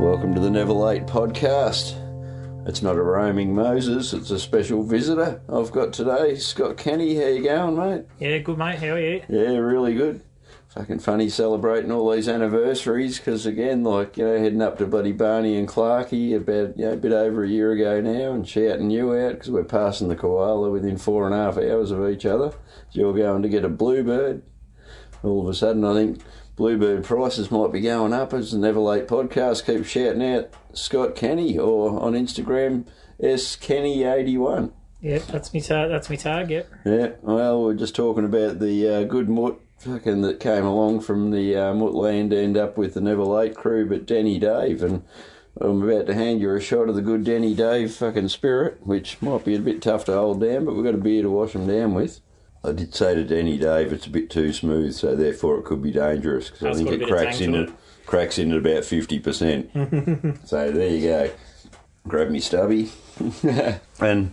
Welcome to the Never Late podcast. It's not a roaming Moses, it's a special visitor I've got today. Scott Kenny, how you going, mate? Yeah, good mate. How are you? Yeah, really good. Fucking funny celebrating all these anniversaries because, again, like, you know, heading up to Buddy Barney and Clarkey about, you know, a bit over a year ago now and shouting you out because we're passing the koala within four and a half hours of each other. So you're going to get a bluebird. All of a sudden, I think bluebird prices might be going up as the Never Late podcast keeps shouting out Scott Kenny or on Instagram, S Kenny81. Yeah, that's me. Tar- that's me target. Yeah, well, we we're just talking about the uh, good mutt fucking that came along from the uh, Mootland end up with the Never Late crew, but Danny Dave. And I'm about to hand you a shot of the good Danny Dave fucking spirit, which might be a bit tough to hold down, but we've got a beer to wash him down with. I did say to Danny Dave, it's a bit too smooth, so therefore it could be dangerous because I That's think got a it bit of cracks tang in to at, cracks in at about fifty percent. so there you go. Grab me stubby, and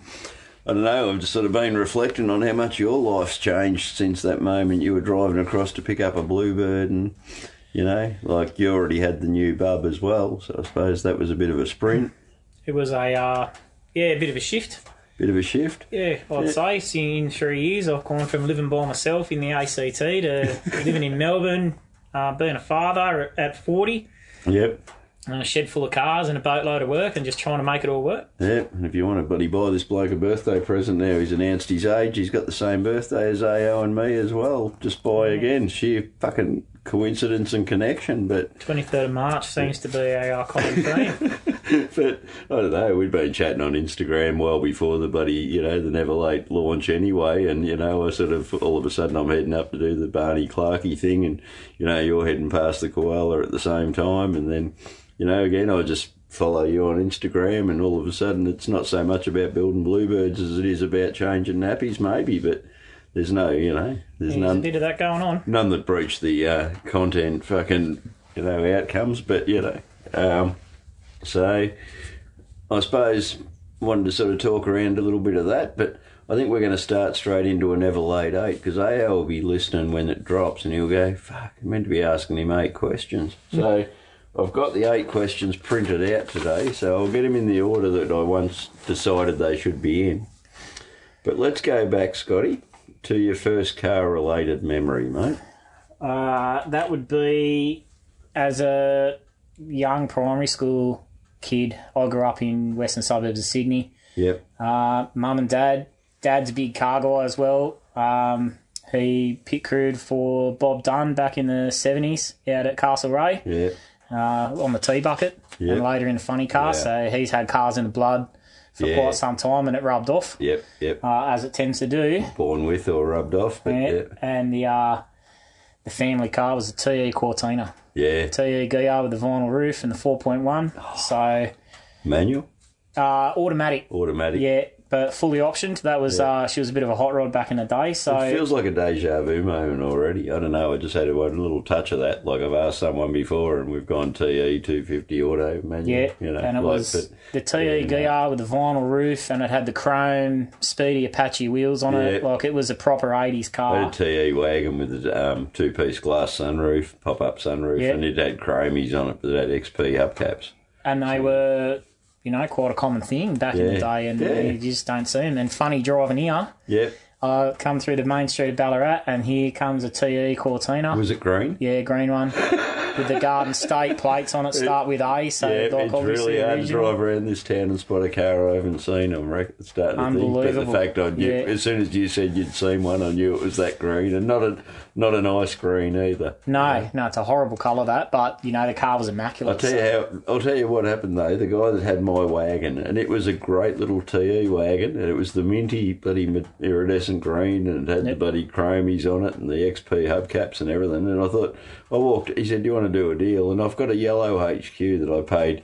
I don't know. I've just sort of been reflecting on how much your life's changed since that moment you were driving across to pick up a bluebird, and you know, like you already had the new bub as well. So I suppose that was a bit of a sprint, It was a uh, yeah, a bit of a shift. bit of a shift. Yeah, I'd say in three years I've gone from living by myself in the ACT to living in Melbourne, uh, being a father at forty, Yep. and a shed full of cars and a boatload of work, and just trying to make it all work. Yeah, and if you want to, buddy, buy this bloke a birthday present now. He's announced his age. He's got the same birthday as AO and me as well. Just by, again, sheer fucking coincidence and connection. But, Twenty third of March seems to be a uh, common theme. but I don't know. We'd been chatting on Instagram well before the buddy, you know, the Never Late launch anyway. And, you know, I sort of, all of a sudden, I'm heading up to do the Barney Clarkey thing. And, you know, you're heading past the koala at the same time. And then, you know, again, I just follow you on Instagram, and all of a sudden, it's not so much about building bluebirds as it is about changing nappies, maybe. But there's no, you know, there's There's a none, bit of that going on. none that breach the uh, content fucking, you know, outcomes. But you know, um, so I suppose wanted to sort of talk around a little bit of that, but. I think we're going to start straight into a never late eight because AO will be listening when it drops and he'll go, fuck, I'm meant to be asking him eight questions. So I've got the eight questions printed out today, so I'll get them in the order that I once decided they should be in. But let's go back, Scotty, to your first car related memory, mate. Uh, that would be as a young primary school kid. I grew up in western suburbs of Sydney. Yep. Uh, Mum and dad. Dad's a big car guy as well. Um, he pit crewed for Bob Dunn back in the 70s out at Castlereagh Yeah. uh, on the T bucket Yep. and later in a funny car. Yeah. So he's had cars in the blood for Yeah. quite some time and it rubbed off, Yep. Yep. uh, as it tends to do. Born with or rubbed off, but yeah. And the uh, the family car was a TE Cortina. Yeah. TE GR with the vinyl roof and the 4.1. So Manual, uh, automatic, automatic. yeah, but fully optioned. That was, uh, she was a bit of a hot rod back in the day. So It feels like a deja vu moment already. I don't know. I just had a little touch of that. Like I've asked someone before, and we've gone TE two fifty auto manual. Yeah, you know, and it like, was but- the TE GR with the vinyl roof, and it had the chrome Speedy Apache wheels on it. Yeah. Like it was a proper '80s I car. had a TE wagon with a um, two piece glass sunroof, pop up sunroof, Yeah. and it had chromies on it, but it had XP hubcaps. and they were, you know, quite a common thing back in Yeah. the day, and Yeah. you just don't see them. And funny driving here, Yep. I come through the main street of Ballarat, and here comes a TE Cortina. Was it green? yeah, green one with the Garden State plates on it. Start with A, so Yeah, like it's obviously really hard to original. drive around this town and spot a car I haven't seen. I'm rec- starting to think. But the Unbelievable. fact I knew, Yeah. as soon as you said you'd seen one, I knew it was that green, and not a not an ice green either. No, no, it's a horrible colour that, but you know the car was immaculate. I'll tell you how. I'll tell you what happened though. The guy that had my wagon, and it was a great little TE wagon, and it was the minty bloody mi- iridescent green, and it had the bloody chromies on it, and the XP hubcaps and everything. And I thought, I walked. He said, "Do you want to do a deal?" And I've got a yellow HQ that I paid.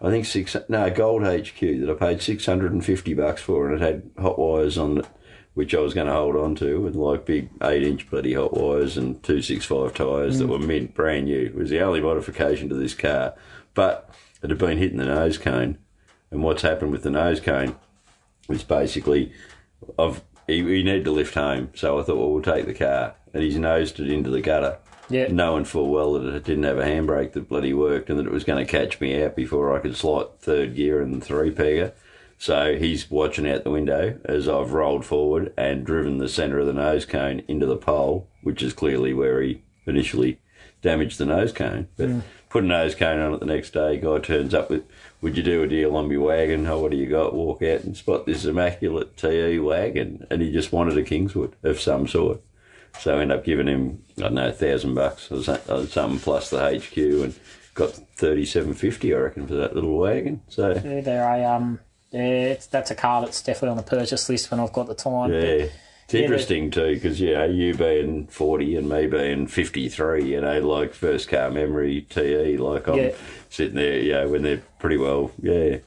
I think six no gold HQ that I paid six hundred and fifty bucks for, and it had hot wires on it, which I was going to hold on to, with like big eight inch bloody hot wires and two six five tires that were mint brand new. It was the only modification to this car, but it had been hitting the nose cone, and what's happened with the nose cone is basically I've he, he needed to lift home, so I thought, well, we'll take the car, and he's nosed it into the gutter. Yeah. knowing full well that it didn't have a handbrake that bloody worked and that it was going to catch me out before I could slide third gear and three pegger. So he's watching out the window as I've rolled forward and driven the centre of the nose cone into the pole, which is clearly where he initially damaged the nose cone. But put a nose cone on it the next day, guy turns up with, Would you do a deal on my wagon? Oh, what do you got? Walk out and spot this immaculate TE wagon. And he just wanted a Kingswood of some sort. So I end up giving him, I don't know, a thousand bucks or so- or something plus the HQ and got thirty seven fifty I reckon for that little wagon. So Yeah, They're a, um, yeah, it's, that's a car that's definitely on the purchase list when I've got the time. yeah. It's interesting too, because yeah, you being forty and me being fifty three, you know, like first car memory TE, like I'm Yeah. sitting there, you know, when they're pretty well, yeah.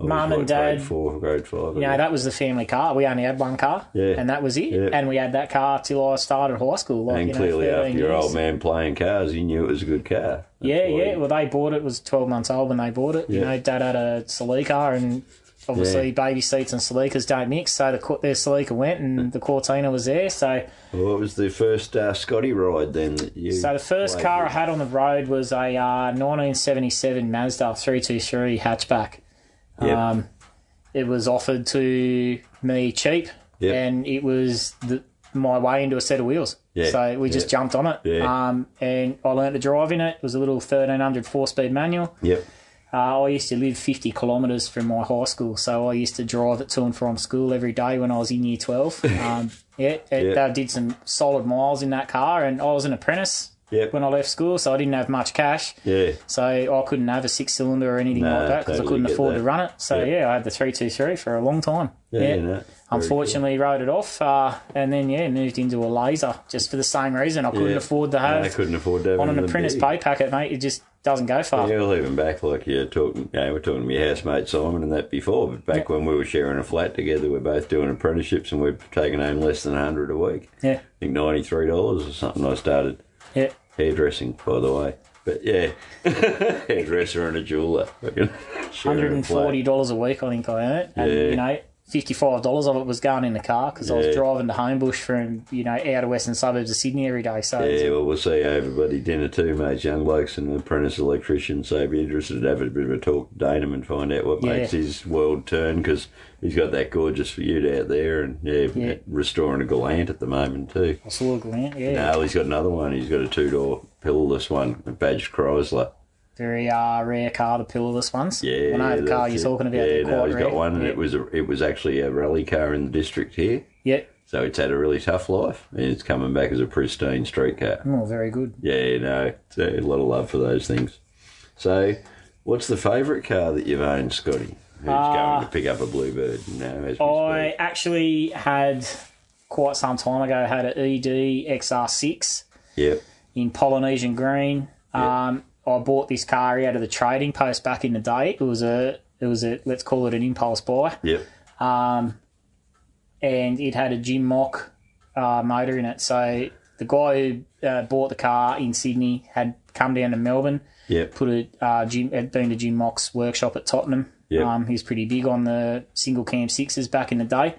I was, Mum grade and Dad, four, grade five. You know, that was the family car. We only had one car, Yeah. and that was it. Yeah. And we had that car till I started high school. Like, and you know, clearly, 13 after your years. old man playing cars, he knew it was a good car. That's Yeah, why yeah. he- Well, they bought it. Was twelve months old when they bought it. You Yeah. know, Dad had a Celica, and obviously baby seats and Celicas don't mix. So the Cor- their Celica went, and the Cortina was there. So, Well, what was the first uh, Scotty ride then that you? so the first played car with? I had on the road was a uh, 1977 Mazda 323 hatchback. Yep. Um, it was offered to me cheap, Yep. and it was the, my way into a set of wheels. Yeah, So we just yeah. jumped on it, Yeah. um, and I learnt to drive in it. It was a little 1300 four-speed manual. yep. Uh, I used to live 50 kilometres from my high school, so I used to drive it to and from school every day when I was in year 12. Um, yeah, it, Yeah. I did some solid miles in that car, and I was an apprentice Yep. when I left school, so I didn't have much cash. Yeah. So I couldn't have a six cylinder or anything Nah, like that because totally I couldn't get afford that. to run it. So Yeah. yeah, I had the 323 for a long time. Yeah. yeah. no, very Unfortunately, wrote it off, uh, and then yeah, moved into a laser just for the same reason. I couldn't Yeah. afford to cool. have No, I couldn't afford to have on an another apprentice big. pay packet, mate. It just doesn't go far. Yeah, well, even back like you're talking, you know, we're talking to your housemate Simon and that before, but back when we were sharing a flat together, we're both doing apprenticeships and we're taking home less than a hundred a week. Yeah, I think ninety three dollars or something. I started yeah. hairdressing, by the way, but yeah, hairdresser and a jeweler. Hundred hundred and forty dollars a week, I think I earned. And Yeah. you know, fifty five dollars of it was going in the car because I was Yeah. driving to Homebush from you know outer western suburbs of Sydney every day. So Yeah, well, we'll see over bloody dinner too, mates. Young blokes and an apprentice electrician. So be interested to have a bit of a talk to Danum and find out what Yeah. makes his world turn because he's got that gorgeous view out there and yeah, Yeah. restoring a Galant at the moment too. I saw a glint. Yeah, No, he's got another one. He's got a two door pillarless one, a badged Chrysler. very uh, rare car to pill this once. Yeah, I know the that's car you're it. talking about. Yeah, they're no, quite he's rare. got one, and Yeah. it was a, it was actually a rally car in the district here. yeah. So it's had a really tough life, and it's coming back as a pristine street car. Oh, very good. Yeah, no, it's a lot of love for those things. So, what's the favourite car that you've owned, Scotty? Who's going to pick up a Bluebird now? As we I actually had quite some time ago had E an ED XR6 speak? Yep. in Polynesian green. Um, I bought this car out of the trading post back in the day. It was a it was a let's call it an impulse buy. Yep. and it had a Jim Mock uh, motor in it. So the guy who uh, bought the car in Sydney had come down to Melbourne, Yep. put a uh, Jim had been to Jim Mock's workshop at Tottenham. Yep. Um, he was pretty big on the single cam sixes back in the day.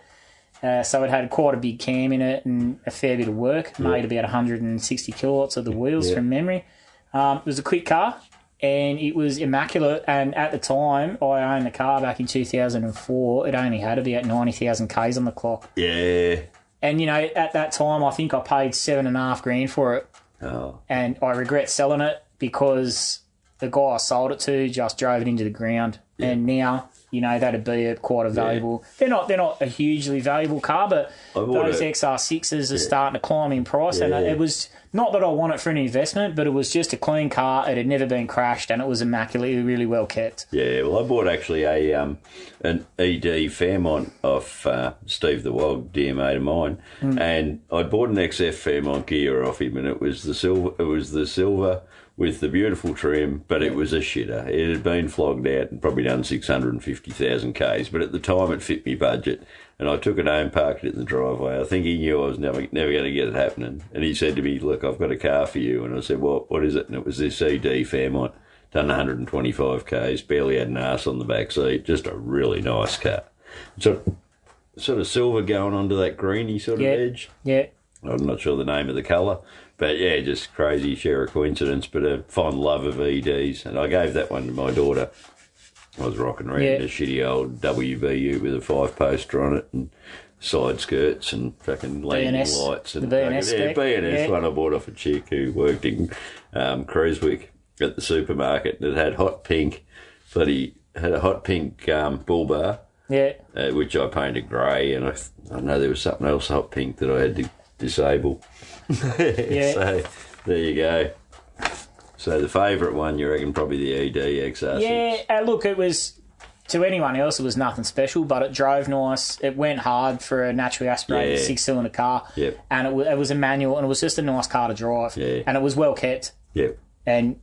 Uh, so it had quite a big cam in it and a fair bit of work. Made about 160 kilowatts of the wheels Yeah. from memory. Um, it was a quick car and it was immaculate. And at the time, I owned the car back in 2004. It only had about 90,000 k's on the clock. Yeah. And you know, at that time, I think I paid seven and a half grand for it, Oh, and I regret selling it because the guy I sold it to just drove it into the ground. And now, you know, that'd be a, quite a valuable. They're not they're not a hugely valuable car, but I bought those it. XR sixes are starting to climb in price, and Yeah. it was not that I want it for an investment, but it was just a clean car. It had never been crashed, and it was immaculately really well kept. yeah. Well, I bought actually a um, an ED Fairmont off uh, Steve the Wog, dear mate of mine, and I bought an XF Fairmont gear off him, and it was the silver. It was the silver. With the beautiful trim, but it was a shitter. It had been flogged out and probably done 650,000 Ks, but at the time it fit me budget. And I took it home, parked it in the driveway. I think he knew I was never never going to get it happening. And he said to me, Look, I've got a car for you. And I said, Well, what is it? And it was this ED Fairmont, done 125 Ks, barely had an arse on the back seat, just a really nice car. So, sort of silver going onto that greeny sort of Yeah. edge. Yeah, I'm not sure the name of the colour, But yeah, just crazy share of coincidence, but a fond love of EDs. And I gave that one to my daughter. I was rocking around Yeah. in a shitty old WVU with a five poster on it and side skirts and fucking landing B&S, lights and the B&S fucking- yeah, spec, B&S yeah. one I bought off a chick who worked in um, Cruisewick at the supermarket that had hot pink, bloody had a hot pink um, bull bar Yeah. uh, which I painted grey, and I, I know there was something else hot pink that I had to disable. So there you go. So the favourite one, you reckon, probably the E EDXR6. Yeah, uh, look, it was to anyone else, it was nothing special, but it drove nice. It went hard for a naturally aspirated Yeah. six cylinder car. Yep. And it, w- it was a manual, and it was just a nice car to drive. Yeah. And it was well kept. Yep. And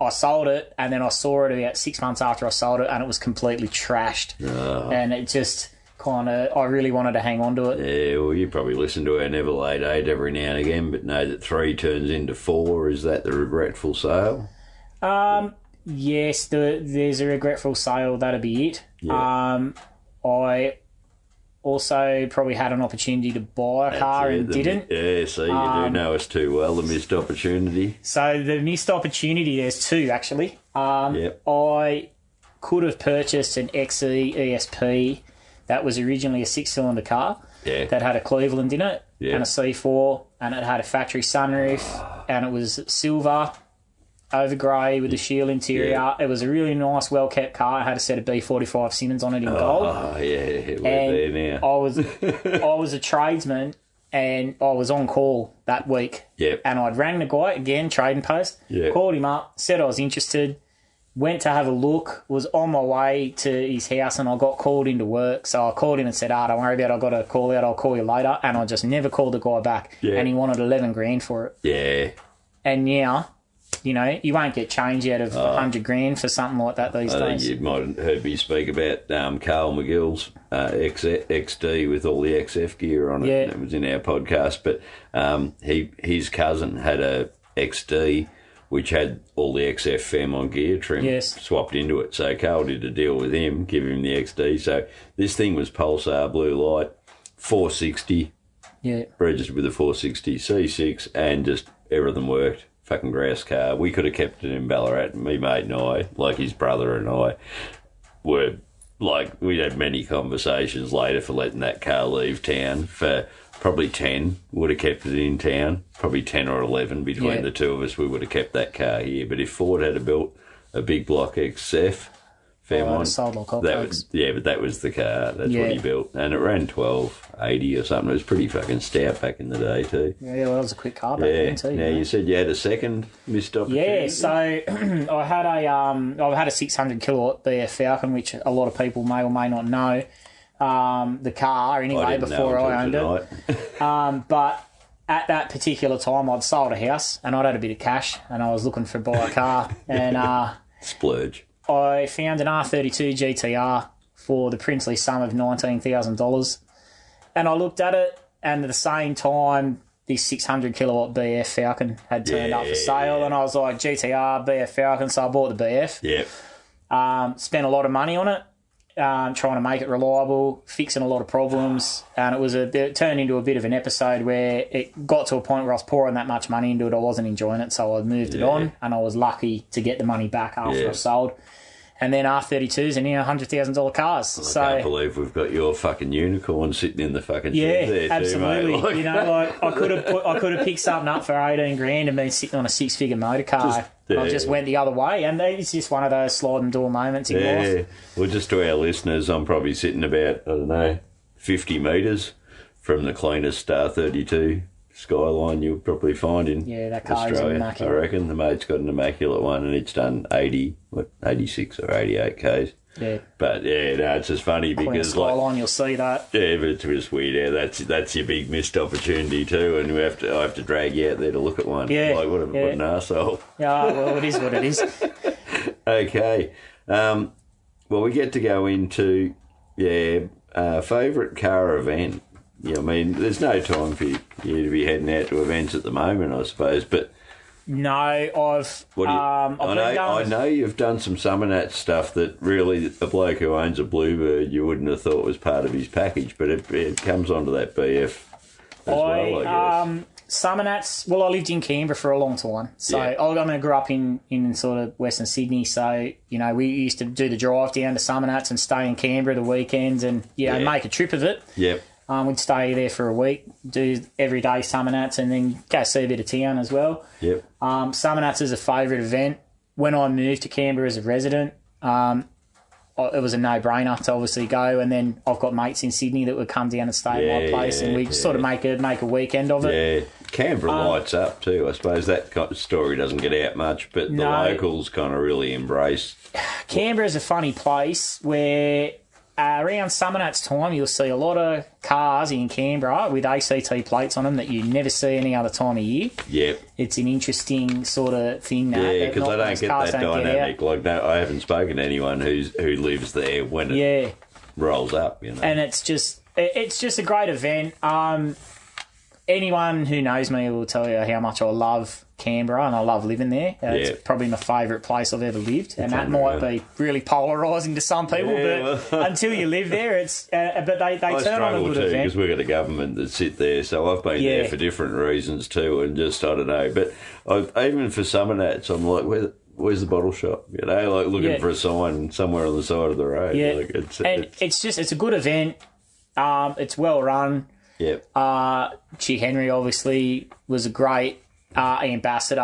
I sold it, and then I saw it about six months after I sold it, and it was completely trashed. Ah. And it just kind of, I really wanted to hang on to it. Yeah, well, you probably listen to our Never Late 8 every now and again, but know that 3 turns into 4. Is that the regretful sale? Yes, the, there's a regretful sale. That'd be it. Yeah. Um, I also probably had an opportunity to buy a car Yeah, and the- didn't. Um, Yeah, see, you do know us too well, the missed opportunity. So the missed opportunity, there's two actually. Um, Yep. I could have purchased an XE ESP that was originally a six cylinder car Yeah. that had a Cleveland in it Yeah. and a C4 and it had a factory sunroof and it was silver over grey with a shield interior. Yeah. It was a really nice, well kept car. It had a set of B45 Simmons on it in gold. oh, yeah, we're And there I now. was I was a tradesman and I was on call that week. Yep. And I'd rang the guy again, trading post, Yep. called him up, said I was interested, went to have a look, was on my way to his house and I got called into work. So I called him and said, Ah, don't worry about it, I got a call out, I'll call you later and I just never called the guy back. Yeah. And he wanted eleven grand for it. Yeah. And now, you know, you won't get change out of hundred grand for something like that these I think days. Oh. Uh, you might have heard me speak about um, Carl McGill's uh, X, XD with all the XF gear on it. Yeah. It was in our podcast, but um, he his cousin had a XD which had all the XF Fairmont gear trim Yes. swapped into it. So Carl did a deal with him, give him the XD. So this thing was Pulsar Blue Light, 460, Yeah. registered with a 460 C6, and just everything worked. Fucking grass car. We could have kept it in Ballarat. Me mate and I, like his brother and I, were like we had many conversations later for letting that car leave town for probably 10 would have kept it in town probably 10 or 11 between Yeah. the two of us we would have kept that car here but if ford had a built a big block xf I'd fairmont have sold like that hotcakes. was yeah but that was the car that's what he Yeah. built and it ran 1280 or something it was pretty fucking stout back in the day too Yeah, well, that was a quick car back yeah then too. now mate. you said you had a second missed opportunity Yeah, so I had a um, I've had a 600 kilowatt BF Falcon, which a lot of people may or may not know. Um, the car I anyway didn't know before until I owned tonight. it, but at that particular time I'd sold a house and I'd had a bit of cash and I was looking for buy a car and uh, splurge I found an R32 GTR for the princely sum of nineteen thousand dollars, and I looked at it, and at the same time, this six hundred kilowatt BF Falcon had turned up for sale, and I was like GTR BF Falcon, so I bought the BF. yeah Um, spent a lot of money on it, um, trying to make it reliable, fixing a lot of problems, and it was a it turned into a bit of an episode where it got to a point where I was pouring that much money into it, I wasn't enjoying it, so I moved it Yeah. on, and I was lucky to get the money back after Yeah. I sold. And then R32s and you know hundred thousand dollar cars. so I can't believe we've got your fucking unicorn sitting in the fucking yeah, shed there too, absolutely. mate. Like, you know, like I could have put, I could have picked something up for eighteen grand and been sitting on a six figure motor car. I yeah. just went the other way, and it's just one of those sliding door moments in life. yeah. Well, just to our listeners, I'm probably sitting about I don't know, fifty meters from the cleanest Star Thirty Two skyline you'll probably find in Yeah, that car is Australia. I immaculate. reckon the mate's got an immaculate one, and it's done eighty, what eighty six or eighty eight k's. Yeah, But yeah, no, it's just funny Queen because like Skyline, you'll see that. Yeah, but it's just weird. Yeah, that's that's your big missed opportunity too, and we have to I have to drag you out there to look at one. Yeah, like what, a, yeah. what an asshole. Yeah, well, it is what it is. Okay, um, well we get to go into yeah uh, favorite car event. Yeah, I mean there's no time for you, you to be heading out to events at the moment, I suppose. But No, I've. what do you, um, I've I been know going- I know you've done some summer nat stuff that really a bloke who owns a Bluebird you wouldn't have thought was part of his package, but it, it comes onto that BF as well. I guess. um, Summernats. Well, I lived in Canberra for a long time, so Yeah. I, I mean, I grew up in in sort of Western Sydney. So you know, we used to do the drive down to Summernats and stay in Canberra the weekends, and yeah, Yeah. make a trip of it. Yep. Um, we'd stay there for a week, do everyday Summernats, and then go see a bit of town as well. Yep. Um, Summernats is a favourite event. When I moved to Canberra as a resident, um, I- it was a no-brainer to obviously go. And then I've got mates in Sydney that would come down and stay at Yeah, my place, and we yeah. sort of make a make a weekend of it. Yeah, Canberra Um, lights up too. I suppose that kind of story doesn't get out much, but the No. locals kind of really embrace. Canberra is a funny place where uh, around Summernats time you'll see a lot of cars in Canberra with ACT plates on them that you never see any other time of year. Yep. It's an interesting sort of thing. That Yeah, that because not they those don't get cars that don't out. dynamic. like, no, I haven't spoken to anyone who's who lives there when it Yeah. rolls up. You know. and it's just it- it's just a great event. Um, anyone who knows me will tell you how much I love Canberra and I love living there. Uh, Yeah. It's probably my favourite place I've ever lived, and that unreal. might be really polarising to some people. Yeah, but until you live there, it's uh, but they they I turn on a struggle good too event. because we've got a government that sit there. So I've been there Yeah. for different reasons too, and just I don't know. But I, even for summer nats, I'm like, where, where's the bottle shop? You know, like looking Yeah. for a sign somewhere on the side of the road. Yeah. like it's, and it's it's just it's a good event. Um, it's well run. yeah. Uh, Chick Henry obviously was a great uh, ambassador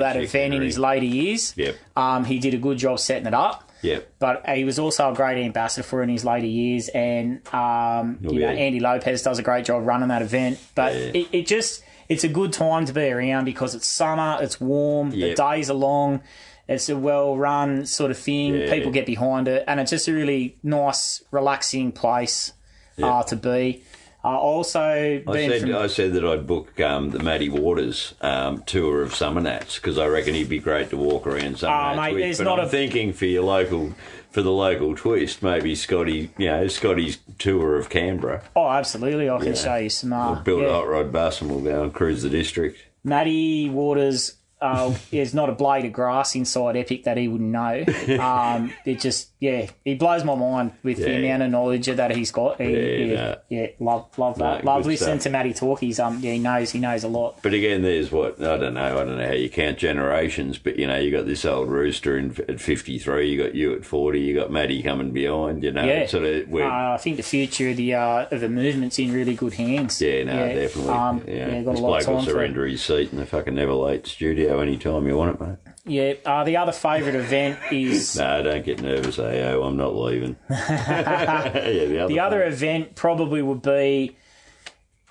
like that Chick event in Henry. his later years. Yep. Um, he did a good job setting it up. Yep. but uh, he was also a great ambassador for it in his later years. And um, you yeah. know, Andy Lopez does a great job running that event. But Yeah. it, it just it's a good time to be around because it's summer, it's warm, Yeah. the days are long. It's a well run sort of thing. Yeah. People get behind it, and it's just a really nice, relaxing place uh, to be. Uh, also, I being said, from, I said that I'd book um, the Matty Waters um, tour of Summer Nats because I reckon he'd be great to walk around Summer Ah, Nats mate, with. there's but not I'm a- thinking for your local, for the local twist, maybe Scotty, you know, Scotty's tour of Canberra. oh, absolutely, I can show you some. Uh, uh, Build yeah. a hot rod bus and we'll go and cruise the district. Matty Waters uh, is not a blade of grass inside Epic that he wouldn't know. Um, it just, yeah, he blows my mind with the Yeah. amount of knowledge that he's got. He, Yeah, yeah, yeah, no. love, love No, that. good love listening stuff. to Matty talk. He's um, yeah, he knows, he knows a lot. But again, there's what I don't know. I don't know how you count generations, but you know, you got this old rooster in, at 53, you got you at 40, you got Matty coming behind. You know, Yeah. it's sort of we're Uh, I think the future of the uh, of the movement's in really good hands. Yeah, no, definitely. Um, yeah, yeah, got this a lot of bloke will time for it. surrender his seat in the fucking Never Late studio anytime you want it, mate. Yeah, uh, the other favourite event is No, don't get nervous, AO. I'm not leaving. yeah, the other, The other event probably would be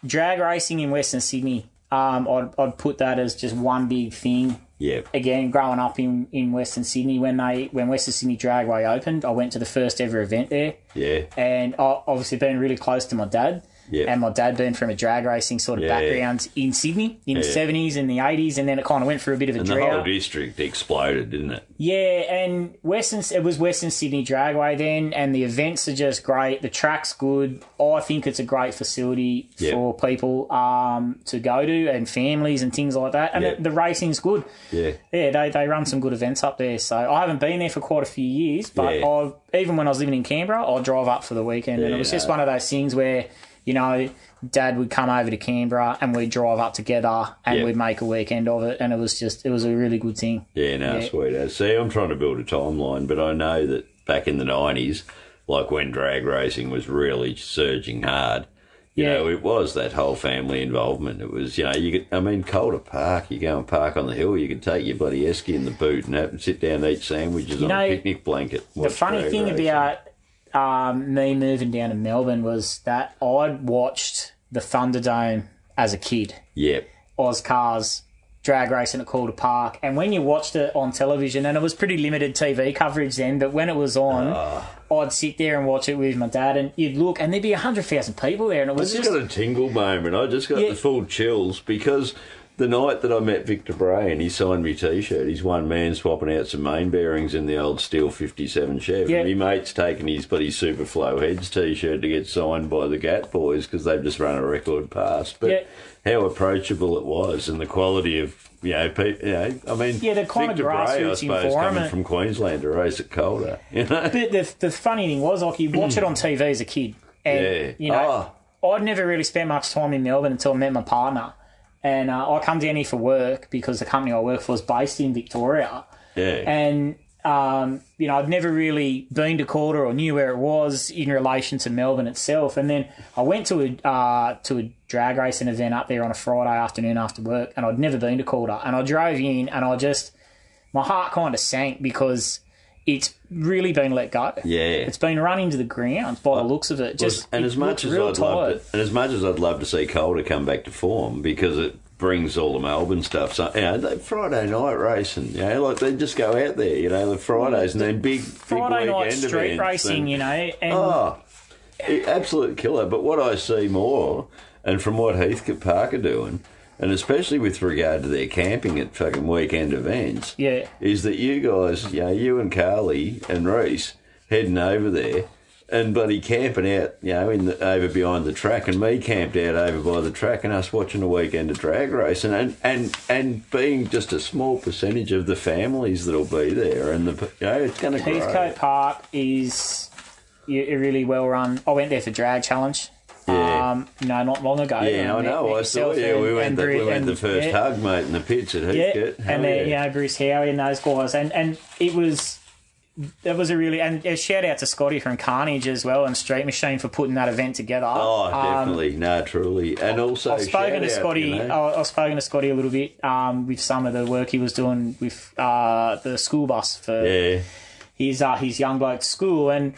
drag racing in Western Sydney. Um, I'd, I'd put that as just one big thing. yeah, Again, growing up in, in Western Sydney, when they when Western Sydney Dragway opened, I went to the first ever event there, yeah, and I obviously being really close to my dad, Yeah. and my dad being from a drag racing sort of Yeah. background in Sydney in the Yeah. seventies and the eighties, and then it kind of went through a bit of a and the drought. whole district exploded, didn't it? Yeah, and Western it was Western Sydney Dragway then, and the events are just great. The track's good. I think it's a great facility Yep. for people um, to go to and families and things like that. And Yep. the, the racing's good. Yeah, Yeah, they, they run some good events up there. So I haven't been there for quite a few years, but Yeah. I've, even when I was living in Canberra, I'd drive up for the weekend, and it was Yeah. just one of those things where you know. Dad would come over to Canberra and we'd drive up together and Yep. we'd make a weekend of it. And it was just, it was a really good thing. yeah, no, Yeah. sweet as. See, I'm trying to build a timeline, but I know that back in the 90s, like when drag racing was really surging hard. You Yeah. know, it was that whole family involvement. It was, you know, you could, I mean, Calder Park, you go and park on the hill, you could take your bloody esky in the boot and have and sit down and eat sandwiches on a know, picnic blanket. the funny thing about um, me moving down to Melbourne was that I'd watched the Thunderdome as a kid. Yep. Oz cars, drag racing at Calder Park, and when you watched it on television, and it was pretty limited TV coverage then, but when it was on, I'd sit there and watch it with my dad, and you'd look, and there'd be hundred thousand people there, and it I was just just got a tingle moment. I just got Yeah. the full chills because the night that I met Victor Bray and he signed me T-shirt, he's one man swapping out some main bearings in the old steel '57 Chevy. Yeah. And me mate's taking his bloody Superflow Heads T-shirt to get signed by the Gat Boys because they've just run a record past. But Yeah. how approachable it was and the quality of you know, pe- you know I mean, Yeah, the kind of Victor Bray, I grassroots suppose, coming environment. from Queensland to race at Calder, you know. But the, the funny thing was, like, you watch it on TV as a kid, and Yeah. Ah, you know, I'd never really spent much time in Melbourne until I met my partner, and uh, I come down here for work because the company I work for is based in Victoria. Yeah. And um, you know, I'd never really been to Calder or knew where it was in relation to Melbourne itself. And then I went to a uh, to a drag racing event up there on a Friday afternoon after work, and I'd never been to Calder. And I drove in, and I just my heart kind of sank because it's really been let go. Yeah. It's been run into the ground by the looks of it. Just and it as much looks as real I'd tired. love to, and as much as I'd love to see Calder come back to form because it brings all the Melbourne stuff. So you know, the Friday night racing, you know, like they just go out there, you know, the Fridays and then big Friday big night weekend street events racing, and- you know, and Oh, a- absolute killer. But what I see more, and from what Heathcote Park are doing, and especially with regard to their camping at fucking weekend events, Yeah. is that you guys, you know, you and Carly and Reese heading over there. And buddy camping out, you know, in the, over behind the track, and me camped out over by the track, and us watching a weekend of drag racing, and and and being just a small percentage of the families that'll be there, and the you know, it's going to grow. Heathcote Park is y- really well run. I went there for drag challenge. Yeah. Um, you know, not long ago. Yeah, I met- know. met I saw yourself you. we and- went and the, we Brit went and- the first yeah. hug, mate, in the pitch at Yeah, Heathcote. Hell and then yeah. you know Bruce Howie and those guys, and and it was that was a really and a shout out to Scotty from Carnage as well and Street Machine for putting that event together. Oh, Um, definitely. no, truly. And also, I've spoken shout to out, Scotty. uh, you know. I- I've spoken to Scotty a little bit um, with some of the work he was doing with uh, the school bus for yeah. his uh, his young bloke school, and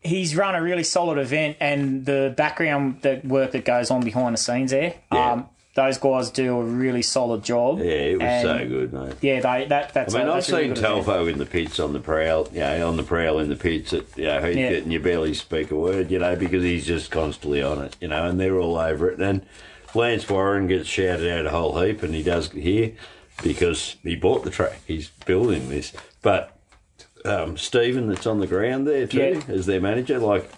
he's run a really solid event. And the background, the work that goes on behind the scenes there, Yeah. um, those guys do a really solid job. Yeah, it was And, so good, mate. Yeah, they that that's. I mean, a, I've that's a really seen good event. Telfo in the pits on the prowl, you know, on the prowl in the pits at you know, Heathcote, Yeah. and you barely speak a word, you know, because he's just constantly on it, you know, and they're all over it. And Lance Warren gets shouted out a whole heap, and he does here because he bought the track, he's building this. But um, Stephen, that's on the ground there too, Yeah. as their manager, like.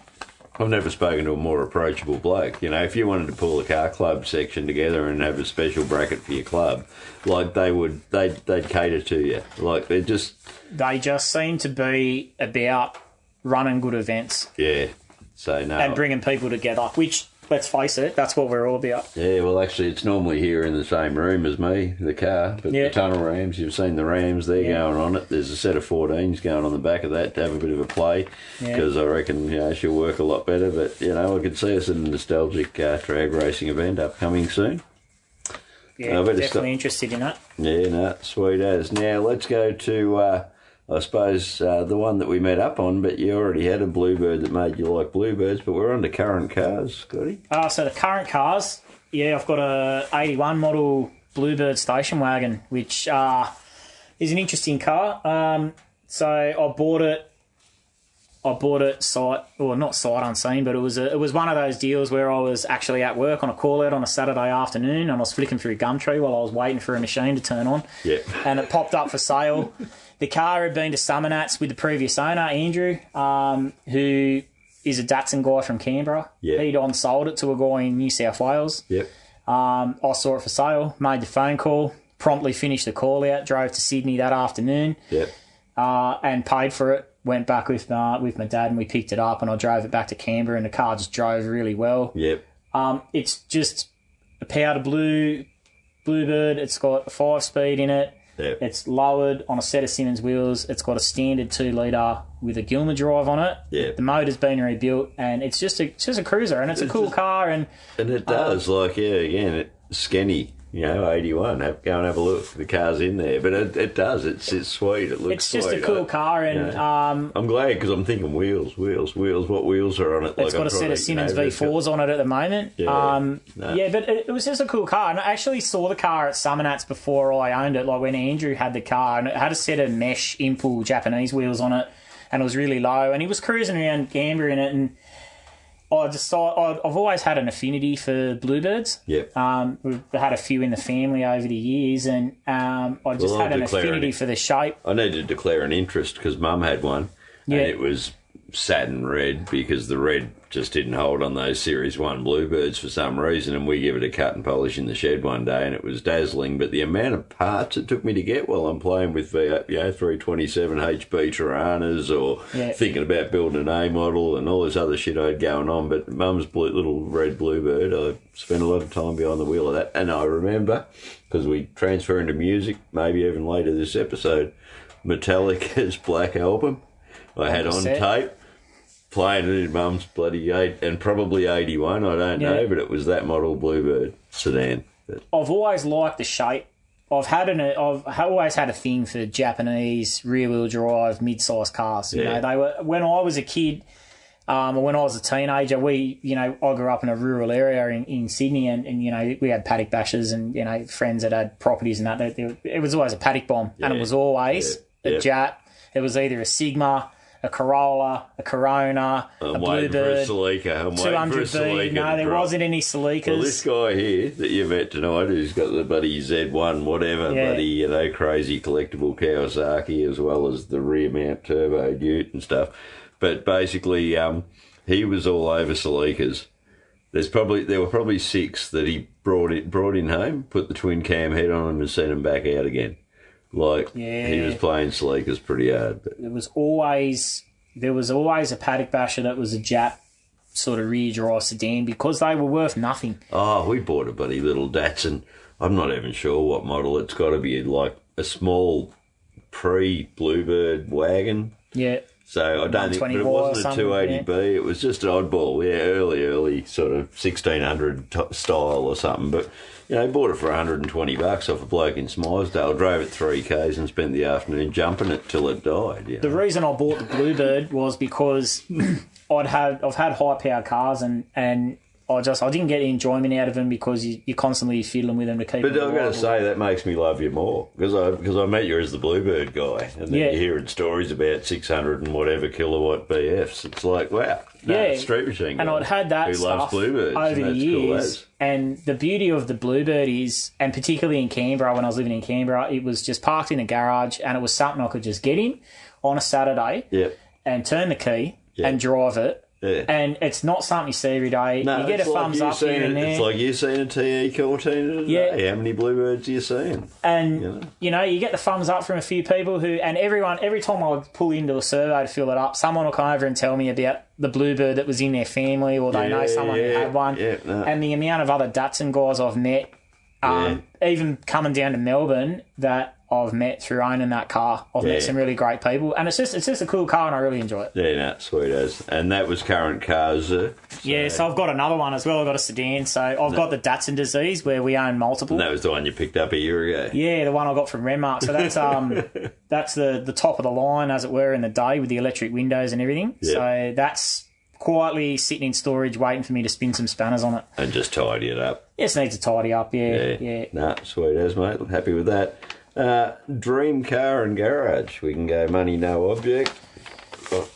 I've never spoken to a more approachable bloke. You know, if you wanted to pull the car club section together and have a special bracket for your club, like they would, they'd, they'd cater to you. Like they're just, They just seem to be about running good events yeah. So no. and bringing people together, which. Let's face it, that's what we're all about. yeah, well, actually, it's normally here in the same room as me, the car, but Yeah. the tunnel rams. You've seen the rams; they're going on it. There's a set of 14s going on the back of that to have a bit of a play, Yeah. because I reckon you know she'll work a lot better. But you know, I could see us in a nostalgic uh, drag racing event upcoming soon. Yeah, I better definitely stop. interested in that. Yeah, no, sweet as. Now let's go to, uh, I suppose, uh, the one that we met up on. But you already had a bluebird that made you like bluebirds. But we're on to current cars, Scotty. Uh, so the current cars, yeah, I've got a 81 model Bluebird station wagon, which uh, is an interesting car. Um, so I bought it. I bought it sight, well, not sight unseen, but it was a, it was one of those deals where I was actually at work on a call out on a Saturday afternoon, and I was flicking through Gumtree while I was waiting for a machine to turn on Yeah, and it popped up for sale. The car had been to Summonats with the previous owner, Andrew, um, who is a Datsun guy from Canberra. Yeah. He'd on sold it to a guy in New South Wales. yep. Um, I saw it for sale, made the phone call, promptly finished the call out, drove to Sydney that afternoon Yep. uh, and paid for it. Went back with my, with my dad and we picked it up and I drove it back to Canberra and the car just drove really well. Yep. Um, it's just a powder blue Bluebird. It's got a five speed in it. Yep. It's lowered on a set of Simmons wheels. It's got a standard two litre with a Gilmer drive on it. Yeah. The motor's been rebuilt and it's just a it's just a cruiser and it's, a cool car and And it does, Um, like, yeah, again, it, skinny, you know, 81. Have, go and have a look. The car's in there. But it, it does. It's, it's sweet. It looks it's just a sweet. cool I- car and um I'm glad because I'm thinking wheels, wheels, wheels. What wheels are on it? Like it's got I'm a set trying of to, you know, Simmons it's got- V4s on it at the moment. Yeah. um, No. yeah but it, it was just a cool car. And I actually saw the car at Summonats before I owned it, like when Andrew had the car, and it had a set of mesh impul Japanese wheels on it, and it was really low. And he was cruising around Canberra in it, and I just thought I'd- I've always had an affinity for bluebirds. Yep. Um, we've had a few in the family over the years, and um, I just Well, had an declare affinity it. for the shape. I need to declare an interest because Mum had one, Yeah. and it was satin red because the red just didn't hold on those Series 1 Bluebirds for some reason. And we give it a cut and polish in the shed one day and it was dazzling. But the amount of parts it took me to get while I'm playing with the you know, 327 HB Tiranas or Yeah. thinking about building an A model and all this other shit I had going on. But mum's blue, little red Bluebird, I spent a lot of time behind the wheel of that. And I remember because we transfer into music, maybe even later this episode, Metallica's Black Album. I had on Cassette. tape playing it in mum's bloody eight and probably 81 i don't Yeah. know but it was that model bluebird sedan But I've always liked the shape. I've had an I've ha- always had a thing for Japanese rear wheel drive mid sized cars. You Yeah. know, they were when I was a kid, um, or when I was a teenager. We, you know, I grew up in a rural area in, in Sydney, and, and you know, we had paddock bashes, and you know, friends that had properties and that. They, they, it was always a paddock bomb, and it Yeah. was always Yeah. a Yeah. Jat. It was either a Sigma, a Corolla, a Corona, a i'm waiting for a Bluebird, Celica. i'm waiting two for a hundred V. Celica No, to there drop. wasn't any Well, this Celicas. guy here that you met tonight, who's got the bloody Z1, whatever, Yeah. bloody, you know, crazy collectible Kawasaki, as well as the rear mount turbo Ute and stuff. But basically, um, he was all over Celicas. There's probably there were probably six that he brought it brought in home, put the twin cam head on him, and sent him back out again. Like he Yeah. was playing Celicas pretty hard. But it was always there was always a paddock basher that was a Jap sort of rear drive sedan because they were worth nothing. Oh, we bought a bloody little Datsun. I'm not even sure what model. It's got to be like a small pre Bluebird wagon. Yeah, So I don't think, but 120 it bore or wasn't a something, 280B. It was just an oddball. Yeah, early, early sort of 1600 t- style or something. But you know, bought it for 120 bucks off a bloke in Smilesdale. Drove it three k's and spent the afternoon jumping it till it died. Yeah. the reason I bought the Bluebird was because I'd had I've had high power cars and and I just I didn't get enjoyment out of them because you, you're constantly fiddling with them to keep. But them I've got to alive. say that makes me love you more because I because I met you as the Bluebird guy, and then Yeah. you're hearing stories about six hundred and whatever kilowatt BFs. It's like wow, no, Yeah. it's street machine. and guy I'd had that who stuff loves Bluebirds and over the that's cool years. as. and the beauty of the Bluebird is, and particularly in Canberra, when I was living in Canberra, it was just parked in a garage, and it was something I could just get in on a Saturday Yep. and turn the key and drive it. Yeah. And it's not something you see every day. No, you get a it's like thumbs you up seen here and it- there. It's like you seen a E TE Cortina today. Yeah. How many Bluebirds are you seeing? and know. you know, you get the thumbs up from a few people who, and everyone, every time I would pull into a survey to fill it up, someone will come over and tell me about the bluebird that was in their family, or they know Yeah, someone who yeah, had one. yeah, no. And the amount of other Datsun guys I've met, um, even coming down to Melbourne, that I've met through owning that car, I've Yeah. met some really great people, and it's just it's just a cool car, and I really enjoy it. Yeah, no, sweet as. And that was current cars. Uh, Yeah, so I've got another one as well. I've got a sedan, so I've got the Datsun disease where we own multiple. that was the one you picked up a year ago. Yeah, the one I got from Renmark. So that's um, that's the the top of the line, as it were, in the day with the electric windows and everything. Yeah. So that's quietly sitting in storage, waiting for me to spin some spanners on it. And just tidy it up. It just needs to tidy up. Yeah, yeah. Nah, sweet as, mate. Happy with that. Uh, dream car and garage. We can go money, no object.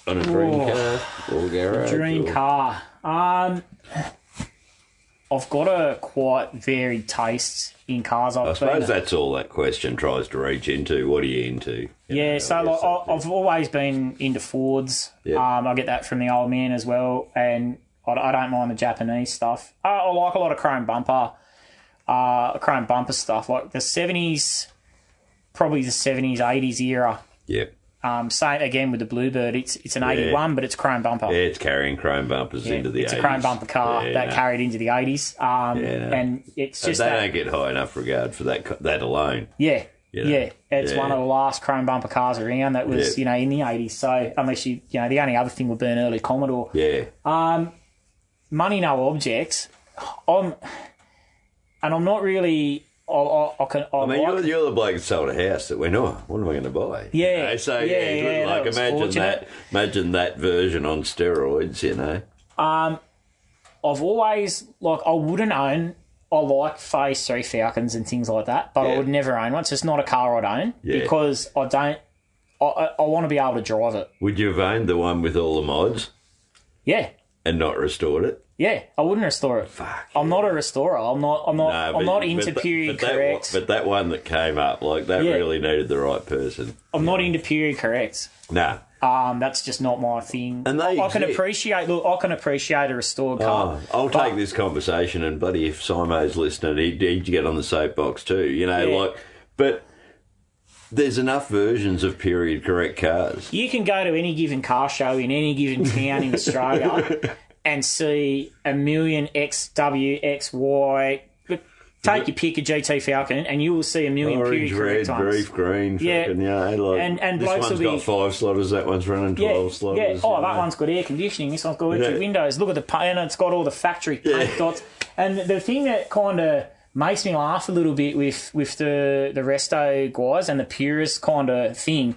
On a dream Whoa. car or garage. Oh. Dream or- car. Um, I've got a quite varied taste in cars. I've I suppose that's all that question tries to reach into. What are you into? You Yeah, know, so I guess like, oh- I, that's I've always been into Fords. Yeah. Um, I get that from the old man as well, and I, I don't mind the Japanese stuff. I, I like a lot of chrome bumper, uh, chrome bumper stuff, like the seventies, probably the seventies, eighties era. it. Yeah. Um, same again with the Bluebird. It's it's an eighty one, but it's chrome bumper. Yeah, it's carrying chrome bumpers into the it's 80s. a chrome bumper car Yeah, that no. carried into the eighties, um, Yeah, no. and it's They just that, don't get high enough regard for that co- that alone. Yeah. know? Yeah, it's Yeah. one of the last chrome bumper cars around that was, Yeah. you know, in the 80s. So, unless you, you know, the only other thing would be an early Commodore. Yeah. Money, no objects. I'm, and I'm not really, I, I, I can, I, I mean, like, you're, you're the bloke that sold a house that went, oh, what am I going to buy? Yeah, You know, so, yeah, yeah, it was yeah, that like, was imagine fortunate. that. Imagine that version on steroids, you know. I've always, like, I wouldn't own, I like Phase 3 Falcons and things like that, but I Yeah. would never own one. It's just not a car I'd own Yeah. because I don't, I, I, I want to be able to drive it. Would you have owned the one with all the mods Yeah. and not restored it? Yeah, I wouldn't restore it. Fuck. I'm not a restorer. I'm not. I'm not. No, I'm but- not but into that- period but that one- correct. but that one that came up, like, that Yeah. really needed the right person. I'm not into period correct. Nah. E Um, that's just not my thing. And they I can exist. appreciate. Look, I can appreciate a restored car. Oh, I'll uh, take this conversation, and buddy, if Simo's listening, he'd, he'd get on the soapbox too. You know, Yeah. like, but there's enough versions of period correct cars. You can go to any given car show in any given town in Australia and see a million XW, XY. Look, Take your pick a GT Falcon, and you will see a million Orange, period correct red, times. brief, green, Yeah. yeah. fucking, you know, like, And- and this blokes one's will got be- five slotters, that one's running 12 slotters. yeah. Oh, you that know. one's got air conditioning. This one's got electric Yeah. windows. Look at the paint. It's got all the factory paint Yeah. dots. And the thing that kind of makes me laugh a little bit with with the the resto guys and the purist kind of thing,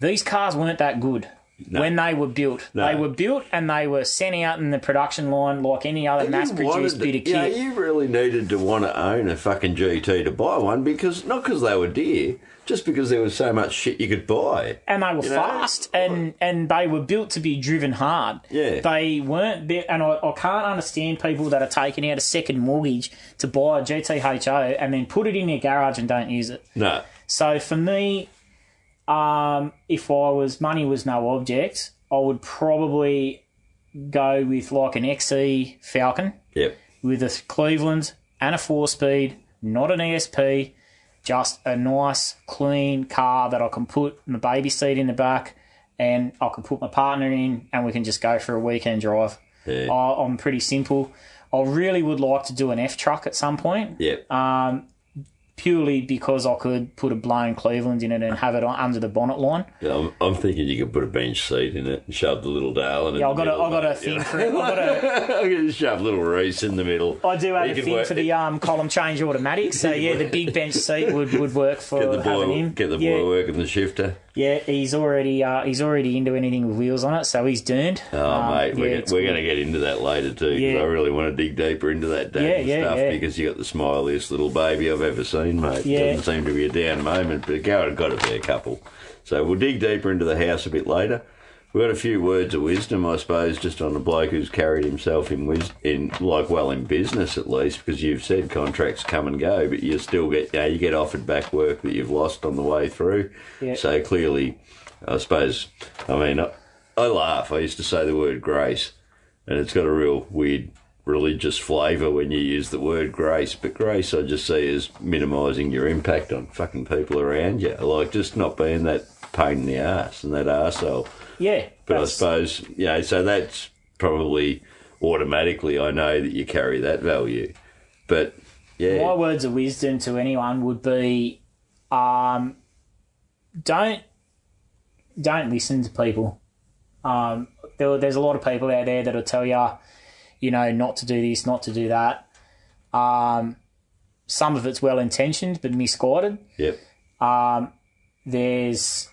these cars weren't that good. When they were built, No. they were built and they were sent out in the production line like any other You mass-produced wanted to- bit of kit. Yeah, you really needed to want to own a fucking GT to buy one because, not because they were dear, just because there was so much shit you could buy. and they were know? fast and and they were built to be driven hard. Yeah. They weren't built, and I, I can't understand people that are taking out a second mortgage to buy a GTHO and then put it in their garage and don't use it. No. So for me, um, if I was money was no object, I would probably go with like an XE Falcon Yep. with a Cleveland and a four speed, not an ESP, just a nice, clean car that I can put my baby seat in the back and I can put my partner in and we can just go for a weekend drive. Yeah. I, I'm pretty simple. I really would like to do an F truck at some point, Yep. purely because I could put a blown Cleveland in it and have it on, under the bonnet line. Yeah, I'm, I'm thinking you could put a bench seat in it and shove the little Dale in. Yeah, I got a, I got a thing for it. I got a, I'm going to shove little Reese in the middle. I do have You a could thing work- for the um, column change automatic, so yeah, the big bench seat would, would work for Get the having boy, him. get the boy yeah, working the shifter. yeah, he's already uh, he's already into anything with wheels on it, so he's doomed. Um, Oh, mate, we're, yeah, gonna- it's we're going to get into that later too. 'cause Yeah. I really want to dig deeper into that damn Yeah, yeah, stuff yeah. because you got the smiliest little baby I've ever seen, mate. Yeah. Doesn't seem to be a down moment, but Garrett got to be a couple. So we'll dig deeper into the house a bit later. We've got a few words of wisdom, I suppose, just on a bloke who's carried himself in, wis- in like well in business at least, because you've said contracts come and go, but you still get you, know, you get offered back work that you've lost on the way through. Yeah. So clearly, I suppose, I mean, I, I laugh. I used to say the word grace, and it's got a real weird religious flavour when you use the word grace. But grace, I just see as minimising your impact on fucking people around you, like just not being that pain in the ass and that arsehole. yeah, But I that's- suppose, you know, so that's probably automatically, I know that you carry that value. But yeah, my words of wisdom to anyone would be, um, don't don't listen to people. Um, there, there's a lot of people out there that'll tell you, you know, not to do this, not to do that. Um, some of it's well intentioned but misguided. yep, there's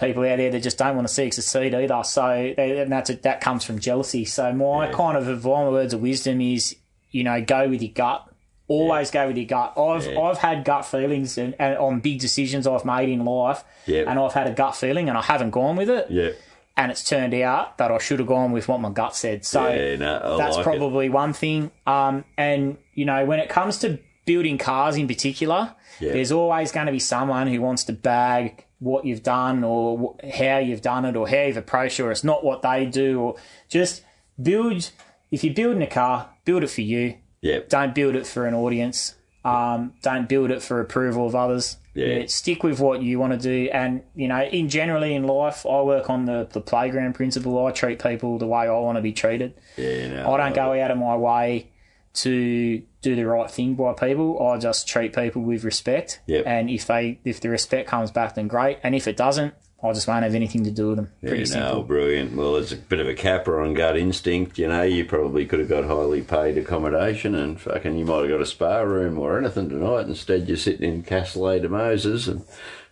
people out there that just don't want to see it succeed either. So and that's that comes from jealousy. So my kind of my words of wisdom is, you know, go with your gut. Always go with your gut. I've I've had gut feelings and, and on big decisions I've made in life, Yeah. and I've had a gut feeling and I haven't gone with it, yep. and it's turned out that I should have gone with what my gut said. So Yeah, no, I that's like it. probably one thing. Um, and you know, when it comes to building cars in particular, there's always going to be someone who wants to bag what you've done or wh- how you've done it or how you've approached it, or it's not what they do, or just build. If you're building a car, build it for you. Yep. Don't build it for an audience. Um, don't build it for approval of others. Yeah. stick with what you want to do, and you know, in generally in life, I work on the the playground principle. I treat people the way I want to be treated. Yeah, no, I don't go out of my way to do the right thing by people. I just treat people with respect. Yep. And if they if the respect comes back, then great. And if it doesn't, I just won't have anything to do with them. Pretty You simple. know, brilliant. Well, it's a bit of a capper on gut instinct. You know, you probably could have got highly paid accommodation and fucking you might have got a spa room or anything tonight. Instead, you're sitting in Castle de Moses and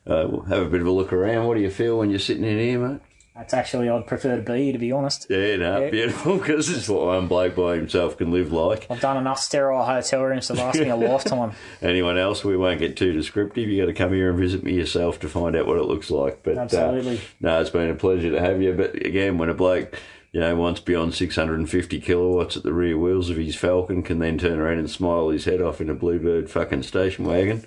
uh, we'll have a bit of a look around. What do you feel when you're sitting in here, mate? That's actually I'd prefer to be, to be honest. Yeah, no, beautiful, because it's what one bloke by himself can live like. I've done enough sterile hotel rooms to last me a lifetime. Anyone else, we won't get too descriptive. you got to come here and visit me yourself to find out what it looks like. But uh, Absolutely. no, it's been a pleasure to have you. But again, when a bloke, you know, wants beyond 650 kilowatts at the rear wheels of his Falcon, can then turn around and smile his head off in a Bluebird fucking station wagon,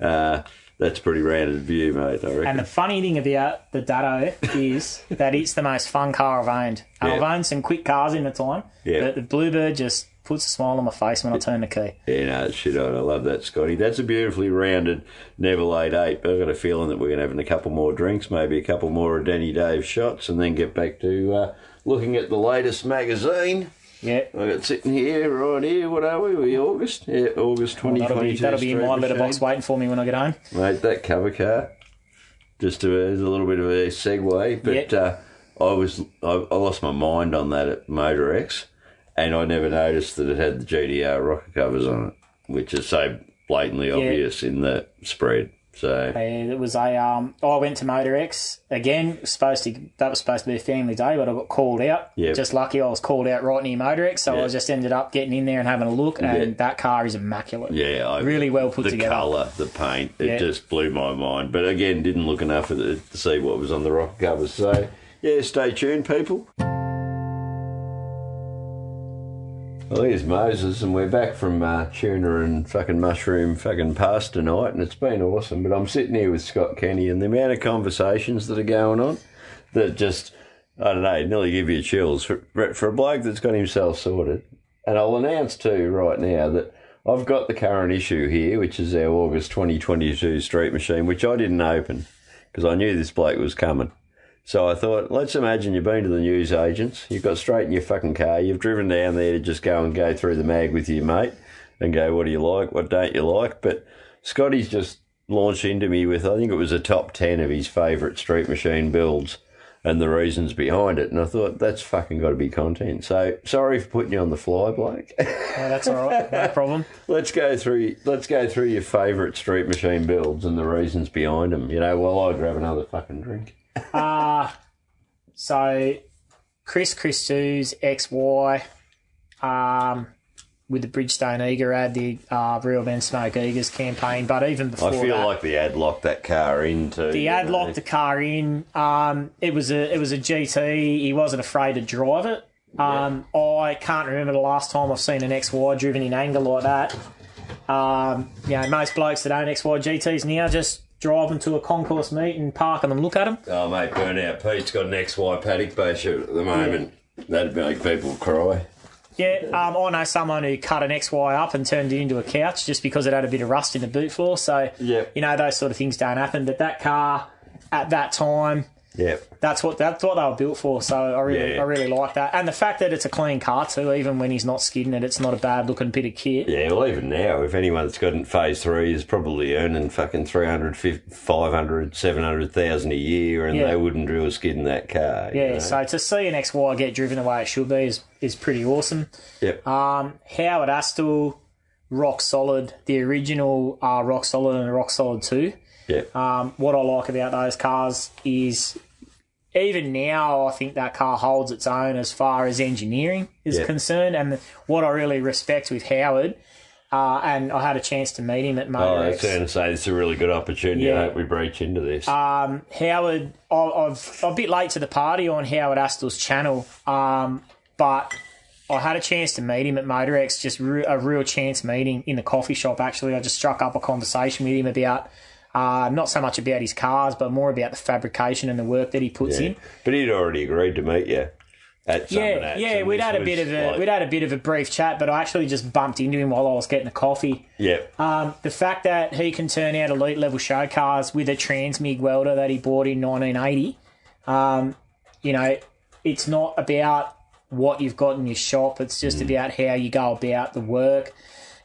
uh, That's a pretty rounded view, mate. I reckon. And the funny thing about the Datto is that it's the most fun car I've owned. And Yeah. I've owned some quick cars in the time, Yeah. but the Bluebird just puts a smile on my face when I turn the key. Yeah, no, it's shit on. I love that, Scotty. That's a beautifully rounded Neville 8 8. But I've got a feeling that we're going to have a couple more drinks, maybe a couple more of Danny Dave shots, and then get back to uh, looking at the latest magazine. Yeah. i got sitting here, right here. What are we? We August? Yeah, August That'll be, 2022. that'll be in my Street letterbox Machine. waiting for me when I get home. Mate, that cover car, just to, as a little bit of a segue, but uh, I was I, I lost my mind on that at Motor X, and I never noticed that it had the GDR rocker covers on it, which is so blatantly obvious in the spread. So Uh, It was a. Um, I went to Motor X again. was Supposed to that was supposed to be a family day, but I got called out. Yeah. Just lucky I was called out right near Motor X, so Yeah. I just ended up getting in there and having a look. And Yeah. that car is immaculate. yeah, I, Really well put the together. colour, the paint, it Yeah. just blew my mind. But again, didn't look enough at it to see what was on the rocker covers. So yeah, stay tuned, people. Well, here's Moses, and we're back from uh, tuna and fucking mushroom fucking pasta night, and it's been awesome. But I'm sitting here with Scott Kenny, and the amount of conversations that are going on that just, I don't know, nearly give you chills. For, for a bloke that's got himself sorted, and I'll announce too right now that I've got the current issue here, which is our August 2022 Street Machine, which I didn't open because I knew this bloke was coming. So I thought, let's imagine you've been to the news agents, you've got straight in your fucking car, you've driven down there to just go and go through the mag with your mate and go, what do you like, what don't you like? But Scotty's just launched into me with, I think it was a top 10 of his favourite street machine builds and the reasons behind it. And I thought, that's fucking got to be content. So sorry for putting you on the fly, bloke. Yeah, Oh, that's all right. No problem. Let's go through. Let's go through your favourite street machine builds and the reasons behind them. You know, while I grab another fucking drink. So, Chris Christou's XY, um, with the Bridgestone Eager ad, the uh, Real Men Smoke Eagers campaign. But even before I feel that, like the ad locked that car into He had locked the car in. Um, it was a it was a GT. He wasn't afraid to drive it. Um, I can't remember the last time I've seen an XY driven in anger like that. Um, you know, most blokes that own XY GTs now just drive them to a concourse meet and park them and look at them. Oh mate, burnout. Pete's got an XY paddock bash at the moment. That'd make people cry. Yeah, um, I know someone who cut an XY up and turned it into a couch just because it had a bit of rust in the boot floor. So Yeah. you know those sort of things don't happen. But that car at that time. Yep. that's what that's what they were built for. So I really Yeah. I really like that, and the fact that it's a clean car too, even when he's not skidding it, it's not a bad looking bit of kit. Yeah, well, even now, if anyone that's got in phase three is probably earning fucking 300, 500, 700,000 a year and Yeah. they wouldn't drill a skid in that car. you Yeah, know? so to see an XY get driven the way it should be is is pretty awesome. Yep. Um, Howard Astle, rock solid. The original uh, rock solid and rock solid two. yep. Um, what I like about those cars is even now, I think that car holds its own as far as engineering is Yeah. concerned. And what I really respect with Howard, uh, and I had a chance to meet him at Oh, Motor I was X. going to say it's a really good opportunity. Yeah. I hope we breach into this. Um, Howard, I, I've I'm a bit late to the party on Howard Astle's channel, um, but I had a chance to meet him at MotorX, just re- a real chance meeting in the coffee shop. Actually, I just struck up a conversation with him about uh, not so much about his cars, but more about the fabrication and the work that he puts Yeah. in. But he'd already agreed to meet you at some Yeah, of that, yeah, and we'd this had a was bit of a like- we'd had a bit of a brief chat, but I actually just bumped into him while I was getting a coffee. Yep. Um, the fact that he can turn out elite level show cars with a transmig welder that he bought in 1980, um, you know, it's not about what you've got in your shop. It's just Mm. about how you go about the work.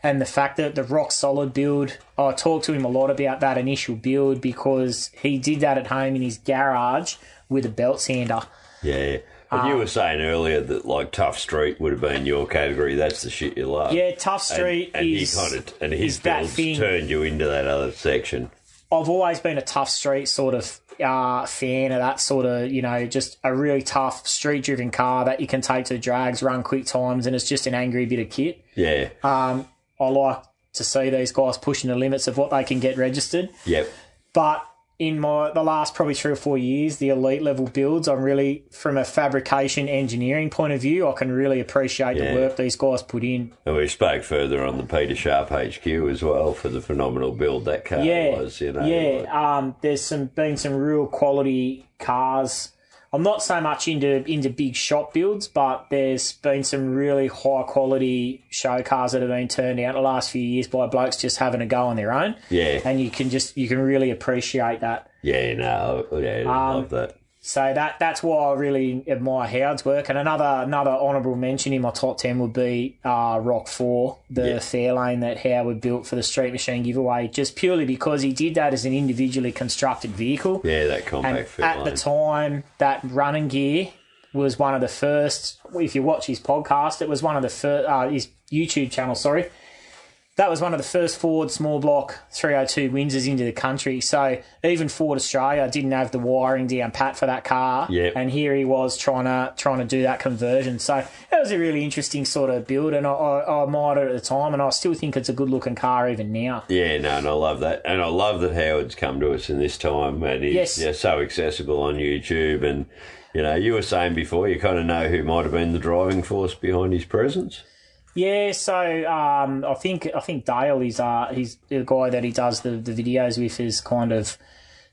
And the fact that the rock solid build, I talked to him a lot about that initial build because he did that at home in his garage with a belt sander. yeah, yeah. But uh, you were saying earlier that like tough street would have been your category. That's the shit you love. Yeah, Tough Street and is. he kind of and his is that builds thing. turned you into that other section. I've always been a tough street sort of uh, fan of that sort of, you know, just a really tough street driven car that you can take to drags, run quick times, and it's just an angry bit of kit. Yeah. Uh, I like to see these guys pushing the limits of what they can get registered. yep. But in my the last probably three or four years, the elite level builds, I'm really from a fabrication engineering point of view, I can really appreciate Yeah. the work these guys put in. And we spoke further on the Peter Sharp HQ as well for the phenomenal build that car yeah, was. You know, yeah. like- um, there's some been some real quality cars. I'm not so much into into big shop builds, but there's been some really high quality show cars that have been turned out the last few years by blokes just having a go on their own. Yeah. and you can just you can really appreciate that. yeah, no, yeah, Um, I love that. So that that's why I really admire Howard's work. And another another honourable mention in my top ten would be uh, Rock Four, the Yeah. Fairlane that Howard built for the Street Machine giveaway, just purely because he did that as an individually constructed vehicle. Yeah, that and compact fit at the line. time, that running gear was one of the first. If you watch his podcast, it was one of the first uh, his YouTube channel. Sorry, that was one of the first Ford small block 302 Windsors into the country. So even Ford Australia didn't have the wiring down pat for that car. Yep. And here he was trying to trying to do that conversion. So that was a really interesting sort of build, and I, I, I admired it at the time, and I still think it's a good looking car even now. Yeah, no, and I love that, and I love that Howard's come to us in this time, and he's Yes. yeah, so accessible on YouTube. And you know, you were saying before, you kind of know who might have been the driving force behind his presence. Yeah, so um, I think I think Dale is uh, he's the guy that he does the, the videos with is kind of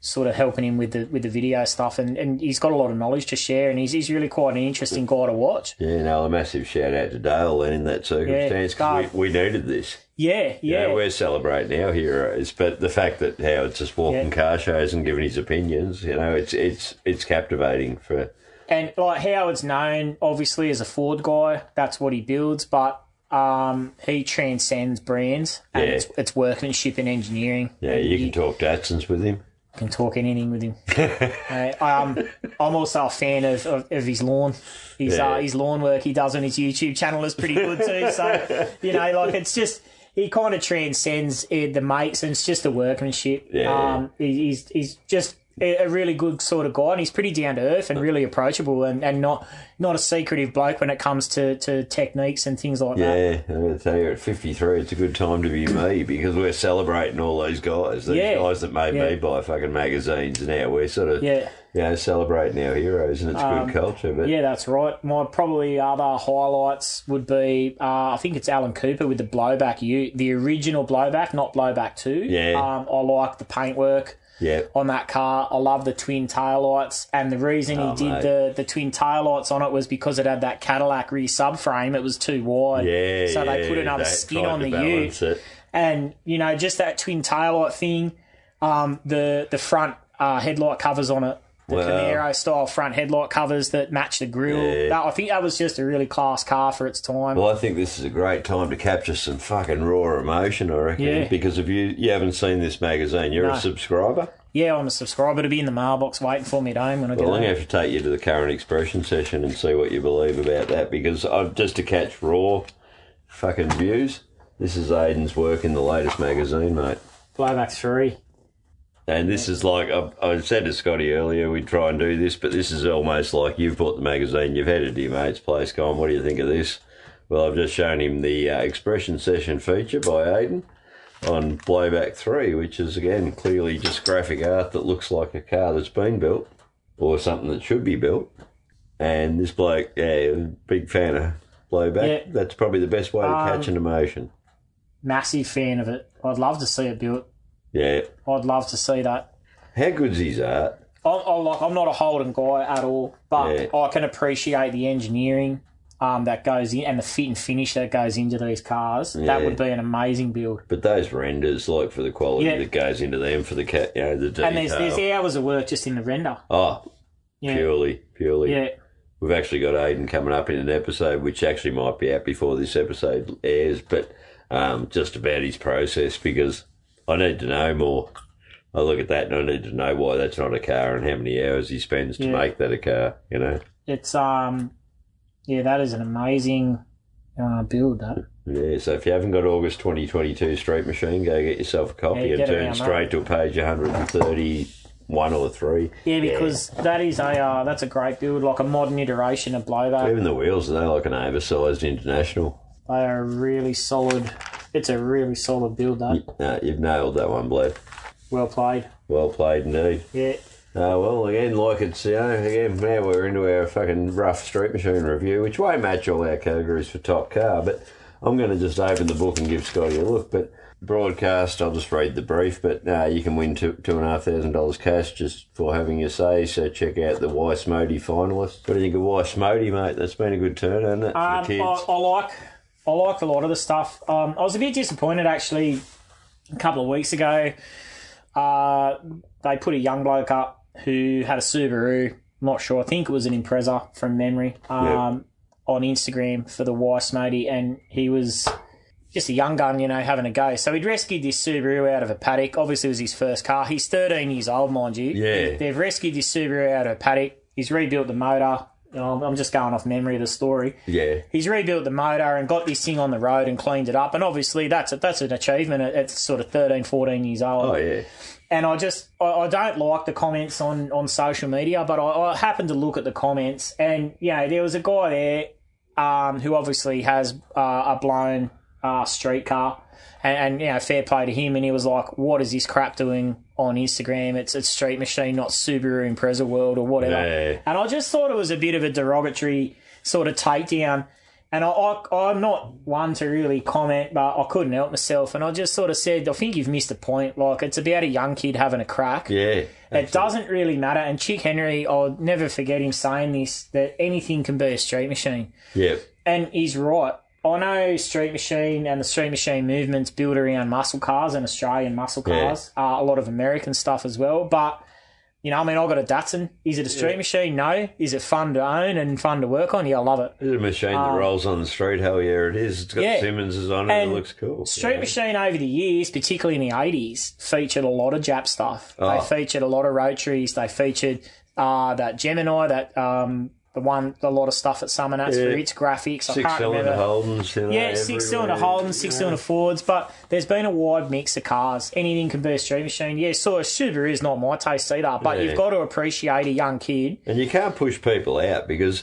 sort of helping him with the with the video stuff, and, and he's got a lot of knowledge to share, and he's he's really quite an interesting guy to watch. Yeah, no, a massive shout out to Dale then in that circumstance 'cause we, we needed this. Yeah, yeah, Yeah, we're celebrating our heroes, but the fact that Howard's just walking Yeah. car shows and giving his opinions, you know, it's it's it's captivating for and like Howard's known obviously as a Ford guy, that's what he builds, but um, he transcends brands, and Yeah. it's, it's workmanship and engineering. yeah. You can talk Datsuns with him. can talk anything with him. Uh, um, I'm also a fan of, of, of his lawn. His Yeah. uh, his lawn work he does on his YouTube channel is pretty good too. So you know, like it's just he kind of transcends uh, the mates, and it's just the workmanship. Yeah. Um, he, he's he's just a a really good sort of guy, and he's pretty down to earth and really approachable, and, and not not a secretive bloke when it comes to, to techniques and things like that. Yeah, I'm going to tell you, at 53, it's a good time to be me because we're celebrating all those guys, those Yeah. guys that made me Yeah. buy fucking magazines. Now we're sort of Yeah. Um, you know, celebrating our heroes, and it's good culture. But Yeah, that's right. My probably other highlights would be uh, I think it's Alan Cooper with the blowback you the original blowback, not blowback two. Yeah. Um, I like the paintwork yeah, on that car. I love the twin taillights. And the reason he did Oh, mate. the, the twin taillights on it was because it had that Cadillac rear subframe. It was too wide. yeah, So they put yeah, another they skin tried on to the U balance it. and you know just that twin taillight thing um the the front uh headlight covers on it the Wow. Camaro style front headlight covers that match the grill. Yeah. That, I think that was just a really class car for its time. Well, I think this is a great time to capture some fucking raw emotion. I reckon Yeah. because if you you haven't seen this magazine, you're a No. subscriber. yeah, I'm a subscriber to be in the mailbox waiting for me at home when I get Well, I'm home. going to have to take you to the current expression session and see what you believe about that because I've just to catch raw fucking views. This is Aiden's work in the latest magazine, mate. Blowback three. And this is like, I, I said to Scotty earlier, we'd try and do this, but this is almost like you've bought the magazine, you've headed to your mate's place, gone, what do you think of this? Well, I've just shown him the uh, expression session feature by Aiden on Blowback 3, which is again clearly just graphic art that looks like a car that's been built or something that should be built. And this bloke, yeah, big fan of Blowback. Yeah. That's probably the best way to catch an emotion. Massive fan of it. I'd love to see it built. Yeah. I'd love to see that. How good's his art? I'm, I'm like I'm not a Holden guy at all, but Yeah. I can appreciate the engineering um, that goes in and the fit and finish that goes into these cars. That Yeah. would be an amazing build. But those renders, like for the quality Yeah. that goes into them, for the cat, you know, the detail. And there's there's hours of work just in the render. oh, Yeah, purely, purely. yeah, We've actually got Aiden coming up in an episode, which actually might be out before this episode airs, but um, just about his process because I need to know more. I look at that and I need to know why that's not a car and how many hours he spends to Yeah. make that a car. You know, it's um, yeah, that is an amazing uh, build. That yeah. So if you haven't got August twenty twenty two Street Machine, go get yourself a copy Yeah, and get turn around that. straight to page one hundred and thirty one or three. yeah, because that is a uh, that's a great build, like a modern iteration of blowback. Even the wheels, they're like an oversized international. They are a really solid. It's a really solid build. That No, you've nailed that one, Blue. Well played. Well played indeed. Yeah. Uh, well, again, like it's, you know, again, now we're into our fucking rough street machine review, which won't match all our categories for top car, but I'm going to just open the book and give Scotty a look. But broadcast, I'll just read the brief, but uh, you can win two, $2,500 cash just for having your say, so check out the Weiss Modi finalists. What do you think of Weiss Modi, mate? That's been a good turn, hasn't it, for Um, the I, kids? I like I like a lot of the stuff. Um, I was a bit disappointed actually a couple of weeks ago. Uh, they put a young bloke up who had a Subaru. I'm not sure. I think it was an Impreza from memory. Um, on Instagram for the Weiss matey, and he was just a young gun, you know, having a go. So he'd rescued this Subaru out of a paddock. Obviously, it was his first car. He's 13 years old, mind you. Yeah. They've rescued this Subaru out of a paddock. He's rebuilt the motor. Um, I'm just going off memory of the story yeah. he's rebuilt the motor and got this thing on the road and cleaned it up and obviously that's a, that's an achievement at, at sort of 13 14 years old Oh, yeah. and i just I, I don't like the comments on on social media but I, I happened to look at the comments and you know there was a guy there um, who obviously has uh, a blown uh, street car and, and you know fair play to him and he was like what is this crap doing on instagram it's it's street machine not subaru impreza world or whatever Yeah. and I just thought it was a bit of a derogatory sort of takedown. And I, I, I'm not one to really comment, but I couldn't help myself. And I just sort of said, I think you've missed a point. Like, it's about a young kid having a crack. Yeah. It doesn't really matter. And Chick Henry, I'll never forget him saying this that anything can be a street machine. Yeah. And he's right. I know Street Machine and the Street Machine movement's built around muscle cars and Australian muscle Yeah. cars, uh, a lot of American stuff as well. But, you know, I mean, I got a Datsun. Is it a Street Machine? No. Is it fun to own and fun to work on? Yeah, I love it. It's a machine that rolls on the street. Hell yeah, it is. It's got Uh, Yeah. Simmons's on it. It And looks cool. Street yeah. Machine over the years, particularly in the 80s, featured a lot of Jap stuff. Oh. They featured a lot of Rotaries. They featured uh, that Gemini, that um, the one, a lot of stuff at Summernats for Yeah. its graphics. I Six can't cylinder remember. Holdens. You know, Yeah, six cylinder everywhere. Holdens, six cylinder Fords, but there's been a wide mix of cars. Anything can be a street machine. Yeah, so a Subaru is not my taste either, but Yeah. you've got to appreciate a young kid. And you can't push people out because,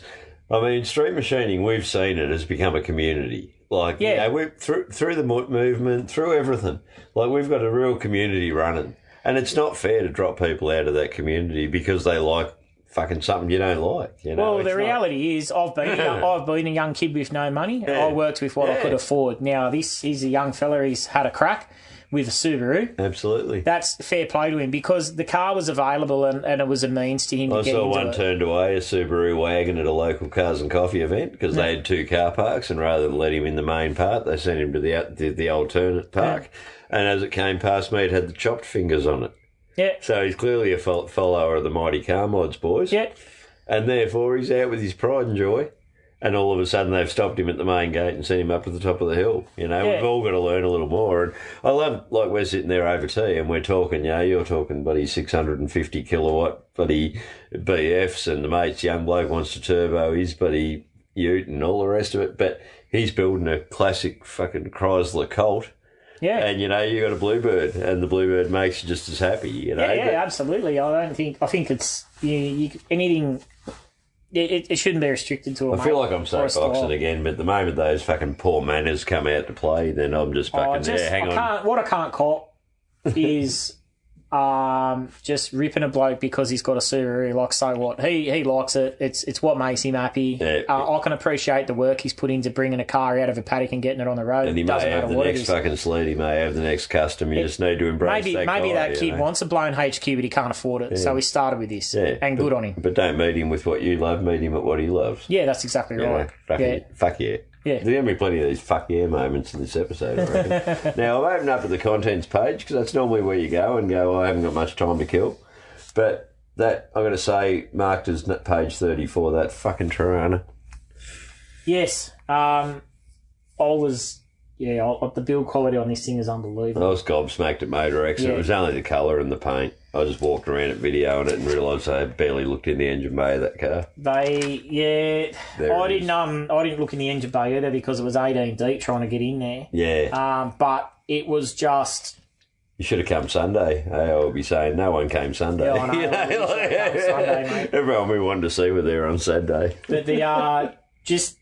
I mean, street machining, we've seen it, has become a community. Like, yeah, Yeah. we, through, through the mo- movement, through everything, like, we've got a real community running. And it's not fair to drop people out of that community because they like fucking something you don't like. You know? Well, It's the not- reality is, I've been I've been a young kid with no money. Yeah. I worked with what I Yeah. could afford. Now this is a young fella. He's had a crack with a Subaru. Absolutely. That's fair play to him because the car was available and, and it was a means to him to I get saw into one it. turned away a Subaru wagon at a local cars and coffee event because they had two car parks, and rather than let him in the main part, they sent him to the out- the, the alternate park. And as it came past me, it had the chopped fingers on it. Yeah, So he's clearly a fol- follower of the Mighty Car Mods boys, yeah. and therefore he's out with his pride and joy. And all of a sudden, they've stopped him at the main gate and sent him up to the top of the hill. You know, Yeah. we've all got to learn a little more. And I love, like, we're sitting there over tea and we're talking, you know, you're talking bloody 650 kilowatt bloody BFs, and the mate's young bloke wants to turbo his bloody ute and all the rest of it. But he's building a classic fucking Chrysler Colt. Yeah. And, you know, you got a Bluebird, and the Bluebird makes you just as happy, you know. Yeah, But- yeah, absolutely. I don't think I think it's you, you anything. It, it- it shouldn't be restricted to. a I feel like make I'm or a soapboxing style. again, but the moment those fucking poor manners come out to play, then I'm just fucking I Oh, just, there. Hang I on. can't. What I can't cop is um, just ripping a bloke because he's got a Subaru. Like, so what? He he likes it. It's it's what makes him happy. Yeah. Uh, I can appreciate the work he's put into bringing a car out of a paddock and getting it on the road. And he It may doesn't matter have the what it next is. fucking sled, he may have the next custom. You just need to embrace Maybe that maybe guy, that you kid know. wants a blown HQ, but he can't afford it. So he started with this, Yeah, and good on him. But don't meet him with what you love, meet him at what he loves. Yeah, that's exactly You know, right. fuck, yeah. yeah. fuck yeah. Yeah. There's going to be plenty of these fuck yeah moments in this episode, I reckon. now, I've opened up at the contents page because that's normally where you go and go, "Oh, I haven't got much time to kill. But that, I'm going to say, marked as n- page 34, that fucking Tirana. Yes. Um, I was. Yeah, I, the build quality on this thing is unbelievable. I was gobsmacked at Motor X. Yeah. It was only the colour and the paint. I just walked around at videoing it and realised I had barely looked in the engine bay of that car. They, yeah, There I it didn't is. um, I didn't look in the engine bay either because it was 18 deep trying to get in there. Yeah. Um, but it was just, you should have come Sunday. eh? I will be saying no one came Sunday. Yeah, I know. You You should have come Sunday, mate. Everyone we wanted to see were there on Saturday. but the uh, just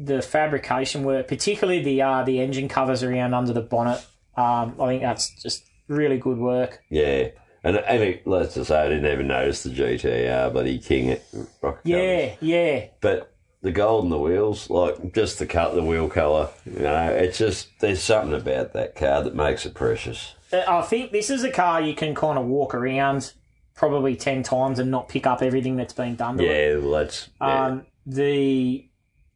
the fabrication work, particularly the uh, the engine covers around under the bonnet. Um, I think that's just really good work. Yeah. And, and it, let's just say I didn't even notice the GTR, but he king it. Rocket colours. Yeah, yeah. But the gold in the wheels, like just the cut, the wheel colour, you know, it's just, there's something about that car that makes it precious. Uh, I think this is a car you can kind of walk around probably 10 times and not pick up everything that's been done to it. Yeah, let's. Yeah. Um, the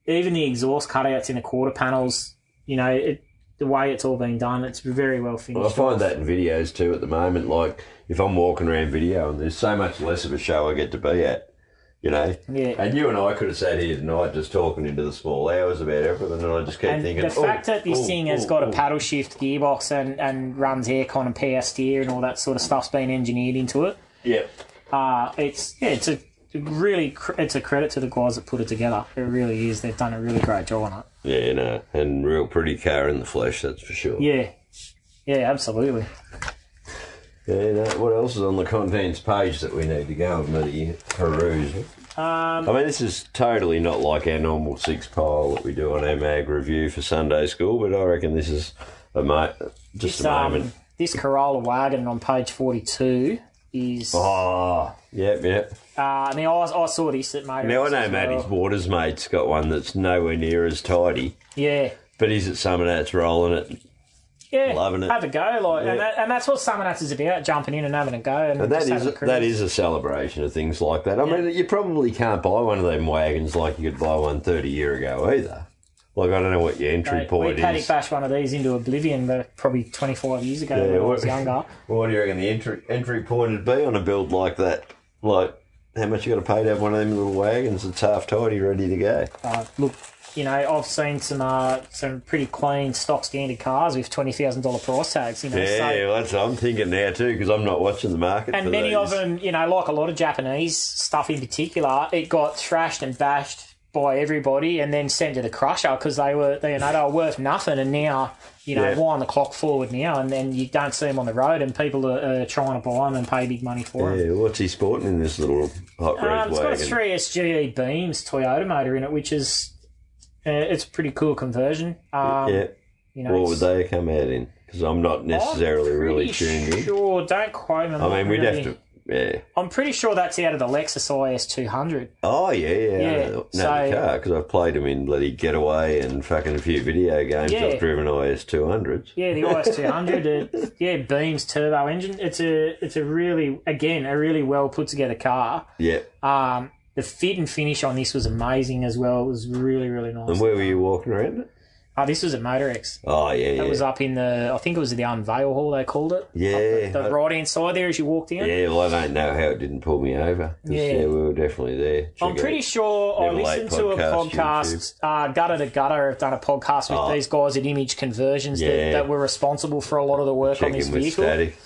even the exhaust cutouts in the quarter panels, you know, it, the way it's all been done, it's very well finished. I find off. that in videos too at the moment. Like if I'm walking around video, and there's so much less of a show I get to be at, you know. Yeah. And you and I could have sat here tonight just talking into the small hours about everything, and I just keep And thinking. the fact "Oh, that this oh, thing has oh, got oh." a paddle shift gearbox and, and runs aircon and PS steer and all that sort of stuff's been engineered into it. Yep. Uh, it's yeah, it's a really cr- it's a credit to the guys that put it together. It really is. They've done a really great job on it. Yeah, you know, and real pretty car in the flesh, that's for sure. Yeah, yeah, absolutely. Yeah, you know, what else is on the contents page that we need to go and bloody peruse? Um, I mean, this is totally not like our normal six pile that we do on our mag review for Sunday school, but I reckon this is a mo- just This, a moment. um, this Corolla wagon on page forty-two is. Ah, yep, yep. Uh, now I, I saw this at Motor. Now I know Matty's Waters mate's got one that's nowhere near as tidy, Yeah. but he's at some of that's rolling it. Yeah, Loving it. Have a go, like, Yeah. and, that, and that's what Summonats is about: jumping in and having a go, and, And that just is having a cruise. that is a celebration of things like that. I mean, you probably can't buy one of them wagons like you could buy one 30 year ago either. Like I don't know what your entry Like, we point paddy is. bash one of these into oblivion, but probably twenty five years ago when I was younger. what do you reckon the entry entry point would be on a build like that? Like how much you got to pay to have one of them little wagons that's half tidy, ready to go? Uh, look, you know, I've seen some uh, some pretty clean stock standard cars with twenty thousand dollar price tags. You know, Yeah, so, well, that's what I'm thinking now too because I'm not watching the market. for and many of these. them, you know, like a lot of Japanese stuff in particular, it got thrashed and bashed by everybody, and then sent to the crusher because they were they, you know they were worth nothing, and now. You know, Yeah. wind the clock forward now, and then you don't see them on the road, and people are, are trying to buy them and pay big money for them. Yeah, what's he sporting in this little hot rod Um, it's got a wagon? three SGE Beams Toyota motor in it, which is uh, it's a pretty cool conversion. Um, yeah, you know, what would it's- they come out in? Because I'm not necessarily I'm really Oh, pretty tuned in. Sure, don't quote me. I mean, we'd have to. Yeah. I'm pretty sure that's out of the Lexus IS 200. Oh yeah, yeah. Yeah, I know so- the car because I've played them in bloody Getaway and fucking a few video games. Yeah. I've driven IS two hundreds. Yeah, the IS 200. it, uh, yeah, Beams turbo engine. It's a it's a really again a really well put together car. Yeah. Um, the fit and finish on this was amazing as well. It was really really nice. And where were you walking around? it? Oh, this was at Motorex. Oh yeah, yeah. It was up in the I think it was the Unveil Hall they called it. yeah. the I- right hand side there as you walked in. yeah, well, I don't know how it didn't pull me over. 'cause, Yeah. Yeah. we were definitely there. Check I'm pretty it. sure I Never late listened to a podcast, podcast, uh, Gutter to Gutter have done a podcast with Oh. these guys at Image Conversions that, Yeah. that were responsible for a lot of the work on Check this in with vehicle. Static.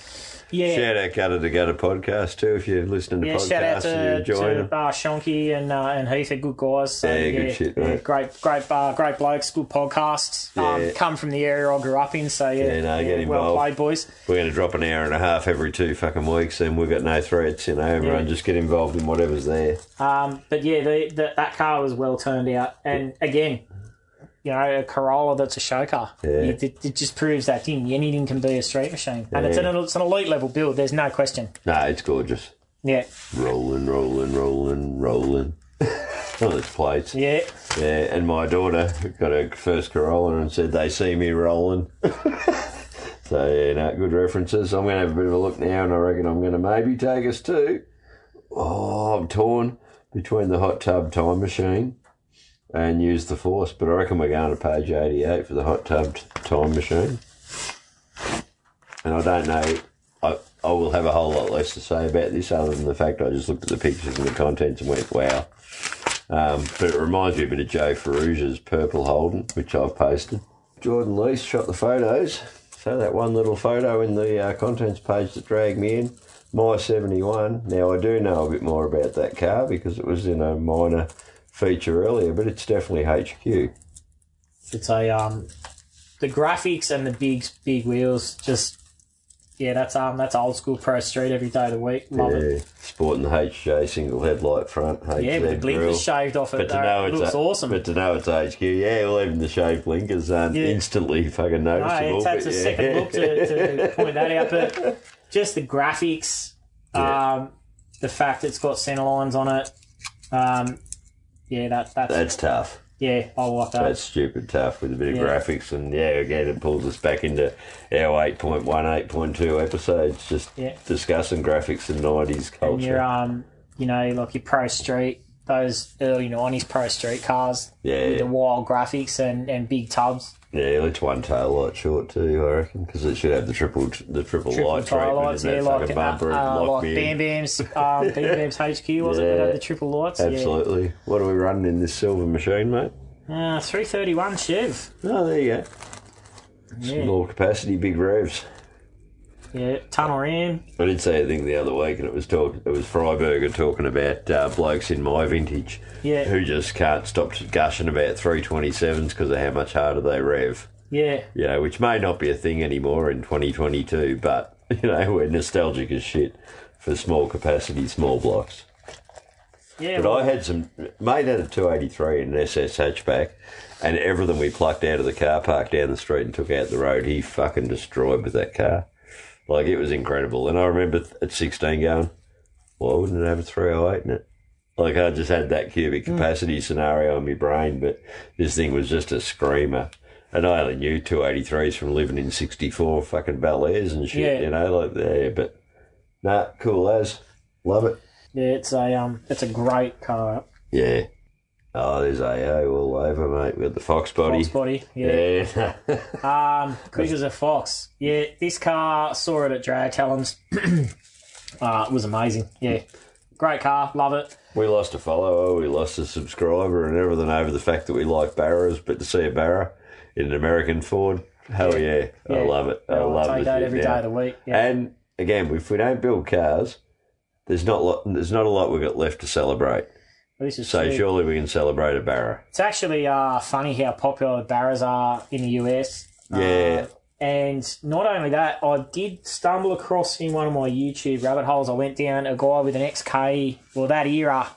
Yeah. Shout out Gutter to Gutter podcast too if you're listening to yeah, podcasts shout and out to, you're enjoying to them. uh, Shonky and uh, and Heath, are good guys. So, Yeah, good shit, mate. great, great, uh, great blokes, good podcasts. Um, Yeah. come from the area I grew up in, so yeah, Yeah, no, get well involved. played, boys. We're going to drop an hour and a half every two fucking weeks, and we've got no threats. You know, everyone Yeah. just get involved in whatever's there. Um, but yeah, the, the, that car was well turned out, and again, you know, a Corolla that's a show car. It, it, it just proves that thing. Anything can be a street machine, and it's an it's an elite level build. There's no question. No, it's gorgeous. Yeah, Rolling, rolling, rolling, rolling. On its plates. Yeah. yeah. and my daughter got her first Corolla and said they see me rolling. so yeah, no, good references. I'm going to have a bit of a look now, and I reckon I'm going to maybe take us to. Oh, I'm torn between the hot tub time machine and use the force, but I reckon we're going to page 88 for the hot tub t- time machine. And I don't know. I, I will have a whole lot less to say about this other than the fact I just looked at the pictures and the contents and went, wow. Um, but it reminds me a bit of Joe Ferrugia's Purple Holden, which I've posted. Jordan Lees shot the photos. So that one little photo in the uh, contents page that dragged me in, my 71. Now I do know a bit more about that car because it was in a minor feature earlier, but it's definitely HQ. It's a um, the graphics and the big big wheels just Yeah, that's um, that's old school pro street every day of the week. Love it. Yeah, sporting the HJ single headlight front. HZ Yeah, with the grill. blinkers shaved off But it. to though, know it it's looks a- awesome. But to know it's HQ, yeah, well, even the shaved blinkers aren't Yeah. instantly fucking No, noticeable. it takes but a yeah. second look to, to point that out, but just the graphics, Yeah. um, the fact it's got centre lines on it, um, yeah, that that's That's tough. yeah, I like that. That's stupid tough with a bit of Yeah. graphics, and yeah, again, it pulls us back into our 8.1, 8.2 episodes, just Yeah. discussing graphics and 90s and your culture. um, you know, like your pro street, those early '90s pro street cars, Yeah, the wild graphics and and big tubs. yeah, it's one tail light short too, I reckon, because it should have the triple the triple, Triple light tail treatment lights, in yeah, that like, fucking uh, bumper and uh, lock like me in. Bam Bam's, um, Bam Bam's HQ, wasn't it? Yeah. Had the triple lights, Absolutely. What are we running in this silver machine, mate? yeah. Uh, 331 Chev, Oh, there you go. yeah, Small capacity, big revs. yeah, tunnel ram, I did say a thing the other week, and it was talk. It was Freiberger talking about uh, blokes in my vintage yeah, who just can't stop gushing about 327s because of how much harder they rev. yeah. You know, which may not be a thing anymore in 2022, but you know we're nostalgic as shit for small capacity, small blocks. Yeah, But I had some mate had a 283 in an SS hatchback, and everything we plucked out of the car park down the street and took out the road, he fucking destroyed with that car. Like it was incredible. And I remember th- at 16 going, "Why wouldn't it have a 308 in it?" Like I just had that cubic capacity scenario in my brain, but this thing was just a screamer. And I only knew 283s from living in 64 fucking ballets and shit, Yeah. you know, like there. But nah, cool as, love it. yeah, it's a um, it's a great car. Yeah. Oh, there's AO all over, mate. With the fox body. Fox body, yeah. Yeah. Um, quick as a fox. Yeah, this car saw it at Drag Helens. uh, it was amazing. Yeah, great car, love it. we lost a follower, we lost a subscriber, and everything over the fact that we like barras, but to see a barra in an American Ford, hell yeah, I Yeah. love it. I I'll love take it. that every day of the week. Yeah. And again, if we don't build cars, there's not lot, there's not a lot we've got left to celebrate. this is So true. surely we can celebrate a barra. It's actually uh, funny how popular barras are in the US. Uh, Yeah. and not only that, I did stumble across in one of my YouTube rabbit holes. I went down a guy with an XK, well, that era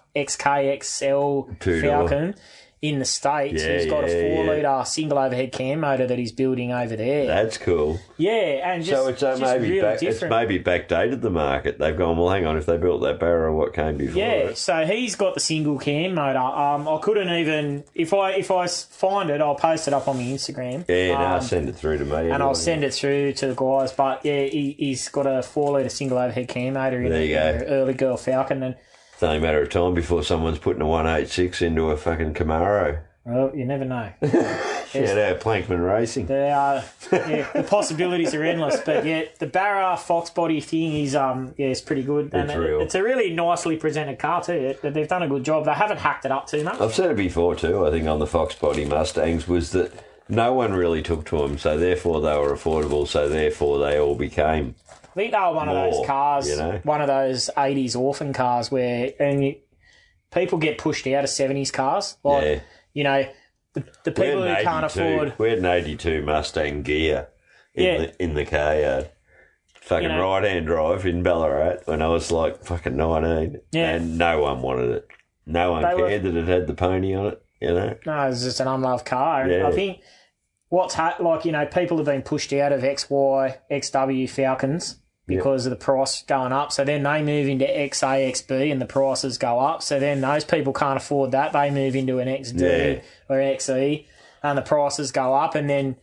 XKXL Two door. Falcon in the States Yeah, who's got yeah, a yeah. four litre single overhead cam motor that he's building over there. That's cool. yeah, and just, so it's uh, just maybe really back, it's different. maybe backdated the market. They've gone well. Hang on, if they built that barra, what came before Yeah, it? so he's got the single cam motor. Um, I couldn't even if I if I s- find it, I'll post it up on the Instagram. Yeah, no, Um, send it through to me. and I'll send it through to the guys. But yeah, he, he's got a four litre single overhead cam motor in There you go. the early girl Falcon, and It's only a matter of time before someone's putting a 186 into a fucking Camaro. well, you never know. Shout out Plankman Racing. They are, yeah, the possibilities are endless. But yeah, the Barra Fox body thing is um yeah, it's pretty good, and It's it- real. it's a really nicely presented car too. It- They've done a good job. They haven't hacked it up too much. I've said it before too, I think on the Fox Body Mustangs, was that no one really took to them, so therefore they were affordable, so therefore they all became. I think they were one of More, those cars, you know? one of those '80s orphan cars where and you, people get pushed out of '70s cars. Like Yeah. you know, the, the We people had an who 82 can't afford We had an 82 Mustang gear in, Yeah. the, in the car yard. Fucking You know- right hand drive in Ballarat when I was like fucking 19. Yeah. And no one wanted it. No one They were- cared that it had the pony on it, you know? No, it's just an unloved car. And Yeah. I think what's ha- like, you know, people have been pushed out of XY, XW Falcons because of the price going up. So then they move into XA, XB and the prices go up. So then those people can't afford that. They move into an XD Yeah. or XE and the prices go up. And then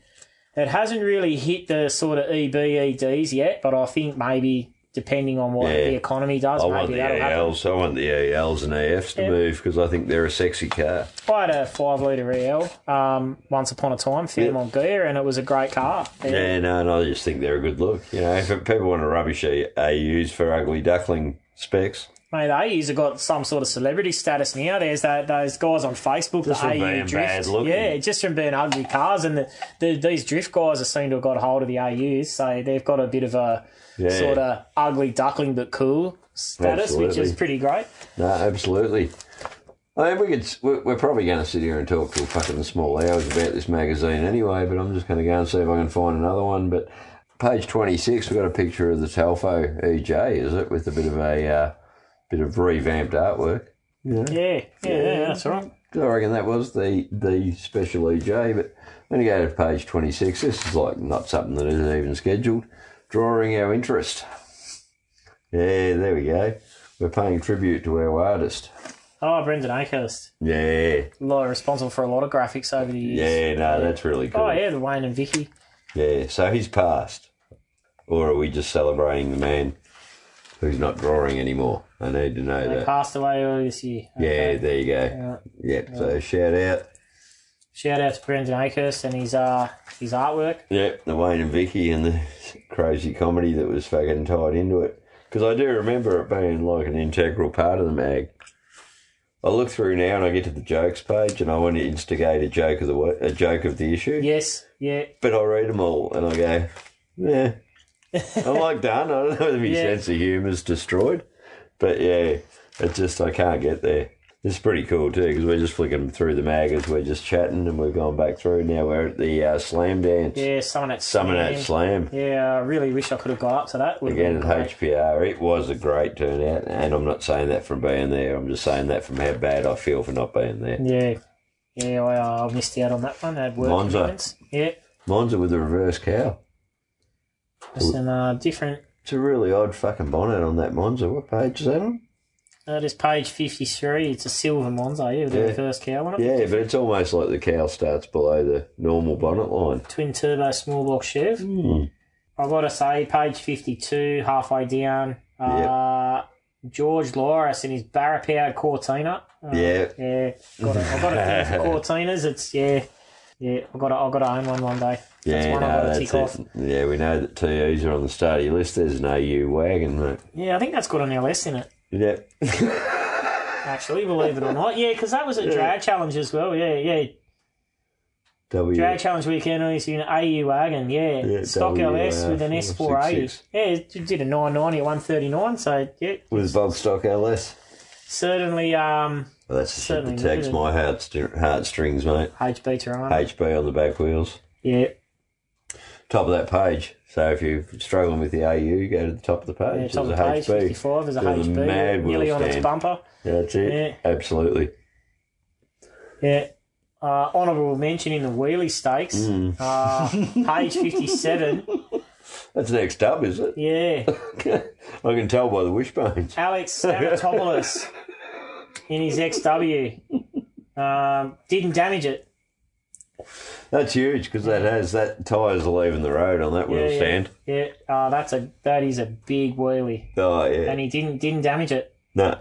it hasn't really hit the sort of E EBEDs yet, but I think maybe depending on what Yeah. the economy does, I want maybe the that'll happen. ELs. I want the ELs and EFs to Yeah. move because I think they're a sexy car. I had a five litre EL um, once upon a time, Fairmont gear, and it was a great car. Yeah. Yeah, no, and I just think they're a good look. You know, if people want to rubbish a- AUs for ugly duckling specs, Mate, AUs have got some sort of celebrity status now. There's that those guys on Facebook, Just the from AU being drift. bad looking. Yeah, just from being ugly cars, and the, the, these drift guys are seen to have got hold of the AUs, so they've got a bit of a yeah, sort of ugly duckling but cool status, which is Absolutely. pretty great. no, absolutely. I mean, we could. s- We're we're probably going to sit here and talk till fucking small hours about this magazine anyway. But I'm just going to go and see if I can find another one. But page twenty six, we've got a picture of the Talfo EJ, is it, with a bit of a uh, bit of revamped artwork. Yeah. Yeah, yeah, yeah, that's all right. I reckon that was the the special EJ. But when you go to page twenty six, this is like not something that isn't even scheduled. Drawing our interest. Yeah, there we go. We're paying tribute to our artist. Oh, Brendan Akhurst, Yeah, like responsible for a lot of graphics over the years. yeah, no, that's really cool. Oh yeah, the Wayne and Vicky. Yeah, so he's passed. Or are we just celebrating the man who's not drawing anymore? I need to know They that. passed away earlier this year. Yeah, there you go. Yep, so shout out. Shout out to Brendan Akhurst and his uh his artwork. Yep, the Wayne and Vicky and the crazy comedy that was fucking tied into it. Because I do remember it being like an integral part of the mag. I look through now and I get to the jokes page and I want to instigate a joke of the wo- a joke of the issue. Yes, yeah, but I read them all and I go, yeah. I'm like done. I don't know if my Yeah. sense of humour's destroyed, but yeah, it's just I can't get there. It's pretty cool too because we're just flicking through the mag as we're just chatting and we're going back through. Now we're at the uh, slam dance, yeah. Someone at Summon at Slam Slam. Yeah, I really wish I could have got up to that. Would've again been at great. HPR. It was a great turnout, and I'm not saying that from being there. I'm just saying that from how bad I feel for not being there. Yeah, yeah. I, uh, I missed out on that one. I had work Monza. commitments. Yeah, Monza with a reverse cow. just an uh, different. It's a really odd fucking bonnet on that Monza. What page is that on? That is uh, page fifty-three. It's a silver Monza. Yeah, Yeah. the first cow on it. Yeah, but it's almost like the cow starts below the normal bonnet line. Twin turbo small box Chev. I've got to say, page 52, halfway down. Uh, George Loris and his barra powered Cortina. Uh, Yeah. Yeah. Got a, I've got a thing for Cortinas. It's, yeah. Yeah, I've got to, I've got to own one one day. Yeah, one no, I've got to that's tick it. off. Yeah, we know that TUs are on the start of your list. There's an AU wagon, mate. Yeah, I think that's got an LS in it, Yep. actually, believe it or not. Yeah, because that was a drag challenge as well. Yeah, yeah. W. Drag challenge weekend, I used to be an AU wagon. Yeah. Yeah, uh, Stock WR LS with an S480. 466. Yeah, it did a 990 at 139. So, yeah, With bulk stock LS. certainly um, Well, that's the shit Certainly that tags not, my heart heartstrings, mate. HB Toronto. HB on the back wheels. Yeah. Top of that page. So if you're struggling with the AU, go to the top of the page. Yeah, top of There's the a page, HB. 55 is a There's a HB, mad wheel nearly on its stand. bumper. That's it. Yeah. Absolutely. Yeah. Uh, Honourable mention in the wheelie stakes. Uh, page 57. That's next up, is it? Yeah. I can tell by the wishbones. Alex Stamatopoulos in his XW. Um, didn't damage it. That's huge because that has that tires are leaving the road on that wheel yeah. stand. Yeah. Uh, that's a that is a big wheelie. Oh yeah, And he didn't didn't damage it. no,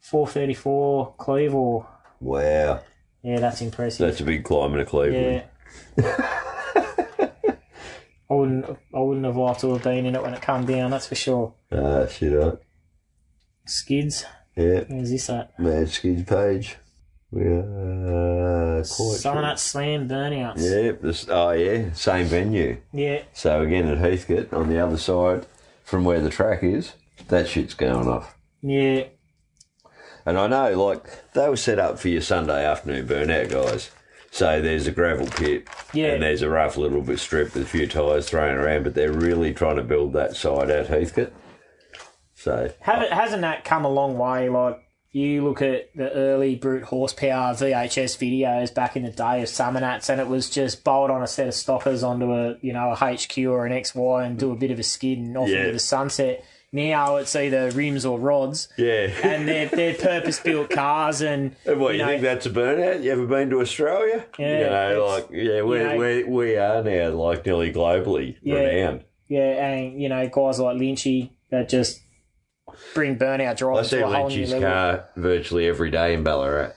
434 Cleavor. wow, Yeah, that's impressive. that's a big climb into Cleveland. Yeah. I wouldn't I wouldn't have liked to have been in it when it came down, that's for sure. Ah, shit up. Skids. Yeah, Where's this at? mad skis page. We are uh, quite. Someone at Slam Burnouts. Yeah, this, oh yeah, same venue. Yeah. So again at Heathcote on the other side from where the track is, that shit's going off. Yeah. And I know, like, they were set up for your Sunday afternoon burnout, guys. So there's a gravel pit, Yeah. and there's a rough little bit strip with a few tyres thrown around, but they're really trying to build that side at Heathcote. So, Have it, hasn't that come a long way? Like, you look at the early brute horsepower VHS videos back in the day of Summonats, and it was just bolt on a set of stoppers onto a, you know, a HQ or an XY and do a bit of a skid and off Yeah. into the sunset. Now it's either rims or rods. yeah. and they're, they're purpose built cars and And what, you, you know, think that's a burnout? You ever been to Australia? Yeah, You know, it's- like, yeah, we, you know- we, we are now, like, nearly globally Yeah. renowned. yeah and you know guys like Lynchy that just bring burnout I drivers see to a whole new Lynch's level car virtually every day in Ballarat.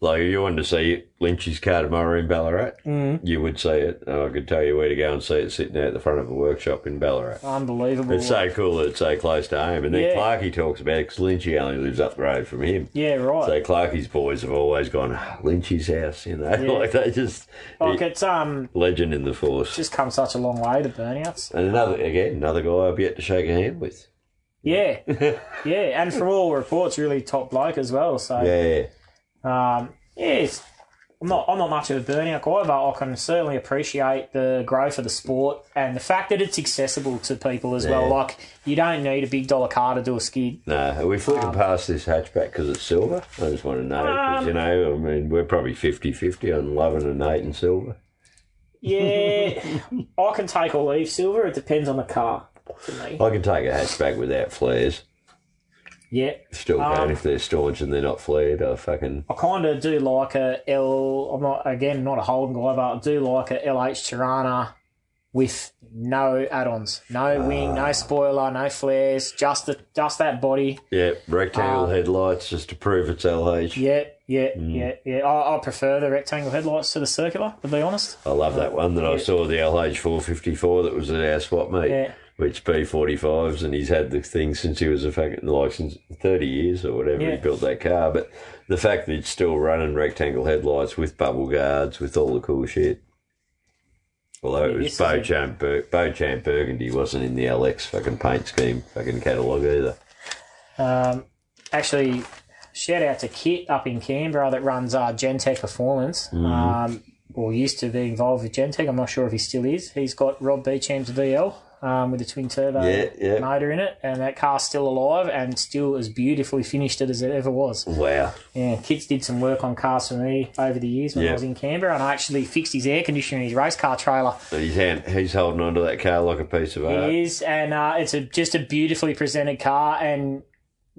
Like, if you wanted to see Lynch's car tomorrow in Ballarat, Mm. you would see it. And I could tell you where to go and see it sitting out the front of a workshop in Ballarat. unbelievable It's so cool that it's so close to home. And then Yeah. Clarkey talks about it because Lynchy only lives up the road from him. yeah right So Clarkey's boys have always gone, "Ah, Lynchy's house, you know, like they just like it's um legend in the force. just come such a long way to burnouts and another, again, another guy I've yet to shake a hand with. yeah yeah and from all reports really top bloke as well so Yeah. um yeah it's I'm not I'm not much of a Burnout guy, but I can certainly appreciate the growth of the sport and the fact that it's accessible to people as well. Yeah. Like you don't need a big dollar car to do a skid. No, are we flicking past this hatchback because it's silver? I just want to know, 'cause, you know, I mean, we're probably 50-50 on loving and hating silver. Yeah, I can take or leave silver. It depends on the car for me. I can take a hatchback without flares. Yeah, Still can if they're staunch and they're not flared. I fucking I kind of do like a L. I'm not again not a Holden guy, but I do like a LH Tirana with no add-ons, no wing, no spoiler, no flares, just the, just that body. yeah, rectangle headlights just to prove it's LH. Yeah, yeah, yeah, yeah. I, I prefer the rectangle headlights to the circular, to be honest. I love that one that I saw the LH four fifty four that was at our swap meet. Yeah. Which B forty fives and he's had the thing since he was a fucking like since thirty years or whatever he Yeah. built that car. But the fact that it's still running rectangle headlights with bubble guards with all the cool shit. Although it Yeah, was this is a- Beauchamp, Bur- Beauchamp Burgundy wasn't in the LX fucking paint scheme fucking catalogue either. Um, actually, shout out to Kit up in Canberra that runs uh, Gentech Performance. Um, or used to be involved with Gentech. I'm not sure if he still is. He's got Rob Beecham's VL um, with a twin turbo Yeah, yeah. motor in it, and that car's still alive and still as beautifully finished it as it ever was. Wow. Yeah, Kit's did some work on cars for me over the years when Yeah. I was in Canberra, and I actually fixed his air conditioner in his race car trailer. He's, hand, he's holding onto that car like a piece of art. It is, and uh, it's a, just a beautifully presented car. And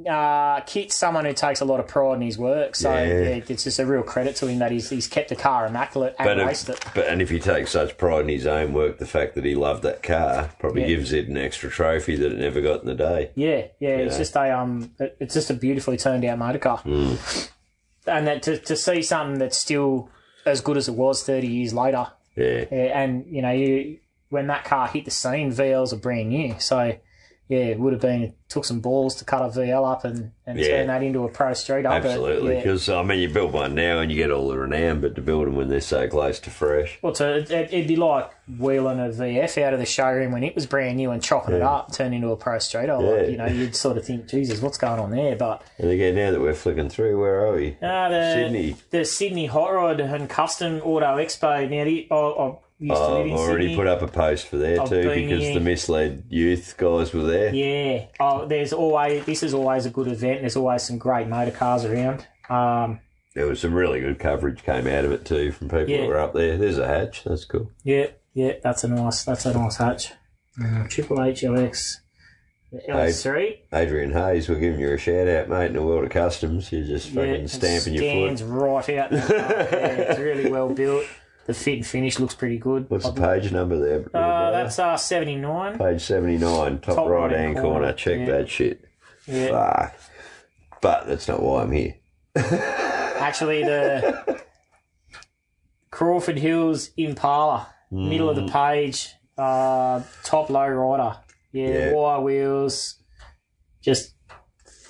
uh, Kit's someone who takes a lot of pride in his work, so Yeah. it- it's just a real credit to him that he's, he's kept the car immaculate and But, raced it. if, but and if he takes such pride in his own work, the fact that he loved that car probably Yeah. gives it an extra trophy that it never got in the day. Yeah, yeah, it's just a um, it- it's just a beautifully turned out motor car, Hmm. and that to to see something that's still as good as it was thirty years later, Yeah, yeah, and you know you when that car hit the scene, VLs are brand new, so. Yeah, it would have been it took some balls to cut a VL up and, and Yeah. turn that into a pro street. absolutely. Because I mean, you build one now and you get all the renown, but to build them when they're so close to fresh, Well, to, it- it'd be like wheeling a VF out of the showroom when it was brand new and chopping it up, turning into a Pro Strato. Yeah. Like, you know, you'd sort of think, Jesus, what's going on there? But and again now that we're flicking through, where are we? uh, the Sydney. the Sydney Hot Rod and Custom Auto Expo. Now, the, I, I used to live Oh, I've in already Sydney. put up a post for there I've too been because here. the misled youth guys were there. yeah. Oh, there's always this is always a good event. There's always some great motor cars around. Um, There was some really good coverage came out of it too from people that Yeah. were up there. There's a hatch. That's cool. yeah, yeah. That's a nice. That's a nice hatch. Um, Triple H LX. The LX3. Adrian Hayes, we're giving you a shout out, mate. In the world of customs, you're just Yeah, fucking it stamping your foot. stands right out. in the park. yeah, it's really well built. The fit and finish looks pretty good. What's the page number there? Uh, that's uh, 79. page 79, top, top right hand right corner. corner, Check yeah. that shit. Yeah. Fuck. But that's not why I'm here. Actually, the Crawford Hills Impala, middle Mm. of the page, uh, top low rider. Yeah, Yeah. wire wheels. Just,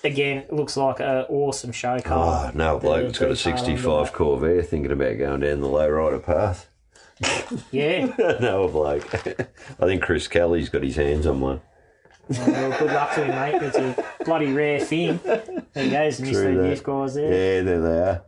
again, it looks like an awesome show Oh, car. no, bloke, it's got a the car on the 65 Corvair thinking about going down the lowrider path. Yeah. no, bloke. I think Chris Kelly's got his hands on one. well, uh, good luck to him, mate. It's a bloody rare thing. There you go, Mr. True that. Youth guys there. Yeah, there they are.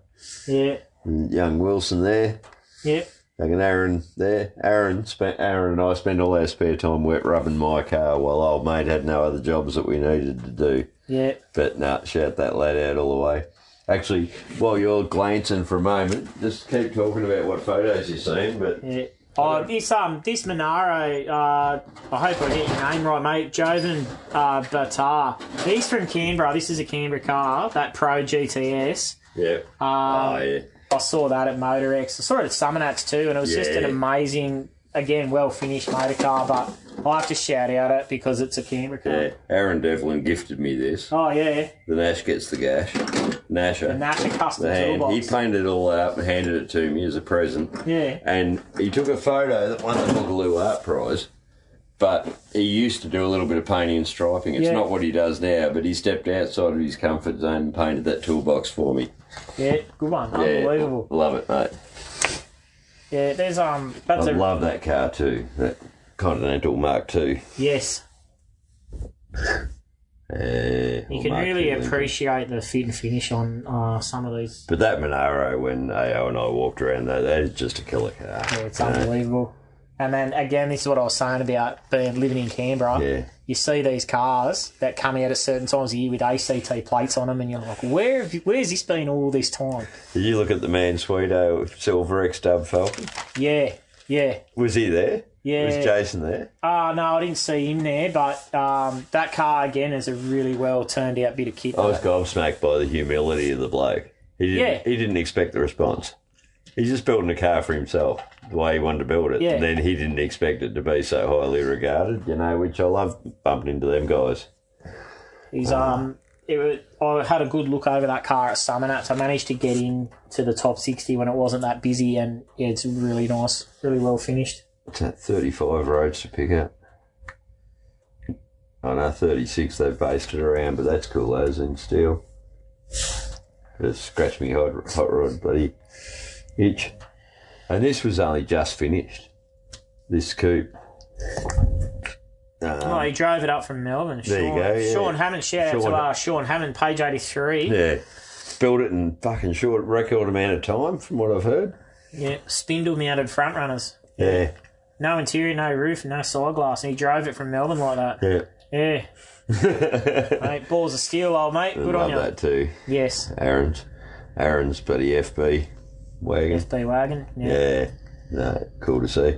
Yeah. And young Wilson there. Yeah. Fucking Aaron there. Aaron spent Aaron and I spent all our spare time wet rubbing my car while old mate had no other jobs that we needed to do. Yeah. But nah, shout that lad out all the way. Actually, while you're glancing for a moment, just keep talking about what photos you've seen. But Yeah. Oh, this um, this Monaro. Uh, I hope I get your name right, mate. Jovan uh, Batar. He's from Canberra. This is a Canberra car. That Pro GTS. yeah, Uh, oh yeah, I saw that at Motorex. I saw it at Summonats too, and it was just an Yeah. amazing, again, well finished motor car. But I have to shout out it because it's a Canberra car. yeah. Aaron Devlin gifted me this. Oh yeah, The Nash gets the gash. Nasher. Nasher custom the hand. He toolbox. painted it all up and handed it to me as a present. Yeah. And he took a photo that won the Boogaloo Art Prize. But he used to do a little bit of painting and striping. It's Yeah. not what he does now, but he stepped outside of his comfort zone and painted that toolbox for me. yeah, good one, Yeah, unbelievable. Love it, mate. Yeah, there's um, I that's a love that car too. That Continental Mark II. yes. Eh, You or can Mark really Finley. appreciate the fit and finish on uh, some of these. But that Monaro, when AO and I walked around, that, that is just a killer car. Yeah, it's unbelievable. And then again, this is what I was saying about being living in Canberra. Yeah. You see these cars that come out at certain times of year with ACT plates on them, and you're like, where have you, where's this been all this time? Did you look at the man Sweeto Silver X Dub Falcon? Yeah, yeah. Was he there? Yeah. Was Jason there? Uh, no, I didn't see him there, but um, that car again is a really well turned out bit of kit. I was gobsmacked by the humility of the bloke. He didn't, Yeah. he didn't expect the response. He's just building a car for himself the way he wanted to build it. Yeah. And then he didn't expect it to be so highly regarded, you know, which I love bumping into them guys. He's um, it was, I had a good look over that car at Summonat. I managed to get in to the top sixty when it wasn't that busy, and yeah, it's really nice, really well finished. It's at 35 roads to pick up. I know 36 they've based it around, but that's cool, those in steel. It scratched me hot, hot rod, bloody itch. And this was only just finished, this coupe. Uh, Well, he drove it up from Melbourne. There you Sean, go, yeah. Sean Hammond, shout out Sean- to uh, Sean Hammond, page eighty three. Yeah. Yeah. Built it in fucking short record amount of time, from what I've heard. spindle mounted front runners. Yeah, No interior, no roof, no side glass, and he drove it from Melbourne like that. yeah. Yeah, mate, balls of steel, old mate. Good Love on you. that too. Yes, Aaron's, Aaron's bloody FB wagon. FB wagon. Yeah. Yeah, no, cool to see.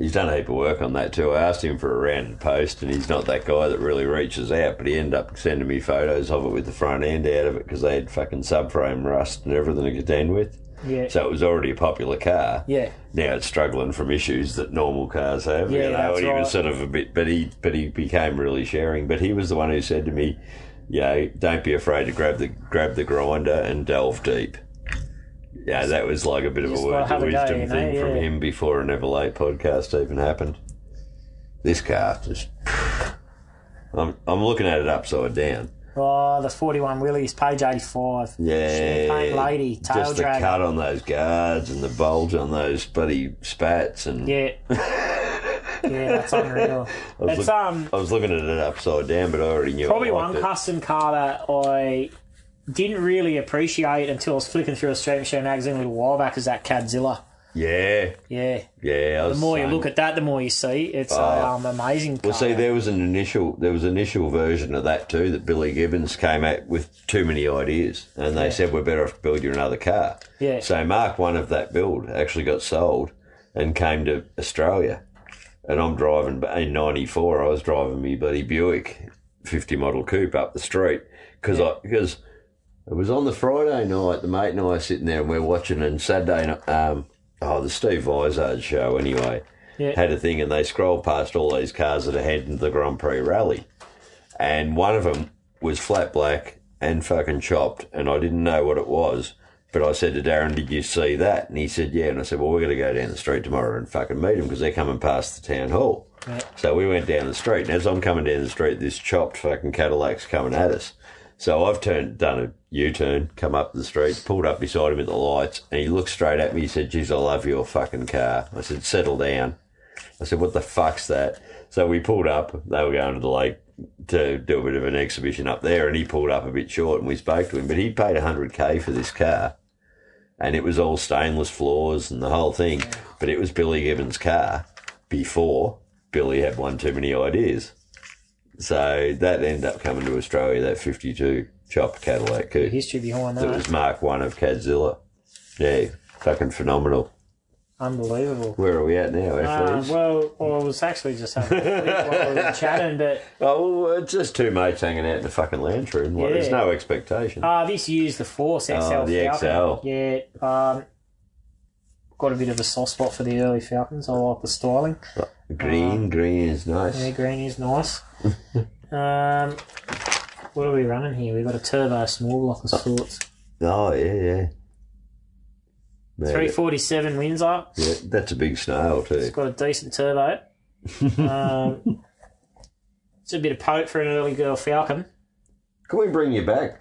He's done a heap of work on that too. I asked him for a rounded post, and he's not that guy that really reaches out, but he ended up sending me photos of it with the front end out of it because they had fucking subframe rust and everything to contend with. yeah. So it was already a popular car. yeah. Now it's struggling from issues that normal cars have. Yeah, you know, that's and he right. was sort of a bit, but he but he became really sharing. But he was the one who said to me, "Yeah, don't be afraid to grab the grab the grinder and delve deep." Yeah, that was like a bit of a Just word gotta of have a go, wisdom you know, thing from yeah. him before an Ever Late podcast even happened. This car just, I'm I'm looking at it upside down. Oh, the 41 Willies, page 85. Yeah, Champagne Lady, Tail just the Dragon. cut on those guards and the bulge on those bloody spats and Yeah. yeah, that's unreal. was It's look- um I was looking at it upside down, but I already knew. probably I one liked it. custom car that I didn't really appreciate until I was flicking through a Street Machine magazine a little while back is that Cadzilla. Yeah, Yeah. yeah. I was The more you saying- look at that, the more you see. It's a um, amazing car. Ah. Well, see, there was an initial there was an initial version of that too that Billy Gibbons came at with too many ideas, and they said we're better off to build you another car. Yeah. So Mark One of that build actually got sold and came to Australia, and I'm driving in '94. I was driving me bloody Buick 50 model coupe up the street because I because. It was on the Friday night. The mate and I are sitting there, and we're watching. And Saturday, night- um, oh, the Steve Izard show. Anyway, Yeah. had a thing, and they scrolled past all these cars that are heading to the Grand Prix rally, and one of them was flat black and fucking chopped, and I didn't know what it was. But I said to Darren, "Did you see that?" And he said, "Yeah." And I said, "Well, we're going to go down the street tomorrow and fucking meet them because they're coming past the town hall." So we went down the street, and as I'm coming down the street, this chopped fucking Cadillac's coming at us. So I've turned, done a U-turn, come up the street, pulled up beside him at the lights, and he looked straight at me. He said, "Geez, I love your fucking car." I said, "Settle down." I said, "What the fuck's that?" So we pulled up. They were going to the lake to do a bit of an exhibition up there, and he pulled up a bit short, and we spoke to him. But he paid hundred k for this car, and it was all stainless floors and the whole thing. But it was Billy Gibbons' car before Billy had one too many ideas. So that ended up coming to Australia. That fifty-two chopped Cadillac coupe. the history behind It that. was Mark One of Cadzilla. Yeah, fucking phenomenal. Unbelievable. Where are we at now, Uh, FEs? well, I was actually just having a think while we were chatting, but Oh, well, it's just two mates hanging out in the fucking lounge room. Like, There's Yeah. no expectation. Uh, this year's the Force XL Oh, the Falcon. Yeah. Um, got a bit of a soft spot for the early Falcons. I like the styling. green, green is nice. Oh. Yeah, green is nice. um, what are we running here? We've got a turbo small block of sorts. Oh, yeah, yeah. Man, 347 Windsor. yeah, that's a big snail, too. It's got a decent turbo. Um, it's a bit of poke for an early girl Falcon. Can we bring you back?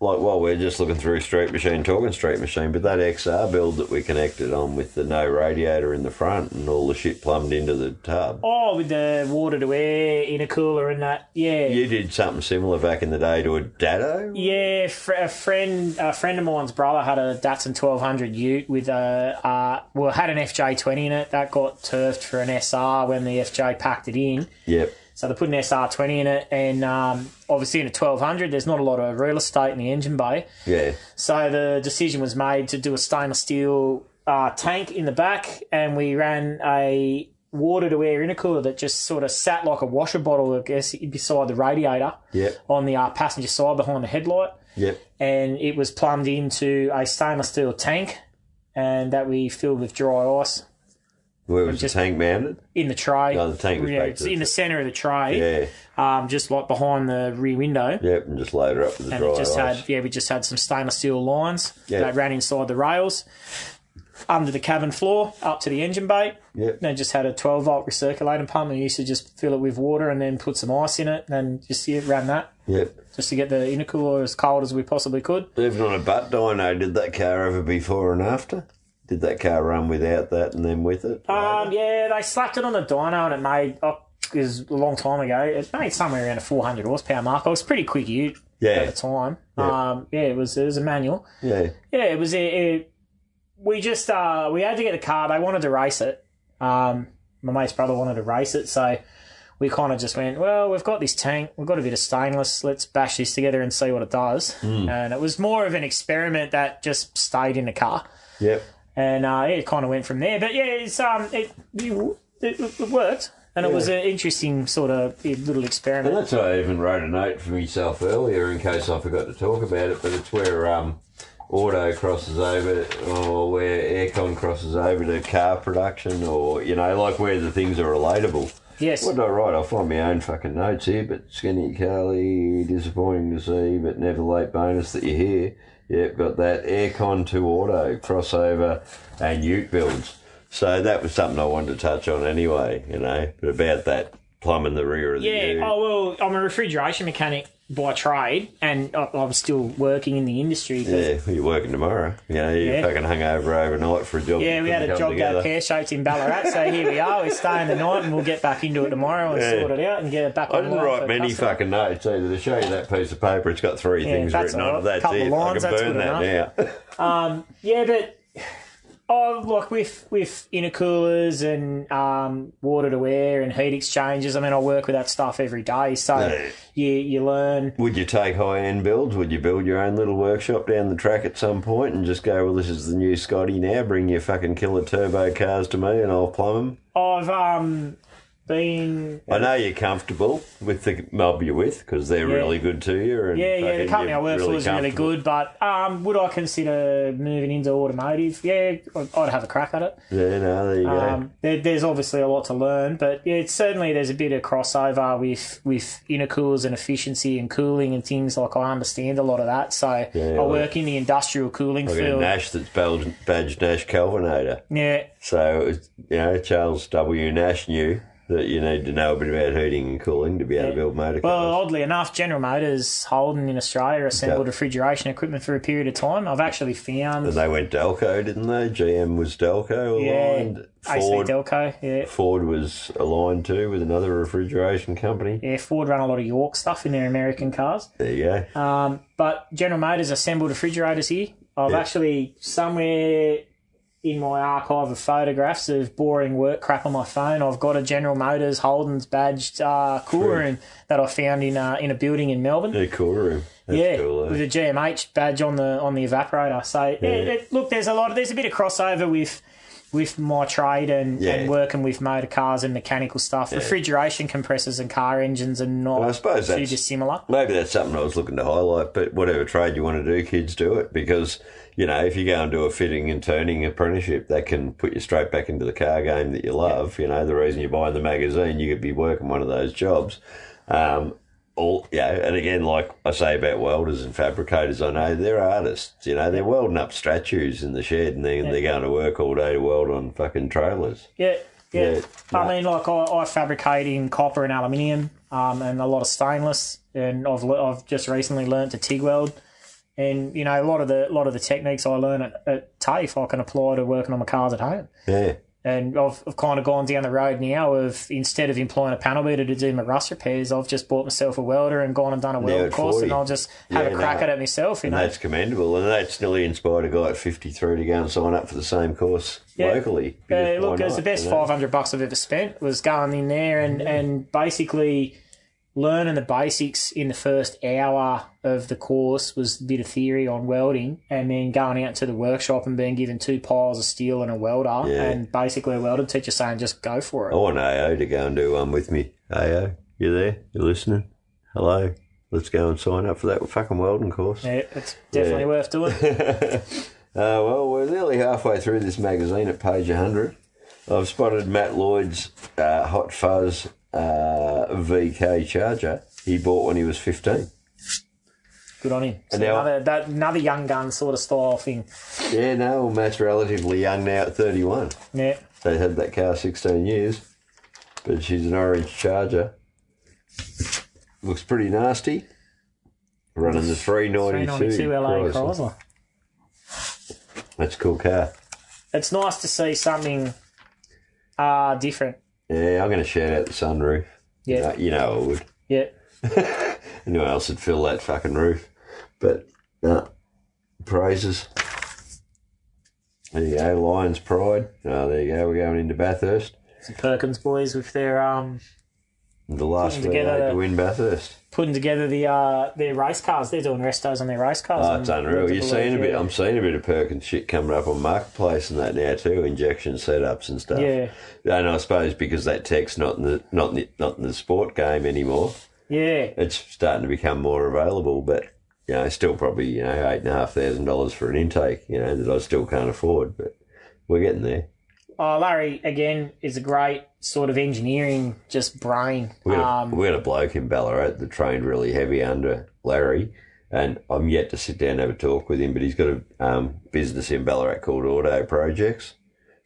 like well, we're just looking through Street Machine, talking Street Machine, but that XR build that we connected on with the no radiator in the front and all the shit plumbed into the tub. Oh, with the water to air intercooler and that. Yeah. You did something similar back in the day to a Dado. Oh. Yeah, fr- a friend, a friend of mine's brother had a Datsun twelve hundred Ute with a uh, well had an FJ twenty in it that got turfed for an SR when the FJ packed it in. Yep. So they put an SR twenty in it, and um, obviously in a twelve hundred, there's not a lot of real estate in the engine bay. Yeah. So the decision was made to do a stainless steel uh, tank in the back, and we ran a water to air intercooler that just sort of sat like a washer bottle, I guess, beside the radiator Yep. on the uh, passenger side behind the headlight, Yep. and it was plumbed into a stainless steel tank, and that we filled with dry ice Where was just- the tank mounted? in the tray. No, the tank was yeah, back it's to the- in the center of the tray, Yeah. um, just like behind the rear window. Yep. And just load her up with the and dry it just ice. had yeah, we just had some stainless steel lines Yeah. that ran inside the rails, under the cabin floor, up to the engine bay. Yep. They just had a 12 volt recirculating pump, and you used to just fill it with water and then put some ice in it, and then just yeah, ran that Yep. just to get the intercooler as cold as we possibly could. Even on a butt dyno, did that car ever before and after? Did that car run without that and then with it? Um, yeah, they slapped it on the dyno, and it made oh, it was a long time ago. It made somewhere around a 400 horsepower mark. It was pretty quick ute at yeah. the time. Yeah. Um, yeah, it was it was a manual. Yeah. Yeah, it was. It, it, we just uh, we had to get the car. They wanted to race it. Um, my mate's brother wanted to race it, so we kind of just went. Well, we've got this tank. We've got a bit of stainless. Let's bash this together and see what it does. And it was more of an experiment that just stayed in the car, Yep. and uh, it kind of went from there. But yeah, it's um, it you, it, it worked, and it was an interesting sort of little experiment. And that's why I even wrote a note for myself earlier in case I forgot to talk about it, but it's where um, auto crosses over or where aircon crosses over to car production or, you know, like where the things are relatable. Yes. What did I write? I'll find my own fucking notes here, but Skinny Carly, disappointing to see, but never late bonus that you hear. Yep, got that aircon to auto crossover and ute builds. So that was something I wanted to touch on anyway, you know, but about that plumbing the rear of the Yeah. ute. Oh well, I'm a refrigeration mechanic by trade, and I- I'm still working in the industry. But yeah. Yeah, well, you're working tomorrow. You know, you're Yeah. fucking hungover overnight for a job. that we had couldn't a come job together. that pear shaped in Ballarat, so here we are. We're staying the night, and we'll get back into it tomorrow and Yeah. sort it out and get it back. I didn't write many fuck. fucking notes either. To show you that piece of paper, it's got three things that's written on all it. right. That's Couple it. lines, I that's can burn good that now. Yeah, but oh, look with with intercoolers and um, water to air and heat exchangers. I mean, I work with that stuff every day, so Yeah. you you learn. Would you take high end builds? Would you build your own little workshop down the track at some point and just go, well, this is the new Scotty now, bring your fucking killer turbo cars to me and I'll plumb I've um been them? I know you're comfortable with the mob you're with because they're really good to you. And Yeah, yeah, the fucking company I you're work for is really comfortable. good, but um, would I consider moving into automotive? Yeah, I'd I'd have a crack at it. Yeah, no, there you go. Um, there, there's obviously a lot to learn, but yeah, it's certainly there's a bit of crossover with with intercoolers and efficiency and cooling and things like I understand a lot of that. So I like- work in the industrial cooling Got a field. Nash that's badged, badged Nash Calvinator. Yeah, So, it was- you know, Charles W. Nash knew that you need to know a bit about heating and cooling to be able to build motor Well, cars. oddly enough, General Motors Holden in Australia assembled Yeah. refrigeration equipment for a period of time. I've actually found and they went Delco, didn't they? GM was Delco yeah, aligned. AC Ford, Delco. Yeah, Ford was aligned too with another refrigeration company. yeah, Ford run a lot of York stuff in their American cars. There you go. Um, but General Motors assembled refrigerators here. I've actually somewhere in my archive of photographs of boring work crap on my phone. I've got a General Motors Holden's badged uh, cool room that I found in uh, in a building in Melbourne. yeah, cool room. That's yeah, cool. eh? with a GMH badge on the on the evaporator. So yeah, it- look, there's a lot. There's a bit of crossover with with my trade and, Yeah. and working with motor cars and mechanical stuff. Refrigeration compressors and car engines and not I suppose too that's- dissimilar. Maybe that's something I was looking to highlight, but whatever trade you want to do, kids do it because, you know, if you go and do a fitting and turning apprenticeship, that can put you straight back into the car game that you love. You know, the reason you buy the magazine, you could be working one of those jobs. Um, all, yeah, and again, like I say about welders and fabricators, I know they're artists, you know, they're welding up statues in the shed and then they're going to work all day to weld on fucking trailers. Yeah, yeah. Yeah, I mean, like I, I fabricate in copper and aluminium, um, and a lot of stainless. And I've le- I've just recently learnt to TIG weld, And you know, a lot of the lot of the techniques I learn at, at TAFE, I can apply to working on my cars at home. Yeah. And I've, I've kind of gone down the road now of instead of employing a panel beater to do my rust repairs, I've just bought myself a welder and gone and done a weld at course, 40. and I'll just have Yeah, a crack no. at it myself. You And know, that's commendable. And that's nearly inspired a guy at 53 to go and sign up for the same course Yeah. locally. Yeah, Because look, why it was the not, best you know? five hundred bucks I've ever spent was going in there and, and basically learning the basics in the first hour of the course was a bit of theory on welding and then going out to the workshop and being given two piles of steel and a welder Yeah. Oh. and basically a welding teacher saying just go for it. I want AO to go and do one with me. AO, you there? You listening? Hello. Let's go and sign up for that fucking welding course. Yeah, it's definitely Yeah. worth doing. Uh, well, we're nearly halfway through this magazine at page 100. I've spotted Matt Lloyd's uh, Hot Fuzz uh, VK charger he bought when he was 15. Good on him. So And now- another that another young gun sort of style thing. Yeah, no, well, Matt's relatively young now at 31. Yeah. They had that car 16 years, but she's an orange charger. Looks pretty nasty. Running the 392, 392 LA Chrysler. Chrysler. That's a cool car. It's nice to see something uh different. Yeah, I'm going to shout out the sunroof. Yeah. Uh, you know I would. Yeah. Anyone else would fill that fucking roof. But no, praises. There you go, Lion's Pride. Oh, there you go, we're going into Bathurst. The Perkins boys with their um The last Putting V8 together- to win Bathurst. putting together the uh their race cars. They're doing restos on their race cars. Oh, it's I'm unreal. led to You're believe, seeing a bit. yeah. I'm seeing a bit of Perkins shit coming up on marketplace and that now too. Injection setups and stuff. Yeah, And I suppose because that tech's not in the not in the, not in the sport game anymore, yeah, it's starting to become more available. But you know, still probably you know eight and a half thousand dollars for an intake. You know that I still can't afford, but we're getting there. Oh, Larry again is a great sort of engineering just brain. We got, um, a, we got a bloke in Ballarat that trained really heavy under Larry, and I'm yet to sit down and have a talk with him. But he's got a um, business in Ballarat called Auto Projects.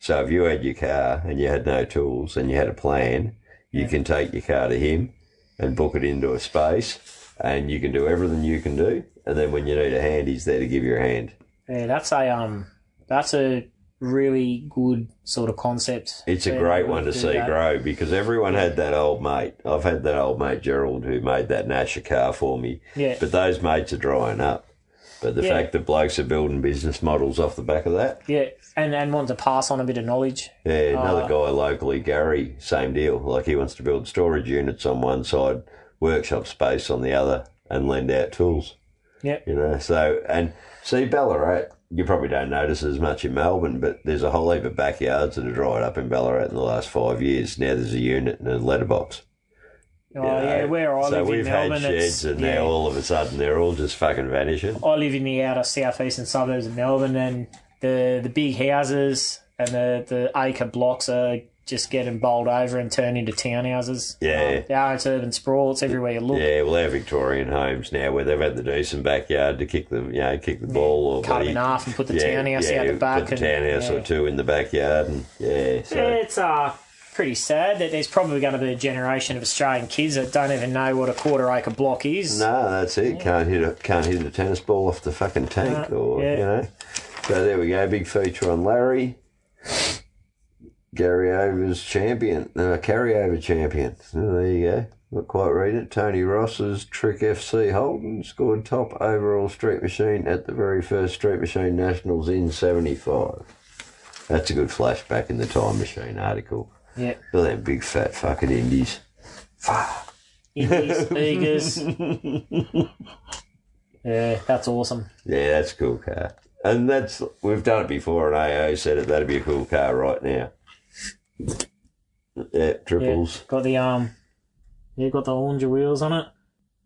So if you had your car and you had no tools and you had a plan, you can take your car to him and book it into a space, and you can do everything you can do. And then when you need a hand, he's there to give you a hand. yeah, that's a um, that's a really good sort of concept. It's a Yeah, great one to do see that. grow because everyone had that old mate. I've had that old mate Gerald who made that Nasher car for me. Yeah. But those mates are drying up. But the Yeah. fact that blokes are building business models off the back of that. Yeah, and and wanting to pass on a bit of knowledge. Yeah, Oh. another guy locally, Gary, same deal. Like he wants to build storage units on one side, workshop space on the other, and lend out tools. Yeah, You know, so and see Ballarat, you probably don't notice as much in Melbourne, but there's a whole heap of backyards that are dried up in Ballarat in the last five years. Now there's a unit and a letterbox. oh, you know. yeah, where I so live we've in had Melbourne, sheds, it's, and yeah. now all of a sudden they're all just fucking vanishing. I live in the outer southeastern suburbs of Melbourne, and the the big houses and the, the acre blocks are just getting bowled over and turned into townhouses. Yeah. Um, yeah, it's urban sprawl. It's everywhere you look. Yeah, well, they're Victorian homes now where they've had the decent backyard to kick the, you know, kick the ball or Cut them bloody- in half and put the yeah, townhouse yeah, out the put back. the townhouse and, or two in the backyard, and yeah, so yeah. It's uh, pretty sad that there's probably going to be a generation of Australian kids that don't even know what a quarter acre block is. No, Ah, that's it. Can't hit a can't hit a tennis ball off the fucking tank, or yeah. you know. So there we go. Big feature on Larry. Gary Over's champion, uh, carryover champion. Oh, there you go. Not quite read it. Tony Ross's Trick FC Holden scored top overall Street Machine at the very first Street Machine Nationals in '75. That's a good flashback in the Time Machine article. Yeah. Look at them big fat fucking indies. Indies, Eagers. yeah, that's awesome. Yeah, that's a cool car. And that's we've done it before, and AO said it. That'd be a cool car right now. Yeah, Yeah, triples. got the um, yeah, got the orange wheels on it.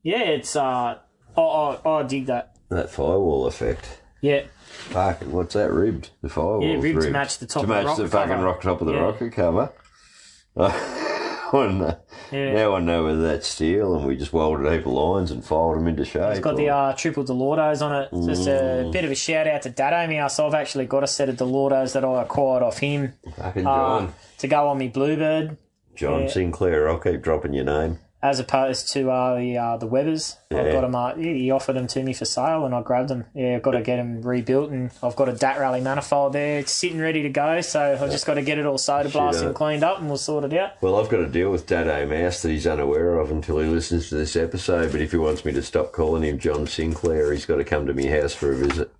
Yeah, it's uh, oh, oh, oh I dig that. That firewall effect. Yeah, Fuck, what's that ribbed? The firewall. yeah, ribbed to match the top to of the match rock the, cover. fucking rock top of the Yeah. rocket cover. I wanna- Yeah. Now I know whether that's steel, and we just welded a heap of lines and filed them into shape. It's got the uh, triple Delordos on it. Just a bit of a shout out to Dado Mouse. I've actually got a set of Delordos that I acquired off him fucking uh, John, to go on me Bluebird. John yeah. Sinclair. I'll keep dropping your name. as opposed to uh, the uh, the Webbers. I've Yeah. got them. Uh, he he offered them to me for sale, and I grabbed them. Yeah, I've got to get them rebuilt, and I've got a Dat Rally manifold there. It's sitting ready to go, so I've just got to get it all soda blasted on and it. cleaned up, and we'll sort it out. Well, I've got to deal with Dado Mouse that he's unaware of until he listens to this episode. But if he wants me to stop calling him John Sinclair, he's got to come to my house for a visit.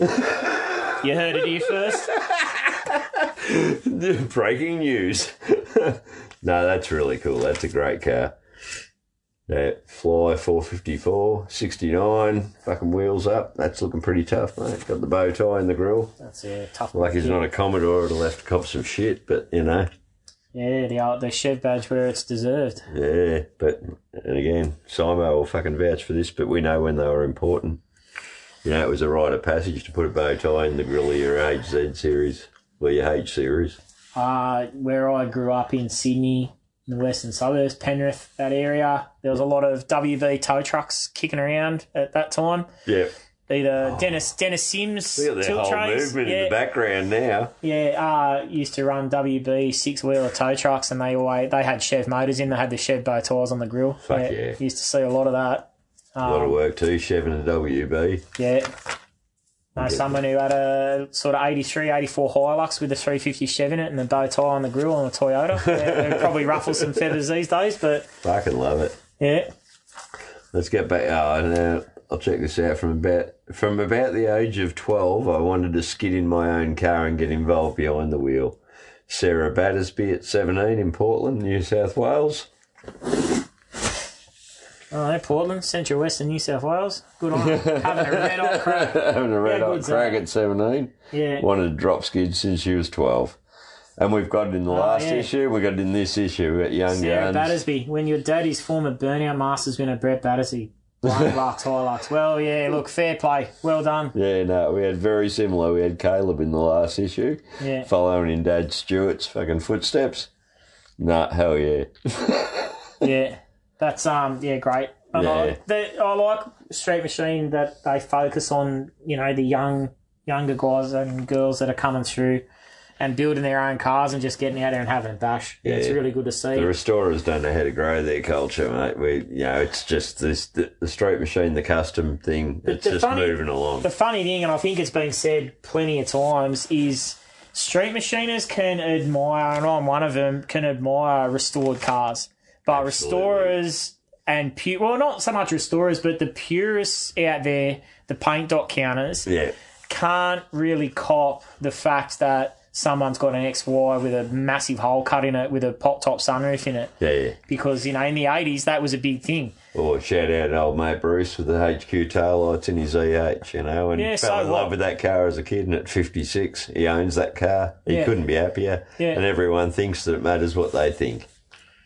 You heard it here first. Breaking news. no, that's really cool. That's a great car. That Fly 454, 69, fucking wheels up. That's looking pretty tough, mate. Got the bow tie and the grill. That's a tough one. Like he's not a Commodore, it'll have to cop some shit, but you know, Yeah, the uh, the Chev badge where it's deserved. yeah. But, and again, Simo will fucking vouch for this, but we know when they were important. You know, it was a rite of passage to put a bow tie in the grill of your HZ series, or your H series. uh, where I grew up in Sydney, in the western suburbs, Penrith, that area. There was a lot of WV tow trucks kicking around at that time. Yeah. Either Dennis Dennis Sims Oh. Look at that tilt whole trays, movement yeah, in the background now. yeah, uh, used to run WB six wheeler tow trucks, and they always they had Chev motors in. They had the Chev bow tires on the grill. Fuck yeah. used to see a lot of that. A Oh. lot of work too, shoving a WB. Yeah. No, someone who had a sort of 83, 84 Hilux with a 350 Chev in it and a bow tie on the grill on a Toyota. Yeah, they'd probably ruffle some feathers these days, but Fucking love it. yeah. Let's get back. Oh, now I'll check this out. From about from about the age of twelve, I wanted to skid in my own car and get involved behind the wheel. Sarah Battersby at seventeen in Portland, New South Wales. Oh, yeah, Portland, Central Western New South Wales. Good on 'em. having a red hot crack. Having a red Yeah, hot good, crack at seventeen. Yeah. Wanted to drop skid since she was twelve. And we've got it in the last Oh, yeah. issue. We got it in this issue at Young Sarah Guns. Battersby, when your daddy's former burnout masters winner Brett Battersby, blind Hilux, Hilux. Well, yeah, look, fair play. Well done. Yeah, no, we had very similar. We had Caleb in the last issue, Yeah. following in Dad Stewart's fucking footsteps. Nah, hell yeah. yeah, that's um, yeah, great. And Yeah. I, they, I like Street Machine that they focus on you know the young younger guys and girls that are coming through and building their own cars and just getting out there and having a bash. Yeah, it's Yeah. really good to see. The restorers don't know how to grow their culture, mate. We, you know, it's just this the, the straight machine, the custom thing. It's the just funny- moving along. the funny thing, and I think it's been said plenty of times, is street machiners can admire, and I'm one of them, can admire restored cars. But restorers and pu- well, not so much restorers, but the purists out there, the paint dot counters, Yeah, can't really cop the fact that someone's got an XY with a massive hole cut in it with a pop top sunroof in it. yeah, yeah. Because, you know, in the 80s, that was a big thing. Or shout out to old mate Bruce with the HQ taillights in his EH, you know, and Yeah, he fell so in what? love with that car as a kid. And at 56, he owns that car. He Yeah. couldn't be happier. Yeah. And everyone thinks that it matters what they think.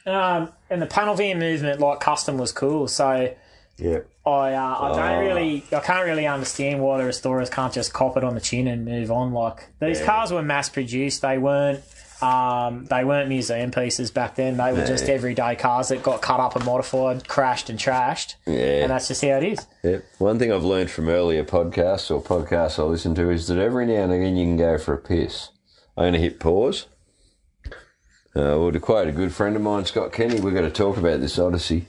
Um, and the panel van movement, like custom, was cool. So, Yeah. I uh, I don't really I can't really understand why the restorers can't just cop it on the chin and move on. Like these cars were mass produced. They weren't um, they weren't museum pieces back then. They were just everyday cars that got cut up and modified, crashed and trashed. Yeah. And that's just how it is. Yep. One thing I've learned from earlier podcasts or podcasts I listen to is that every now and again you can go for a piss. I'm going to hit pause. Uh, well, to quote a good friend of mine, Scott Kenny, we're going to talk about this Odyssey.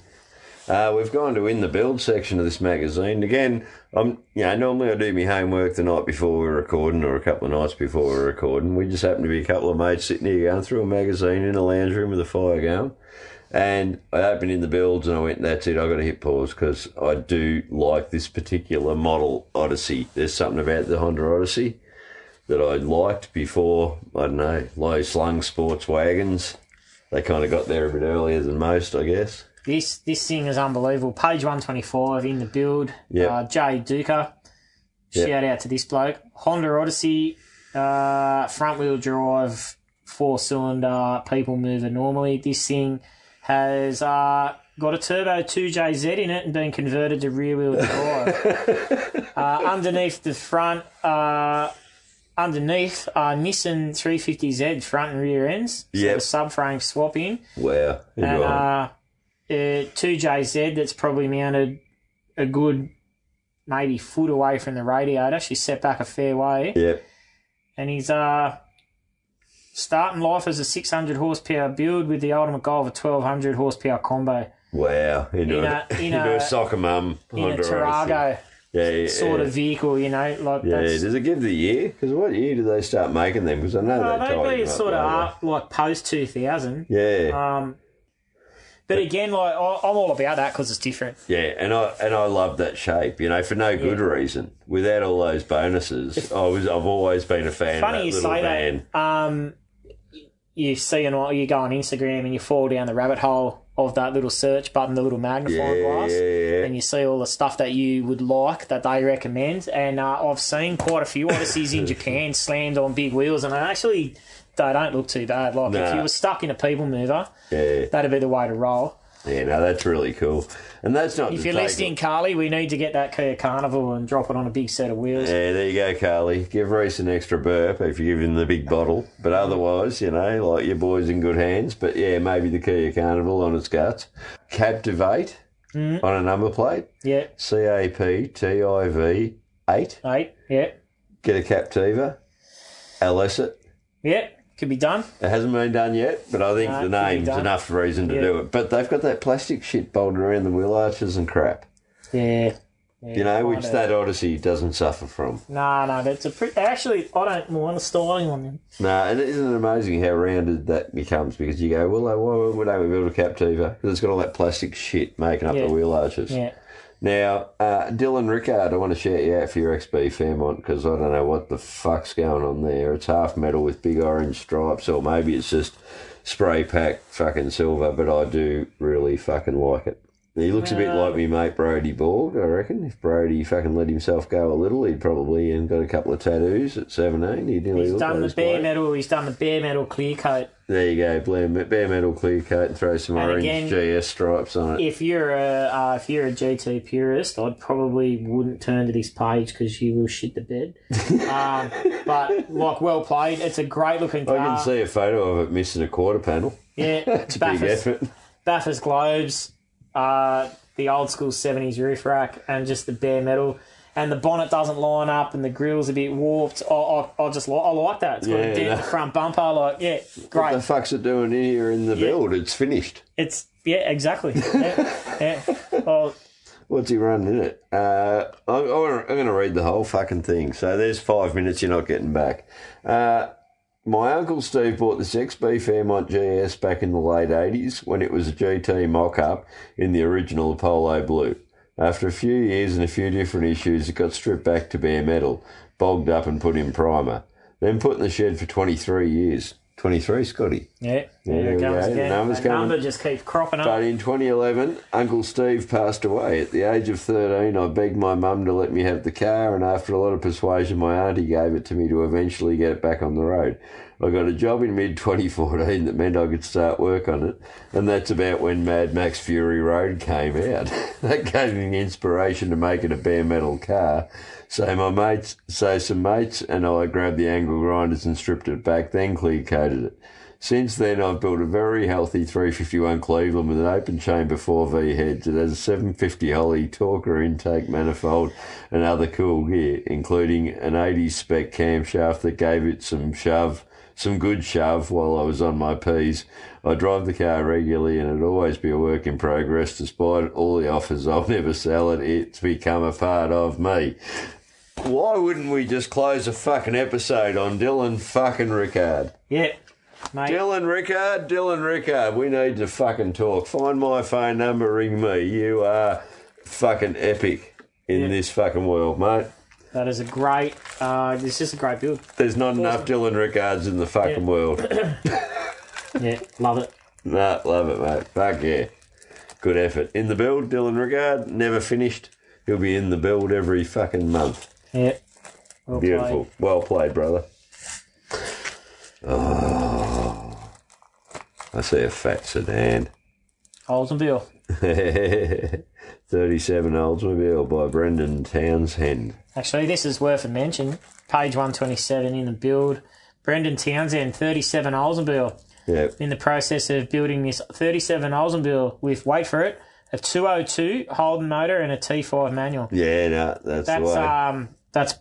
Uh, we've gone to in the build section of this magazine. Again, I'm you know, normally I do my homework the night before we're recording or a couple of nights before we're recording. We just happen to be a couple of mates sitting here going through a magazine in a lounge room with a fire going. And I opened in the builds and I went, that's it, i got to hit pause because I do like this particular model Odyssey. There's something about the Honda Odyssey that I liked before, I don't know, low slung sports wagons. They kind of got there a bit earlier than most, I guess. This this thing is unbelievable. Page one twenty five in the build. Yeah. Uh, Jay Duca. Yeah. Shout out to this bloke. Honda Odyssey, uh, front wheel drive, four cylinder, people mover normally. This thing has uh, got a turbo 2JZ in it and been converted to rear wheel drive. uh, underneath the front, uh, underneath uh, Nissan 350Z front and rear ends. So Yep. the subframe swap in Wow. Who and got 'em? uh, uh, two JZ that's probably mounted a good maybe foot away from the radiator. She's set back a fair way, yep. and he's uh starting life as a 600 horsepower build with the ultimate goal of a 1200 horsepower combo. Wow. Into, In a, a- in into a, a- soccer mum. in a Honda, Tarago obviously. Yeah, yeah, sort yeah. of vehicle, you know, like Yeah, that's. does it give the year? Because what year do they start making them? Because I know Well, they they'd tighten be them up uh, sort of later. up, like post two thousand. Yeah, Um, but again, like I- I'm all about that because it's different. yeah, and I and I love that shape. You know, for no good reason. Without all those bonuses, I was I've always been a fan Funny of that you little say van. that. Um, you see, and you go on Instagram and you fall down the rabbit hole of that little search button, the little magnifying Yeah, glass, yeah, yeah. and you see all the stuff that you would like that they recommend. And uh, I've seen quite a few Odysseys in Japan slammed on big wheels, and I actually they don't look too bad. Like if Nah. you were stuck in a people mover, Yeah, that'd be the way to roll. yeah, no, that's really cool. And that's not If to you're take- listening, Carly, we need to get that Kia Carnival and drop it on a big set of wheels. Yeah, there you go, Carly. Give Reese an extra burp if you give him the big bottle. But otherwise, you know, like your boy's in good hands. But yeah, maybe the Kia Carnival on its guts. Captivate Mm. on a number plate. Yeah, C A P T I V 8. eight. Yeah, Get a Captiva. LS it. yeah, could be done. It hasn't been done yet, but I think No, the it could be name's done. enough reason to do it. But they've got that plastic shit bolted around the wheel arches and crap, Yeah. you know, which kinda. that Odyssey doesn't suffer from. No, no, that's a pretty. Actually, I don't mind the styling on them. No, and isn't it amazing how rounded that becomes? Because you go, well, they- why would they build a Captiva? Because it's got all that plastic shit making up Yeah. the wheel arches. Yeah. Now, uh, Dylan Rickard, I want to shout you out for your XB Fairmont because I don't know what the fuck's going on there. It's half metal with big orange stripes, or maybe it's just spray pack fucking silver, but I do really fucking like it. He looks a bit like me mate Brody Borg, I reckon. If Brody fucking let himself go a little, he'd probably and got a couple of tattoos at 17. He'd nearly He's look like done the his bare bloke. metal. He's done the bare metal clear coat. There you go, bare, bare metal clear coat and throw some And orange again- GS stripes on it. If you're a uh, if you're a GT purist, I'd probably wouldn't turn to this page because you will shit the bed. um, but like, well played. It's a great looking I car. can see a photo of it missing a quarter panel. Yeah, It's a big Baffers- effort. Baffers globes, uh, the old school 70s roof rack, and just the bare metal. And the bonnet doesn't line up, and the grill's a bit warped. I, I, I just like, I like that. It's got Yeah, a dent in no. the front bumper. Like, yeah, What the great. fuck's it doing in here in the build? It's finished. It's yeah, exactly. Yeah, yeah. Well, What's he running in it? Uh, I, I wanna, I'm going to read the whole fucking thing. So there's five minutes you're not getting back. Uh, my uncle Steve bought this XB Fairmont GS back in the late 80s when it was a GT mock up in the original Apollo Blue. After a few years and a few different issues, it got stripped back to bare metal, bogged up, and put in primer. Then put in the shed for 23 years. 23, Scotty. yeah. there There we it comes go. The again. numbers That coming. number just keeps cropping up. But in 2011, Uncle Steve passed away. At the age of 13, I begged my mum to let me have the car, and after a lot of persuasion, my auntie gave it to me to eventually get it back on the road. I got a job in mid 2014 that meant I could start work on it, and that's about when Mad Max Fury Road came out. that gave me the inspiration to making a bare metal car. So my mates, so some mates and I grabbed the angle grinders and stripped it back, then clear coated it. Since then, I've built a very healthy 351 Cleveland with an open chamber 4V heads. It has a 750 Holly Torquer intake manifold and other cool gear, including an 80s spec camshaft that gave it some shove, some good shove while I was on my P's. I drive the car regularly and it'll always be a work in progress despite all the offers. I'll never sell it. It's become a part of me. Why wouldn't we just close a fucking episode on Dylan fucking Ricard? Yeah, mate. Dylan Rickard, Dylan Rickard, we need to fucking talk. Find my phone number, ring me. You are fucking epic in this fucking world, mate. That is a great. Uh, it's just a great build. There's not enough Dylan Rickards in the fucking world. Yeah, love it. nah, love it, mate. Fuck yeah. Good effort. In the build, Dylan Rickard, never finished. He'll be in the build every fucking month. Yeah, well Beautiful. Well played, brother. Oh, I see a fat sedan. Played. Oldsmobile. 37 Oldsmobile by Brendan Townsend. Actually, this is worth a mention. Page 127 in the build. Brendan Townsend, 37 Oldsmobile, Yep. in the process of building this 37 Oldsmobile with, wait for it, a 202 Holden motor and a T5 manual. Yeah, no, that's, the That's way. um, that's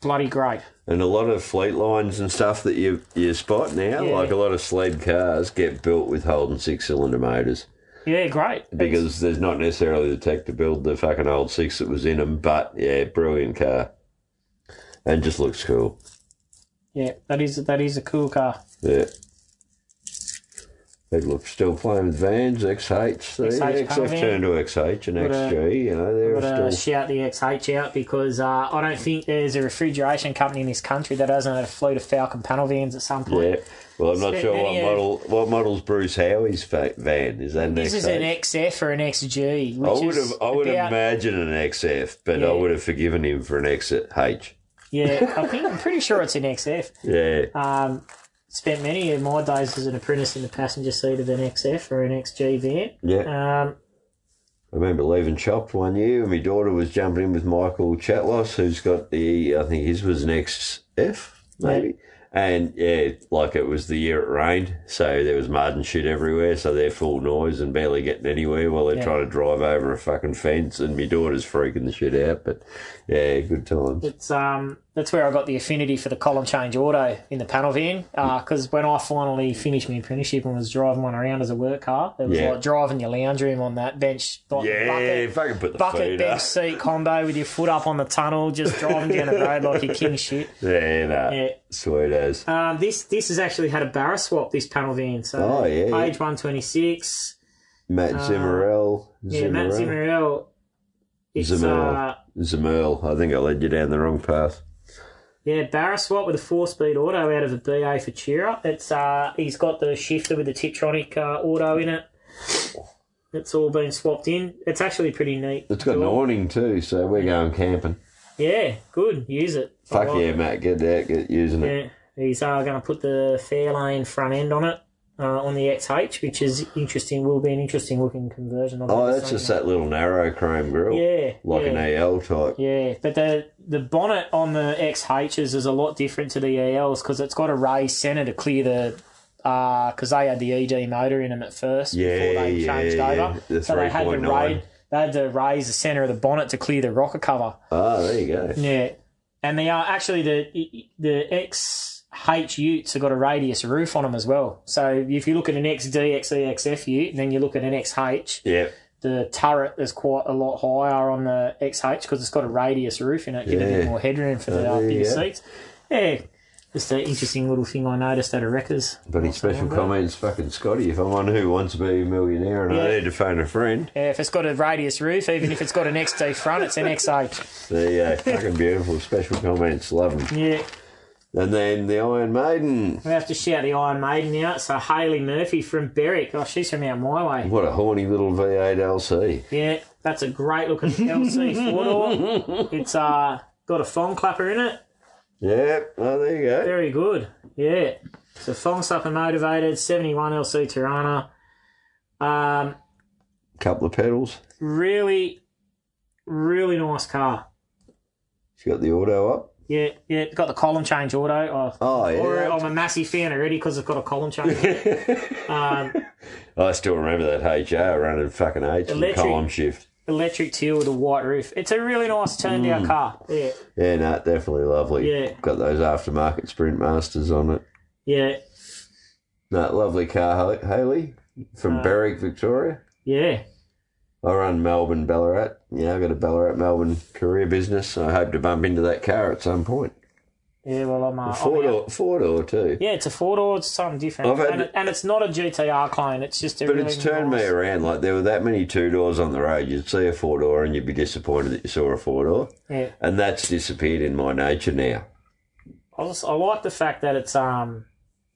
bloody great. and a lot of fleet lines and stuff that you you spot now, Yeah. like a lot of sled cars, get built with Holden six cylinder motors. Yeah, great. because there's not necessarily the tech to build the fucking old six that was in them. But yeah, brilliant car, and just looks cool. yeah, that is that is a cool car. Yeah. They look still playing with vans, XH, the XH XF caravan. turned to XH and But, uh, XG, you know, they're But uh, still. shout the XH out because uh, I don't think there's a refrigeration company in this country that hasn't had a fleet of Falcon panel vans at some point. Yeah. Well, I'm not Spent sure what many a- model. What model's Bruce Howie's fa- van? Is that an This XH? is an XF or an XG, which I would is have. I would about- imagine an XF, but Yeah. I would have forgiven him for an XH. yeah, I think I'm pretty sure it's an XF. Yeah. Um, spent many of my days as an apprentice in the passenger seat of an XF or an XG van. yeah. Um, I remember leaving shop one year, and my daughter was jumping in with Michael Chatlos, who's got the, I think his was an XF, maybe. And yeah, like it was the year it rained, so there was mud and shit everywhere, so they're full noise and barely getting anywhere while they're Yeah. trying to drive over a fucking fence, and my daughter's freaking the shit out, but yeah, good times. it's um, that's where I got the affinity for the column change auto in the panel van. Because when I finally finished my apprenticeship and was driving one around as a work car, it was Yeah. like driving your lounge room on that bench, like Yeah, bucket, fucking put the bucket feet up. bench seat combo with your foot up on the tunnel, just driving down the road like your king shit. Yeah, nah, Yeah. sweet as. Um, this this has actually had a barra swap. This panel van. So Oh, yeah, yeah. page one twenty six. Matt Zimmerell. Uh, Yeah, Matt Zimmerel. It's Zimmerel. uh, Zimmerl. I think I led you down the wrong path. yeah barra swap with a four speed auto out of a BA Futura. It's uh, he's got the shifter with the Tiptronic uh, auto in it. It's all been swapped in. It's actually pretty neat. It's got an awning too, so we're going camping. Yeah, good. Use it. I Fuck like yeah, it. Matt, get that, get using it. Yeah, he's uh, going to put the Fairlane front end on it. Uh, on the XH, which is interesting, will be an interesting looking conversion. Oh, that's just that little narrow chrome grill. Yeah, Like yeah. an AL type. Yeah, but the the bonnet on the XHs is a lot different to the ELs because it's got a raised centre to clear the because they had the ED motor in them at first before Yeah, they yeah, changed yeah. over. The so they had to 3.9. raid, they had to raise the centre of the bonnet to clear the rocker cover. Oh, there you go. Yeah, and they are actually the e, the XH Utes have got a radius roof on them as well. So if you look at an XD XEXF E Ute, and then you look at an XH, Yeah. the turret is quite a lot higher on the XH because it's got a radius roof in it, giving Yeah. it more headroom for the Oh, uh, there you bigger go. seats. Yeah, just an interesting little thing I noticed at a wreckers. But his special comments, fucking Scotty, if I'm on who wants to be a millionaire and I Yeah. need to phone a friend, Yeah, if it's got a radius roof, even if it's got an XD front, it's an XH. there you go. fucking beautiful. Special comments, love 'em. Yeah, And then the Iron Maiden. we have to shout the Iron Maiden out. So Haley Murphy from Berwick. Oh, she's from out my way. What a horny little V8 LC. Yeah, that's a great looking LC four door. It's uh got a phone clapper in it. Yeah. Oh, there you go. Very good. Yeah. So Fong Supper motivated, 71 LC Tirana. Um, Couple of pedals. really, really nice car. She's got the auto up. Yeah, yeah. it's Got the column change auto. Oh, Oh, or yeah. I'm a massive fan already because it's got a column change. um, I still remember that HR running fucking H from Electric. column shift. electric teal with a white roof. It's a really nice turned Mm. out car. Yeah, Yeah, no, definitely lovely. Yeah. Got those aftermarket Sprint Masters on it. yeah, No, lovely car, Ha- Haley, from Uh. Berwick, Victoria. yeah. I run Melbourne Ballarat. Yeah, I've got a Ballarat Melbourne career business. I hope to bump into that car at some point. Yeah, well, I'm. Uh, Four I'm out. door, four door too. Yeah, it's a four door. It's something different, I've had and, it- and it's not a GTR clone. It's just a. But really it's turned me nice- around. Like there were that many two doors on the road. You'd see a four door and you'd be disappointed that you saw a four door. Yeah. And that's disappeared in my nature now. I, just, I like the fact that it's um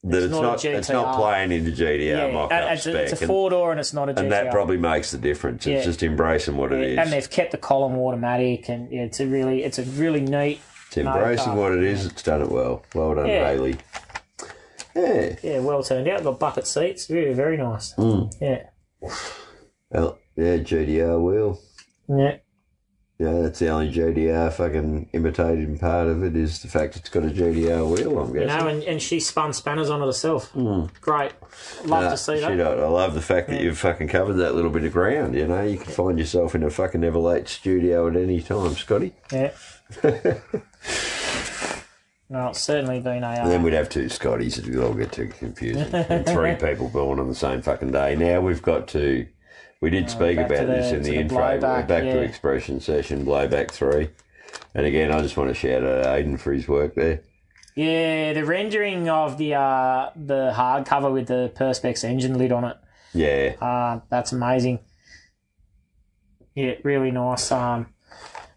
That it's, not a not, it's GTR. not playing into GDR yeah, mock and- up and it's, a, spec. it's a And- four door and it's not a GTR. And that probably makes the difference. Yeah. It's just embracing what it is. and they've kept the column automatic, and yeah, it's a really it's a really neat. it's embracing no, what it is. It's done it well. Well done, Yeah. Haley. Yeah. Yeah, well turned out. Got bucket seats. Very very nice. Hmm. Yeah, Well, yeah, GDR wheel. yeah, Yeah, that's the only GDR fucking imitated part of it is the fact it's got a GDR wheel, I'm you guessing. know, and, and she spun spanners on it herself. Hmm. Great, love Uh, to see shit, that. I, I love the fact that you've fucking covered that little bit of ground. You know, you can find yourself in a fucking Everlate studio at any time, Scotty. Yeah. No, it's certainly been a. And Uh, then we'd have two Scotties. It'd all get too confusing. and three people born on the same fucking day. Now we've got to We did speak Oh, back to about the- this in to the, the intro. We're blowback, back to yeah. expression session, blowback three. And again, I just want to shout out Aiden for his work there. Yeah, the rendering of the uh, the hardcover with the Perspex engine lid on it. Yeah, Uh, that's amazing. Yeah, really nice. Um,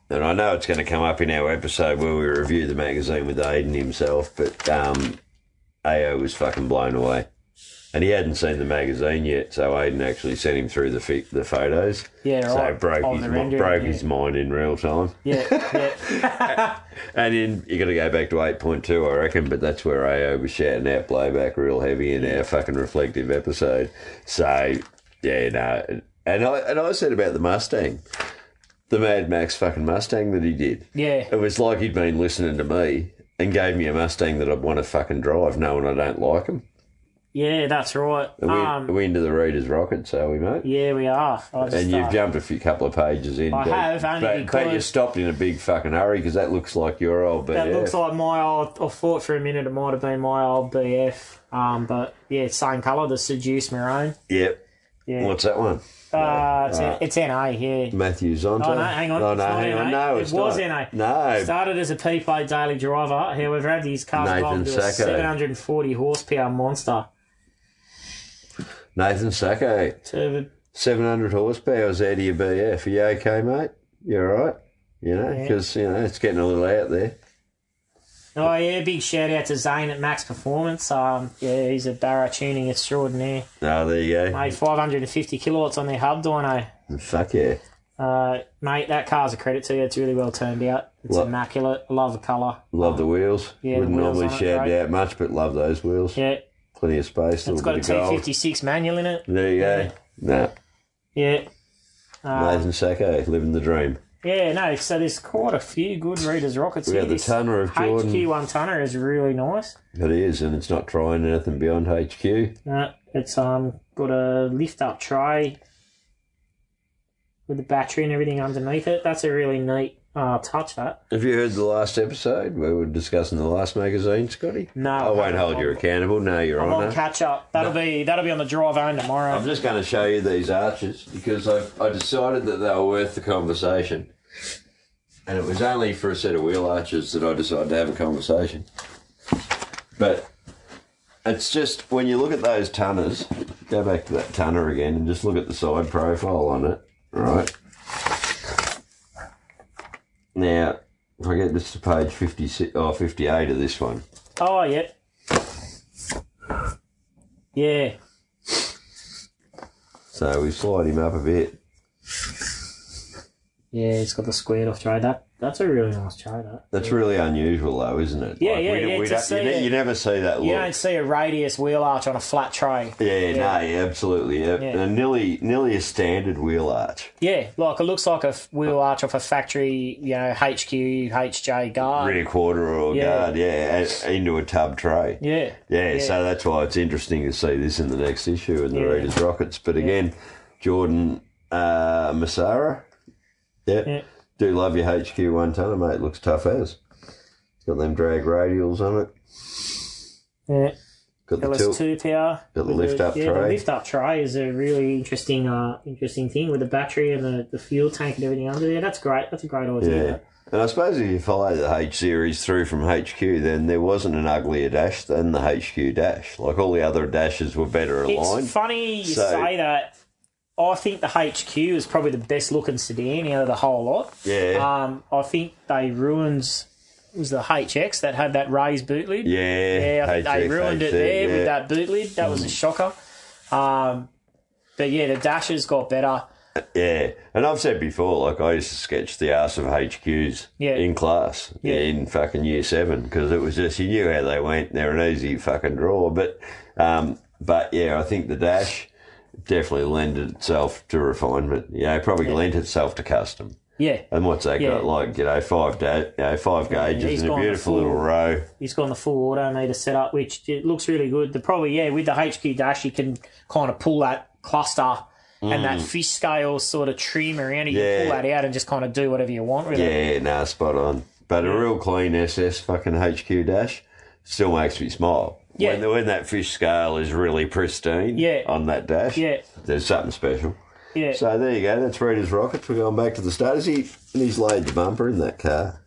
and I know it's going to come up in our episode where we review the magazine with Aiden himself, but um, AO was fucking blown away, and he hadn't seen the magazine yet, so Aiden actually sent him through the fi- the photos. yeah, So right. it broke of his the mi- rendering, broke yeah. his mind in real time. Yeah, yeah. And then you got to go back to 8.2, I reckon, but that's where AO was shouting out blowback real heavy in our fucking reflective episode. So, yeah, no. And I, and I said about the Mustang, the Mad Max fucking Mustang that he did. yeah. It was like he'd been listening to me and gave me a Mustang that I'd want to fucking drive, knowing I don't like him. Yeah, that's right. Are we, Um, are we into the Reader's Rockets, are we, mate? yeah, we are. I just, And you've uh, jumped a few couple of pages in. I but, have, only but, but because- you stopped in a big fucking hurry because that looks like your old. But That looks like my old. I thought for a minute it might have been my old BF. Um, but yeah, it's same colour, the Seduce Maroon. Yep. Yeah. What's that one? Uh, it's, it's NA, yeah. Matthew Zonta. Oh, no, hang on. Oh, It's no, not hang on. NA. No, It it's was not. No. Started as a P plate daily driver, however, had his car Nathan evolved to a Sacco. 740 horsepower monster. Nathan Sacco, Turbo- 700 horsepower is out of your BF. Are you okay, mate? You all right? You know, because, you know, it's getting a little out there. Oh yeah, big shout out to Zane at Max Performance. Um, yeah, he's a barra tuning extraordinaire. No, there you go. Made 550 kilowatts on their hub dyno. Fuck yeah. Uh, mate, that car's a credit to you. It's really well turned out. It's Lo- immaculate. I love the colour. Love the wheels. Yeah, the Wouldn't wheels normally on it, shout great. out much, but love those wheels. Yeah, Plenty of space, a it's little got a bit of gold. T56 manual in it. There you go. No, Yeah. Uh, Nathan Sacco, living the dream. yeah, no, so there's quite a few good Readers Rockets We here. had the This tonner of Jordan. HQ1 tonner is really nice. It is, and it's not trying anything beyond HQ. Uh, it's um got a lift up tray with the battery and everything underneath it. That's a really neat uh, touch, that. Have you heard the last episode where we were discussing the last magazine, Scotty? No. I won't hold you accountable. No, Your I'm on Honour. catch up. That'll be that'll be on the drive home tomorrow. I'm just going to show you these arches because I, I decided that they were worth the conversation. And it was only for a set of wheel arches that I decided to have a conversation. But it's just when you look at those tonners, go back to that tonner again and just look at the side profile on it, right? Now, if I get this to page 56 or 58 of this one, Oh yeah. Yeah. so we slide him up a bit. Yeah, it's got the squared off tray. That that's a really nice tray that. That's really unusual, though, isn't it? Yeah, yeah, we, don't- yeah, we to don't- see you, ne- it. you never see that You look. don't see a radius wheel arch on a flat tray. yeah, no, absolutely. Yeah. Yeah. And nearly, nearly a standard wheel arch. Yeah, like it looks like a f- wheel arch off a factory, you know, HQ, HJ guard. Rear quarter or Uh, Yeah. guard, yeah, a- into a tub tray. Yeah. Yeah, Yeah. so that's why it's interesting to see this in the next issue in the Yeah. Reader's Rockets. But again, Jordan uh, Masara, yeah, Yeah. do love your HQ one tonner, mate. Looks tough as. Got them drag radials on it. Yeah. Got the tilt. LS2 power. Got the with lift up yeah, The tray. lift up tray is a really interesting, uh, interesting thing with the battery and the, the fuel tank and everything under there. That's great. That's a great idea. Yeah. And I suppose if you follow the H series through from HQ, then there wasn't an uglier dash than the HQ dash. Like all the other dashes were better It's aligned. funny you So- say that. I think the HQ is probably the best looking sedan out of the whole lot. yeah. Um, I think they ruined it was the HX that had that raised boot lid. yeah. Yeah, I think they HX, ruined it HZ, there yeah. Hmm. with that boot lid. That was a shocker. Um, but yeah, the dashes got better. Yeah, and I've said before, like I used to sketch the ass of HQs Yeah. in class Yeah. in fucking year seven because it was just you knew how they went. They're an easy fucking draw, but um, but yeah, I think the dash definitely lent itself to refinement. You know, probably lent itself to custom. Yeah, And what's that Yeah. got? Like you know, five da- you know, five he's gauges and a gone beautiful full- little row. he's got the full automator setup, which it looks really good. The probably yeah, with the HQ dash, you can kind of pull that cluster and that fish scale sort of trim around it. Mm. You Yeah. can pull that out and just kind of do whatever you want with it. Yeah, nah, spot on. But a real clean SS fucking HQ dash still makes me smile. Yeah. When, when that fish scale is really pristine Yeah. on that dash, Yeah. there's something special. Yeah, Yeah. So there you go. That's Reader's Rockets. We're going back to the start. Is he? And he's laid the bumper in that car.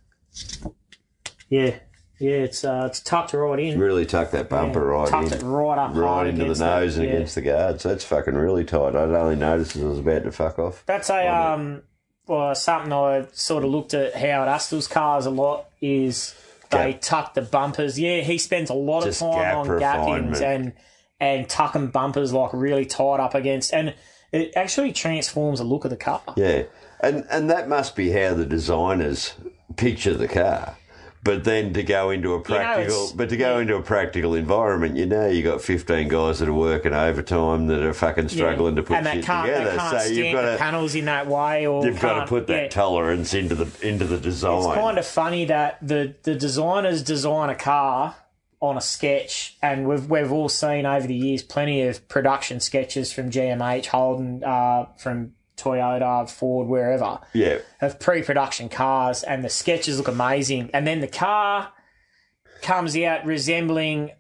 Yeah. Yeah, it's uh, it's tucked right in. Really tucked that bumper right tucked in. it right up hard right into the against that, nose and yeah. against the guard. So that's fucking really tight. I'd only noticed as I was about to fuck off. That's a um, well, something I sort of looked at Howard Astel's cars a lot is they Gap. tuck the bumpers. Yeah, he spends a lot Just of time gap on gappings refinement. and and tucking bumpers like really tight up against, and it actually transforms the look of the car. Yeah, and and that must be how the designers picture the car. But then to go into a practical, it's- but to go into a practical environment, you know you got fifteen guys that are working overtime that are fucking struggling to put and they shit can't, together. They can't so stand you've got the to panels in that way, or you've got to can't- put that yeah. tolerance into the into the design. It's kind of funny that the, the designers design a car on a sketch, and we've we've all seen over the years plenty of production sketches from GMH, Holden, uh, from Toyota, Ford, wherever yeah, of pre-production cars, and the sketches look amazing, and then the car comes out resembling.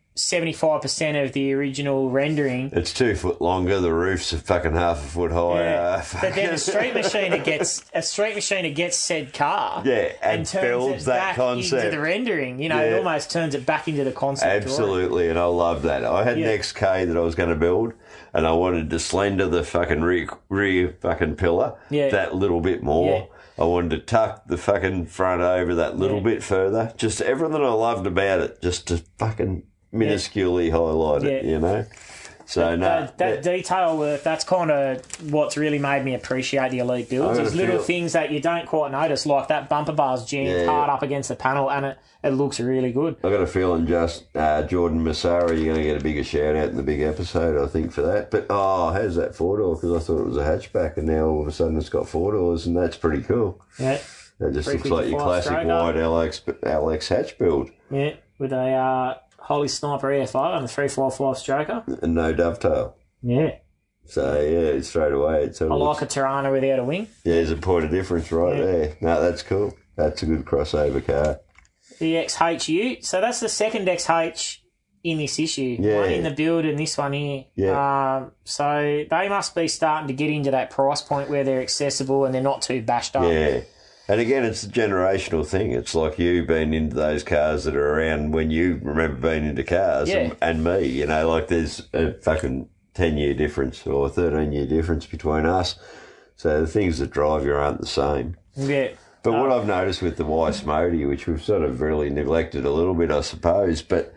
75% of the original rendering. it's two foot longer. The roof's a fucking half a foot higher. But then a street machiner gets a street machiner gets said car. yeah, and, and turns builds it that back concept. into the rendering. You know, Yeah. it almost turns it back into the concept. drawing. Absolutely, and I love that. I had an XK that I was going to build, and I wanted to slender the fucking rear, rear fucking pillar Yeah. that little bit more. I wanted to tuck the fucking front over that little bit further. Just everything I loved about it, just to fucking minusculely highlight it, Yeah. you know. So no, That, that detail work, that's kind of what's really made me appreciate the elite builds. gonna There's little feel- things that you don't quite notice, like that bumper bar's jammed Yeah, hard up against the panel, and it, it looks really good. I got a feeling just uh, Jordan Massara, you're going to get a bigger shout out in the big episode, I think, for that. But oh, how's that four door? Because I thought it was a hatchback, and now all of a sudden it's got four doors, and that's pretty cool. Yeah, That just looks Briefly like your before classic Australia. wide Alex Alex hatch build, yeah, with a uh, Holy Sniper EFI and a three four five stroker. and no dovetail. Yeah, So yeah, straight away it's sort I of like looks, a Tirana without a wing. yeah, there's a point of difference right there. No, that's cool. That's a good crossover car. The XHU, so that's the second XH in this issue. Yeah. One in the build and this one here. Yeah. Um, so they must be starting to get into that price point where they're accessible and they're not too bashed up. Yeah. And again, it's a generational thing. It's like you being into those cars that are around when you remember being into cars Yeah. and, and me. You know, like there's a fucking 10 year difference or 13 year difference between us. So the things that drive you aren't the same. Yeah. But Uh, what I've noticed with the Weiss Modi, which we've sort of really neglected a little bit, I suppose, but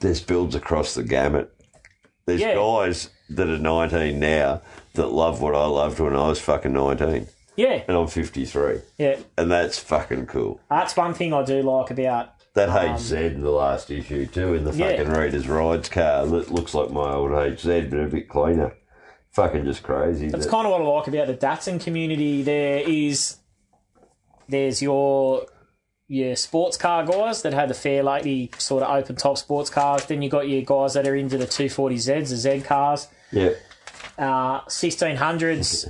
there's builds across the gamut. There's Yeah. guys that are 19 now that love what I loved when I was fucking 19, Yeah. and I'm 53, Yeah. and that's fucking cool. That's one thing I do like about That HZ in the last issue too, in the Um, Yeah. fucking Reader's Rides car, that looks like my old HZ, but a bit cleaner. Fucking just crazy. It's that- kind of what I like about the Datsun community. There is, there's your your sports car guys that have the fair lady sort of open top sports cars. Then you got your guys that are into the 240Zs, the Z cars, yeah, uh, 1600s.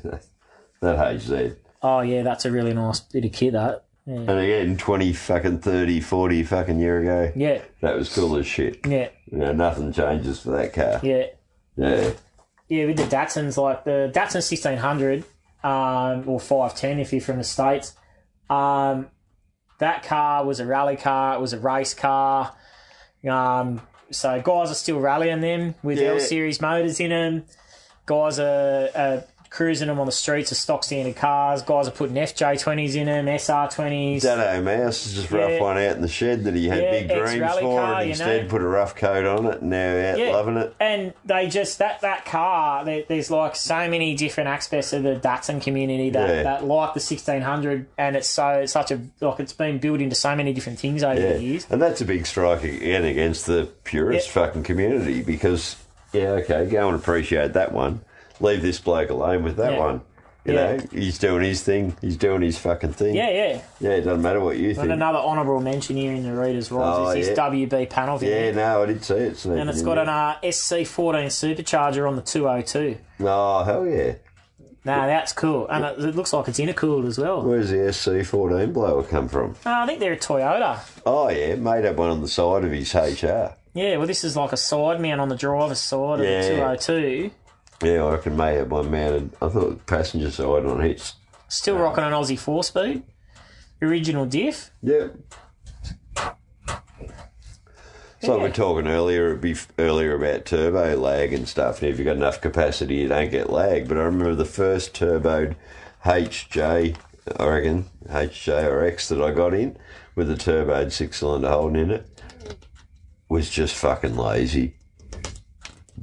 that HZ. oh yeah, that's a really nice bit of kit. That And again, 20 fucking 30, 40 fucking year ago. yeah, That was cool as shit. yeah, You know, nothing changes for that car. yeah. Yeah. Yeah, with the Datsuns, like the Datsun 1600 um, or 510 if you're from the States, um, that car was a rally car, it was a race car. Um, so guys are still rallying them with Yeah. L Series motors in them. Guys are, are cruising them on the streets of stock standard cars. Guys are putting FJ20s in them, SR20s. Dado Mouse has just rough Yeah. one out in the shed that he had Yeah, big ex-rally dreams for car, and you instead know. put a rough coat on it and now out Yeah. loving it. and they just that that car there, there's like so many different aspects of the datsun community that, Yeah. that like the 1600 and it's so it's such a like it's been built into so many different things over Yeah. the years And that's a big strike again against the purist fucking community because, yeah, okay, go and appreciate that one. Leave this bloke alone with that Yeah. one. You Yeah. know, he's doing his thing. He's doing his fucking thing. yeah yeah Yeah, it doesn't matter what you think. and another honorable mention here in the readers rights Oh, is yeah. this wb panel yeah, vignette. no, I did see it. sneaking and it's in got there. an uh, sc14 supercharger on the 202 Oh, hell yeah. now that's cool and it, it looks like it's intercooled as well Where's the SC14 blower come from? Uh, i think they're a toyota Oh yeah, made up one on the side of his HR. yeah well this is like a side mount on the oh driver's side Yeah. of the 202 Yeah, I reckon may have one mounted. I thought passenger side on each. Still rocking an Aussie four speed. Original diff. Yeah. It's like we were talking earlier, it'd be f- earlier about turbo lag and stuff. And if you've got enough capacity, you don't get lag. But I remember the first turboed HJ, I reckon HJRX that I got in with the turboed six cylinder holding in it was just fucking lazy.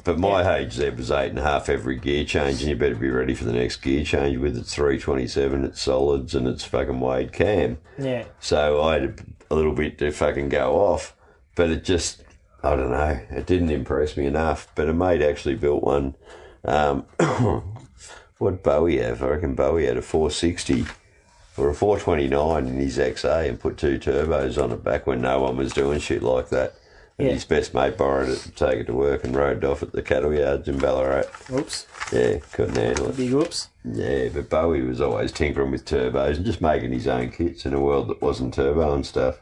But my HZ was eight and a half every gear change, and you better be ready for the next gear change with its 327, its solids, and its fucking wide cam. Yeah. So I had a little bit to fucking go off, but it just, I don't know, it didn't impress me enough. But a mate actually built one. Um, what Bowie have? I reckon Bowie had a 460 or a 429 in his XA and put two turbos on it back when no one was doing shit like that. And Yeah. his best mate borrowed it to take it to work and rode it off at the cattle yards in Ballarat. Oops. Yeah, couldn't handle it. Big oops. Yeah, but Bowie was always tinkering with turbos and just making his own kits in a world that wasn't turbo and stuff.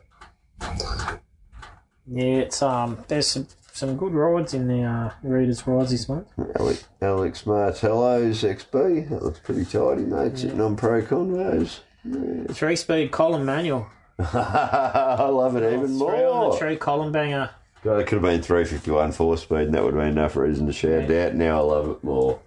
Yeah, it's um. There's some some good rides in the uh, readers' rides this month. Alex, Alex Martello's XB. That looks pretty tidy, mate, sitting on pro convos. Three speed column manual. I love it even Three on the more. tree column banger. God, it could have been 351 four speed, and that would have been enough reason to shout out. Now I love it more.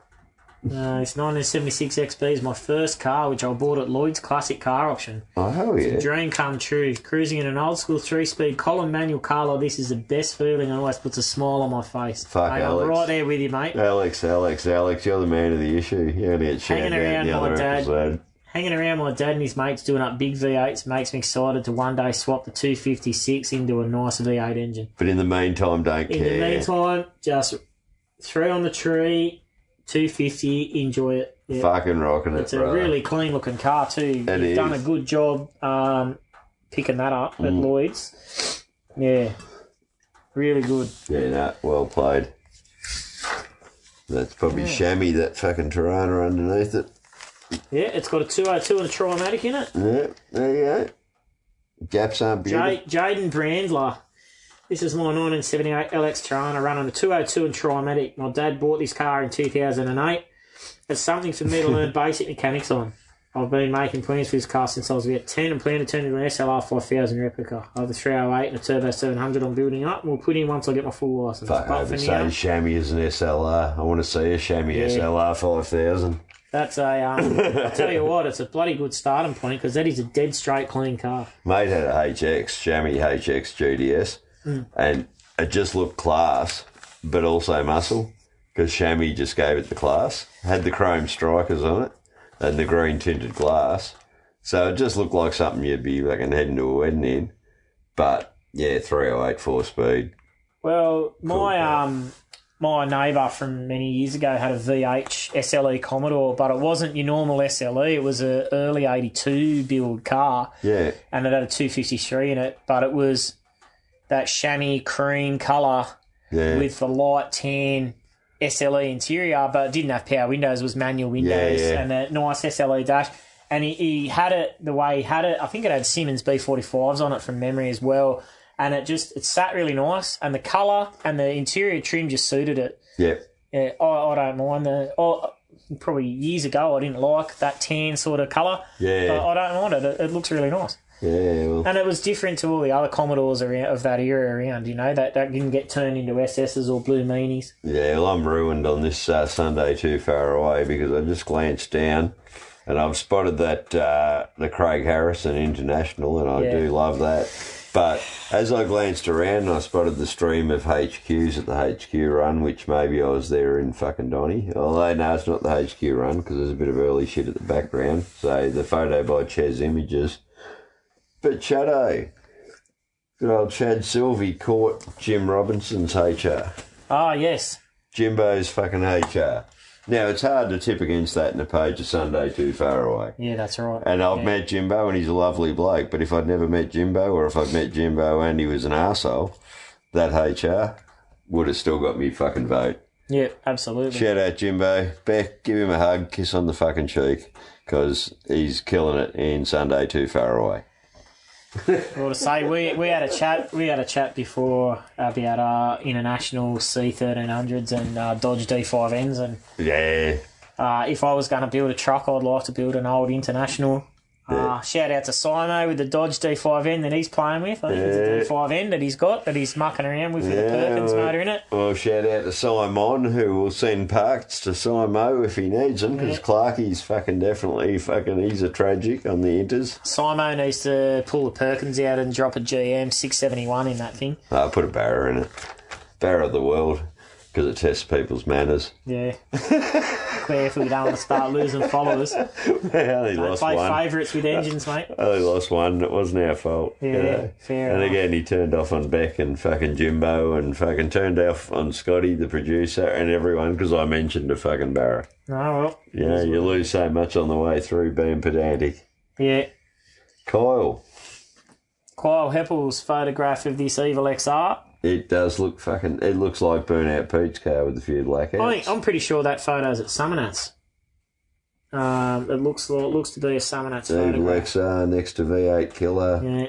Uh, it's 1976 XB is my first car, which I bought at Lloyd's Classic Car Auction. Oh, hell yeah. Dream come true. Cruising in an old school three speed column manual car like this is the best feeling and always puts a smile on my face. Fuck, mate, Alex. I'm right there with you, mate. Alex, Alex, Alex, you're the man of the issue. You're going to get shouted out in around the my other dad. episode. Hanging around my dad and his mates doing up big V8s makes me excited to one day swap the 256 into a nice V8 engine. But in the meantime, don't In care. the meantime, just three on the tree, 250, enjoy it. Yeah. Fucking rocking it, It's a brother. really clean looking car too. You've is. done a good job um, picking that up at Lloyd's. Yeah, really good. Yeah, no, well played. That's probably chamois, that fucking Tirana underneath it. Yeah, it's got a 202 and a Trimatic in it. Yeah, there you go. Gaps aren't beautiful. J- Jaden Brandler. This is my 1978 LX Tirana running a 202 and Trimatic. My dad bought this car in 2008. It's something for me to learn basic mechanics on. I've been making plans for this car since I was about 10 and plan to turn it into an SLR 5000 replica. I have a 308 and a Turbo 700 I'm building up and we'll put in once I get my full license. Fuck, But I'd for be now, saying chamois is an SLR. I want to see a chamois SLR 5000. that's a, um, I'll tell you what, it's a bloody good starting point because that is a dead straight clean car. Mate had a HX, chamois HX GDS, and it just looked class, but also muscle, because chamois just gave it the class. Had the chrome strikers on it and the green tinted glass. So it just looked like something you'd be fucking heading to a wedding in. But yeah, 308 four speed. Well, my yeah. um my neighbour from many years ago had a VH SLE E Commodore, but it wasn't your normal SLE. It was a early '82 build car, Yeah. and it had a 253 in it, but it was that chamois cream colour Yeah. with the light tan SLE interior, but it didn't have power windows. It was manual windows yeah. and a nice SLE dash. And he, he had it the way he had it. I think it had Siemens B45s on it from memory as well. And it just it sat really nice, and the colour and the interior trim just suited it. yeah. Yeah, I, I don't mind the. I, probably years ago, I didn't like that tan sort of colour. Yeah. But I don't mind it. it. It looks really nice, Yeah. Well, and it was different to all the other Commodores around of that era. Around, you know, that that didn't get turned into SSs or blue meanies. Yeah, well, I'm ruined on this uh, Sunday too far away because I just glanced down and I've spotted that uh, the Craig Harrison International, and I Yeah. do love that. But as I glanced around, I spotted the stream of HQs at the HQ run, which maybe I was there in fucking Donny. Although, no, it's not the HQ run because there's a bit of early shit at the background. So the photo by Chaz Images. But Shadow, good old Chad Sylvie caught Jim Robinson's HR. Ah, yes. Jimbo's fucking HR. Now it's hard to tip against that in a page of Sunday too far away. Yeah, that's right. And I've met Jimbo and he's a lovely bloke, but if I'd never met Jimbo or if I'd met Jimbo and he was an arsehole, that HR would have still got me fucking vote. yeah, absolutely. Shout out Jimbo. Beck, give him a hug, kiss on the fucking cheek, because he's killing it in Sunday too far away. well, to say we, we had a chat we had a chat before about our international C thirteen hundreds and uh, Dodge D five Ns, and Yeah. uh, if I was going to build a truck, I'd like to build an old international. Uh, shout out to Simo with the Dodge D5N that he's playing with. I think it's a D5N that he's got that he's mucking around with with Yeah, a Perkins well- motor in it. Well, shout out to Simon who will send parts to Simo if he needs them because Clarkie's fucking definitely fucking he's a tragic on the inters. Simo needs to pull the Perkins out and drop a GM 671 in that thing. I Ah, put a barra in it, barra of the world because it tests people's manners. Yeah. Careful, we don't want to start losing followers. I only lost Play one. Oh, favourites with engines, mate. I only lost one. It wasn't our fault. you Yeah, know. fair And enough. again, he turned off on Beck and fucking Jimbo and fucking turned off on Scotty, the producer, and everyone because I mentioned a fucking barra. No, well, You know, you lose so much on the way through being pedantic. yeah. Kyle. Kyle Heppel's photograph of this Evil XR. It does look fucking. It looks like Burnout Pete's car with a few I blackouts. think, I'm pretty sure that photo's at Summonats. Um, it looks it looks to be a Summonats Dude, photograph. Lexar next to V8 Killer. Yeah.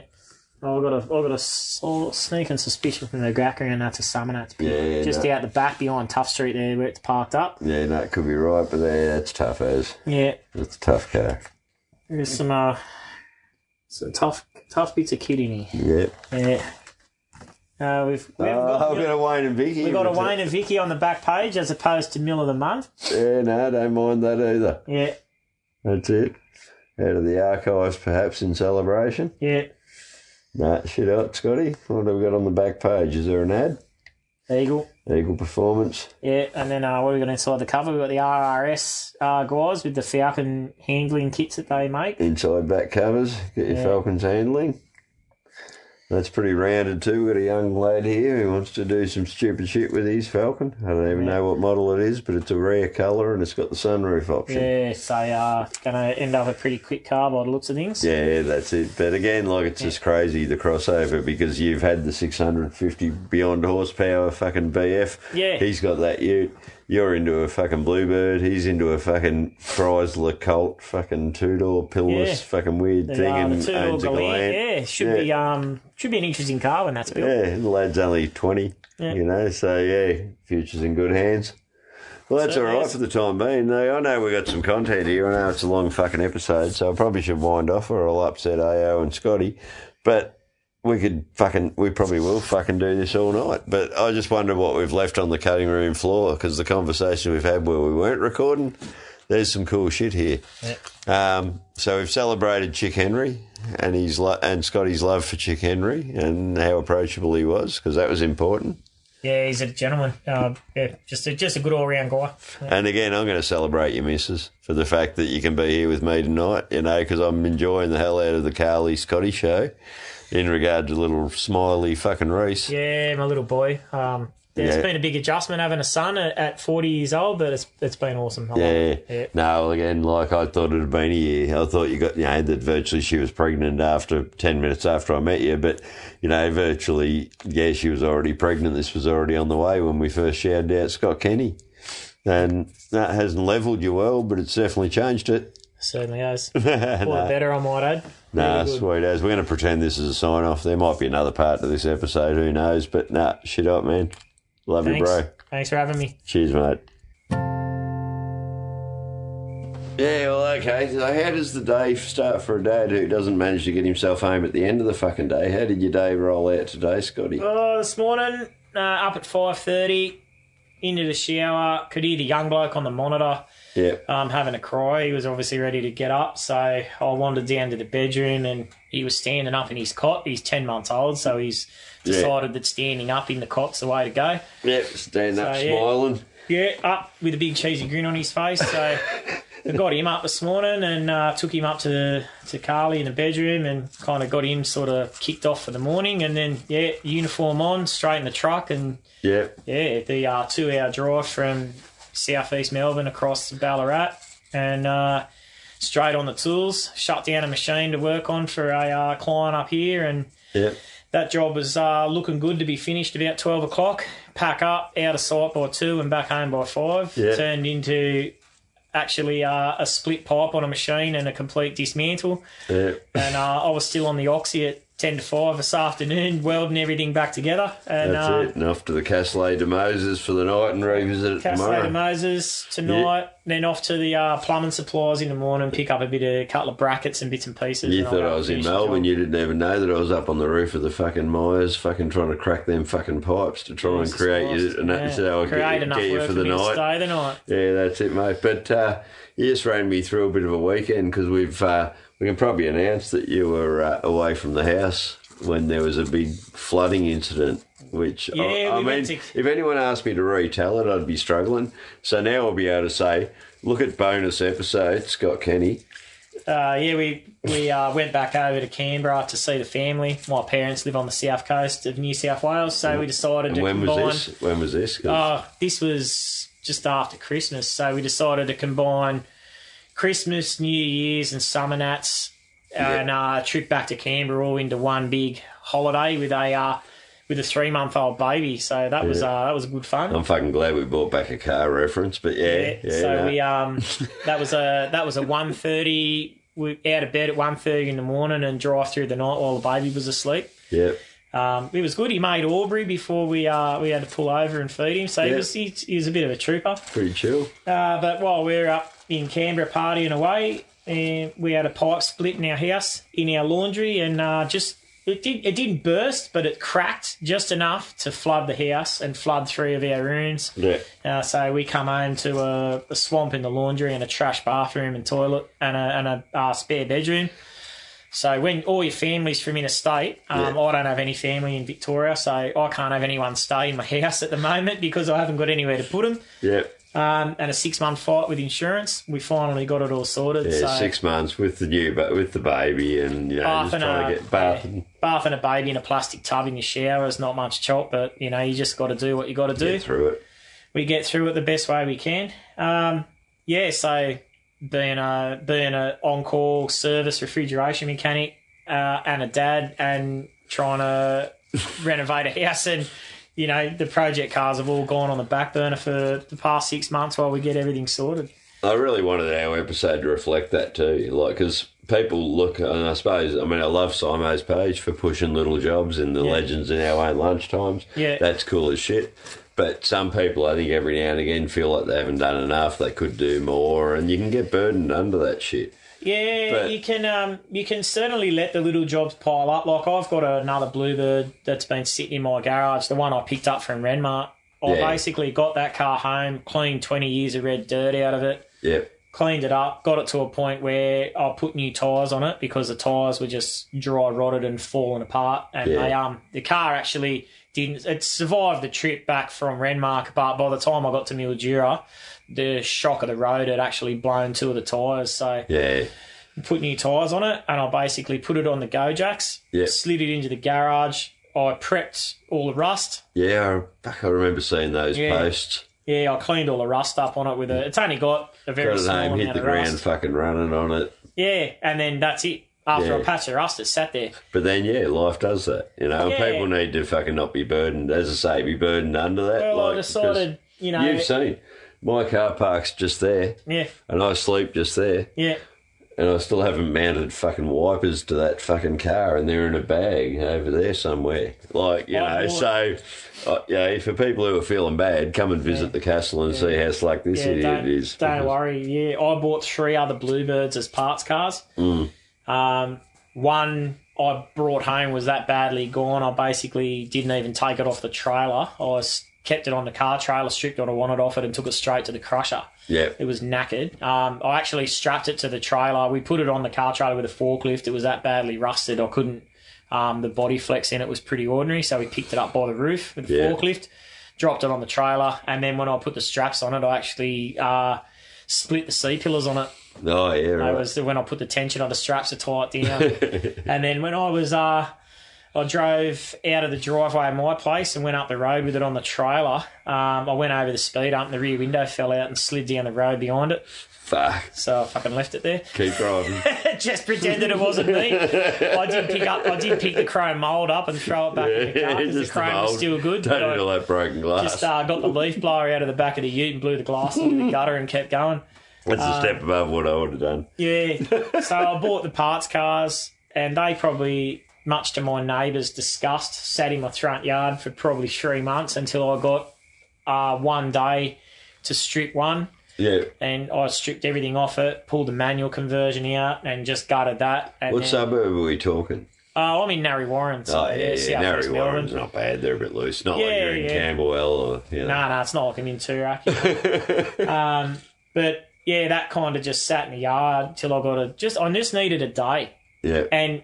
I've got a, I've got a sl- sneaking suspicion from the Gracker that's a Summonats. Yeah, Just no, out the back behind Tough Street there where it's parked up. yeah, that could be right, but yeah, that's tough as. Yeah. That's a tough car. There's some uh, some tough tough bits of kid in here. Yep. Yeah. Uh, we've we haven't Oh, got, I've got a Wayne and Vicky. we got a but- Wayne and Vicky on the back page as opposed to Mill of the Month. Yeah, no, don't mind that either. Yeah, That's it. Out of the archives, perhaps in celebration. yeah. Nah, shit out, Scotty. What have we got on the back page? Is there an ad? Eagle. Equal performance. Yeah, and then uh, what have we got inside the cover? We've got the RRS uh, guys with the Falcon handling kits that they make. inside back covers, get your Yeah. Falcons handling. That's pretty rounded too. Got a young lad here who wants to do some stupid shit with his Falcon. I don't even know what model it is, but it's a rare colour and it's got the sunroof option. Yeah, so uh, going to end up a pretty quick car by the looks of things. Yeah, that's it. But again, like it's just crazy the crossover because you've had the 650 beyond horsepower fucking BF. Yeah. He's got that Ute. You're into a fucking Bluebird. He's into a fucking Chrysler Colt fucking two door pillless Yeah. fucking weird The, thing uh, and the two-door owns a Gallant. Galant. Yeah, should be um should be an interesting car when that's built. Yeah, the lad's only 20, Yeah. you know, so yeah, future's in good hands. Well, that's all Certainly right is. for the time being, though. I know we got some content here. I know it's a long fucking episode, so I probably should wind off or I'll upset AO and Scotty. But we could fucking, we probably will fucking do this all night. But I just wonder what we've left on the cutting room floor because the conversation we've had where we weren't recording, there's some cool shit here. Um, so we've celebrated Chick Henry and his lo- and Scotty's love for Chick Henry and how approachable he was because that was important. Yeah, he's a gentleman. Uh, yeah, just a, just a good all round guy. And again, I'm going to celebrate you, missus, for the fact that you can be here with me tonight. You know, because I'm enjoying the hell out of the Carly Scotty show in regard to little smiley fucking Reese. Yeah, my little boy. Um, it's Yeah. been a big adjustment having a son at, at 40 years old, but it's it's been awesome. I love it. Yeah. Yeah. No, well, again, like I thought it had been a year. I thought you got, you know, that virtually she was pregnant after 10 minutes after I met you. But, you know, virtually, yeah, she was already pregnant. This was already on the way when we first shouted out Scott Kenny. And that hasn't leveled you well, but it's definitely changed it. Certainly has. Or better, I might add. Nah, Really good. sweet as. We're going to pretend this is a sign off. There might be another part to this episode. Who knows? But nah, shit up, man. Love Thanks. you, bro. Thanks for having me. Cheers, mate. Yeah, well, okay. So, how does the day start for a dad who doesn't manage to get himself home at the end of the fucking day? How did your day roll out today, Scotty? Oh, this morning, uh, up at five thirty, into the shower. Could hear the young bloke on the monitor Yeah, um, having a cry. He was obviously ready to get up, so I wandered down to the bedroom, and he was standing up in his cot. He's ten months old, so he's decided that standing up in the cot's the way to go. yep. Stand up, So, yeah. smiling. Yeah, up with a big cheesy grin on his face. So I got him up this morning and uh, took him up to to Carly in the bedroom and kind of got him sort of kicked off for the morning. And then yeah, uniform on, straight in the truck, and Yep. yeah, the uh, two hour drive from southeast Melbourne across to Ballarat and uh, straight on the tools. Shut down a machine to work on for a uh, client up here and Yep. that job was uh, looking good to be finished about 12 o'clock. Pack up, out of sight by two, and back home by five. Yeah. Turned into actually uh, a split pipe on a machine and a complete dismantle. Yep. And uh, I was still on the oxy at ten to five this afternoon, welding everything back together. And That's uh, it. And off to the Castle de Moses for the night and revisit it Castle tomorrow. to Moses tonight, then off to the uh, plumbing supplies in the morning, pick up a bit of a couple of brackets and bits and pieces. you and I'll thought go I was in finish the Melbourne. job. You didn't even know that I was up on the roof of the fucking Myers, fucking trying to crack them fucking pipes to try and Jesus create Christ. you. And that, Yeah. so I create get, enough get you work for the me night. To stay the night. Yeah, that's it, mate. But uh, you just ran me through a bit of a weekend because we've uh, we can probably announce that you were uh, away from the house when there was a big flooding incident. Which I- Yeah, I, mean, we went to- if anyone asked me to retell it, I'd be struggling. So now I'll be able to say, look at bonus episode Scott Kenny. Uh, yeah, we we uh, went back over to Canberra to see the family. My parents live on the south coast of New South Wales, so we decided And to when combine. was this? When was this? 'Cause Uh, this was just after Christmas, so we decided to combine Christmas, New Year's, and summer nats, and uh, trip back to Canberra all into one big holiday with a uh, with a three month old baby. So that was uh, that was good fun. I'm fucking glad we brought back a car reference, but yeah, yeah. so no. we um that was a that was a one thirty. We out of bed at 1.30 in the morning and drive through the night while the baby was asleep. Yep. Um, it was good. He made Aubrey before we uh, we had to pull over and feed him, so he Yeah. was he, he was a bit of a trooper. Pretty chill. Uh, but while we were up in Canberra partying away, and we had a pipe split in our house in our laundry, and uh, just it did it didn't burst, but it cracked just enough to flood the house and flood three of our rooms. Yeah. Uh, so we come home to a, a swamp in the laundry and a trash bathroom and toilet and a, and a uh, spare bedroom. So when all your family's from interstate, um, Yeah. I don't have any family in Victoria, so I can't have anyone stay in my house at the moment because I haven't got anywhere to put them. Yep. Um, and a six month fight with insurance, we finally got it all sorted. Yeah, so six months with the new, but with the baby, and you know, bath just and trying a to get bath. yeah, and bath and a baby in a plastic tub in your shower is not much chop, but you know you just got to do what you got to do. Get through it. we get through it the best way we can. Um, yeah, so being a being a on call service refrigeration mechanic uh, and a dad and trying to renovate a house and you know the project cars have all gone on the back burner for the past six months while we get everything sorted. I really wanted our episode to reflect that too, like because people look, and I suppose I mean I love Simo's page for pushing little jobs and the legends in our own lunchtimes. Yeah. that's cool as shit. But some people, I think, every now and again feel like they haven't done enough. They could do more, and you can get burdened under that shit. Yeah, But- you can um, you can certainly let the little jobs pile up. Like I've got another bluebird that's been sitting in my garage, the one I picked up from Renmark. I Yeah. basically got that car home, cleaned twenty years of red dirt out of it, Yep. cleaned it up, got it to a point where I put new tires on it because the tires were just dry rotted and falling apart. And Yeah. they um the car actually didn't it survived the trip back from Renmark, but by the time I got to Mildura, the shock of the road had actually blown two of the tires. So Yeah. put new tyres on it, and I basically put it on the go jacks, Yeah. slid it into the garage. I prepped all the rust. Yeah. I, fuck, I remember seeing those Yeah. posts. Yeah, I cleaned all the rust up on it with a. It's only got a very Got it small home, amount hit the of ground, rust. fucking running on it. Yeah, and then that's it. After Yeah. a patch of rust, it sat there. But then, yeah, life does that, you know. Yeah. And people need to fucking not be burdened, as I say, be burdened under that. Well, I like, decided, you know, because You've seen my car park's just there, yeah, and I sleep just there, yeah, and I still haven't mounted fucking wipers to that fucking car, and they're in a bag over there somewhere. Like you I know, so uh, yeah, for people who are feeling bad, come and visit the castle and see how slack this yeah. idiot Don't, is. don't worry. Yeah, I bought three other Bluebirds as parts cars. Um, one I brought home was that badly gone. I basically didn't even take it off the trailer. I was, kept it on the car trailer, stripped what I wanted off it, and took it straight to the crusher. Yep. It was knackered. Um, I actually strapped it to the trailer. We put it on the car trailer with a forklift. It was that badly rusted. I couldn't. Um, the body flex in it was pretty ordinary, so we picked it up by the roof with the Yeah. forklift, dropped it on the trailer, and then when I put the straps on it, I actually uh, split the C pillars on it. Oh yeah, I right. was when I put the tension on the straps to tie it down. and then when I was uh I drove out of the driveway of my place and went up the road with it on the trailer. Um, I went over the speed hump, the rear window fell out and slid down the road behind it. Fuck. So I fucking left it there. Keep driving. Just pretended it wasn't me. I did pick up, I did pick the chrome mold up and throw it back in the car because the Just the chrome was mould. still good. Don't but I need all that broken glass. just uh, got the leaf blower out of the back of the Ute and blew the glass into the gutter and kept going. That's a step above what I would have done. Yeah. So I bought the parts cars, and they probably much to my neighbour's disgust, sat in my front yard for probably three months until I got uh, one day to strip one. Yeah. And I stripped everything off it, pulled the manual conversion out, and just gutted that. And What then- suburb are we talking? Oh, I'm in Narry Warren. So Oh, yeah, yeah, yeah. southwest Narry Warren's Melbourne. not bad. They're a bit loose. Not like Yeah, you're in yeah. Camberwell or, you know. No, no, it's not like I'm in Turak. um, but yeah, that kind of just sat in the yard till I got a just. I just needed a day, Yeah. and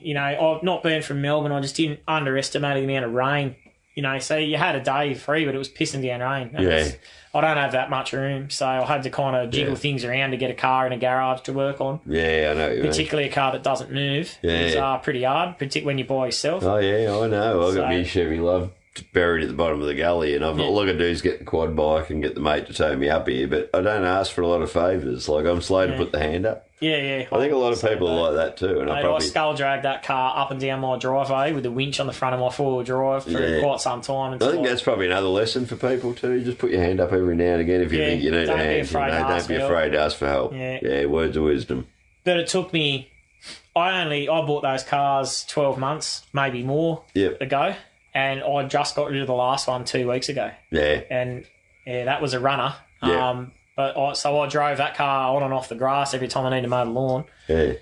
you know, I've not been from Melbourne. I just didn't underestimate the amount of rain. You know, so you had a day free, but it was pissing down rain. And Yeah. it's- I don't have that much room, so I had to kind of jiggle Yeah. things around to get a car in a garage to work on. Yeah, I know. what you mean. Particularly a car that doesn't move Yeah. is uh, pretty hard, particularly when you're by yourself. Oh yeah, I know. I've got So- me Chevy Love buried at the bottom of the gully, and I've Yeah. all I can do is get the quad bike and get the mate to tow me up here. But I don't ask for a lot of favours. Like I'm slow to Yeah. put the hand up. Yeah, yeah. I think a lot of people like. are like that too, and I Mate, I probably skull dragged that car up and down my driveway with the winch on the front of my four wheel drive for Yeah. quite some time. I think that's probably another lesson for people too. Just put your hand up every now and again if you Yeah, think you need a don't be hand. you afraid to know, don't ask be for afraid to ask for help. Yeah. words of wisdom. but it took me. I only I bought those cars twelve months, maybe more Yep. ago, and I just got rid of the last one two weeks ago, Yeah. and yeah, that was a runner. Yeah. Um, but I, so I drove that car on and off the grass every time I needed to mow the lawn. Yeah.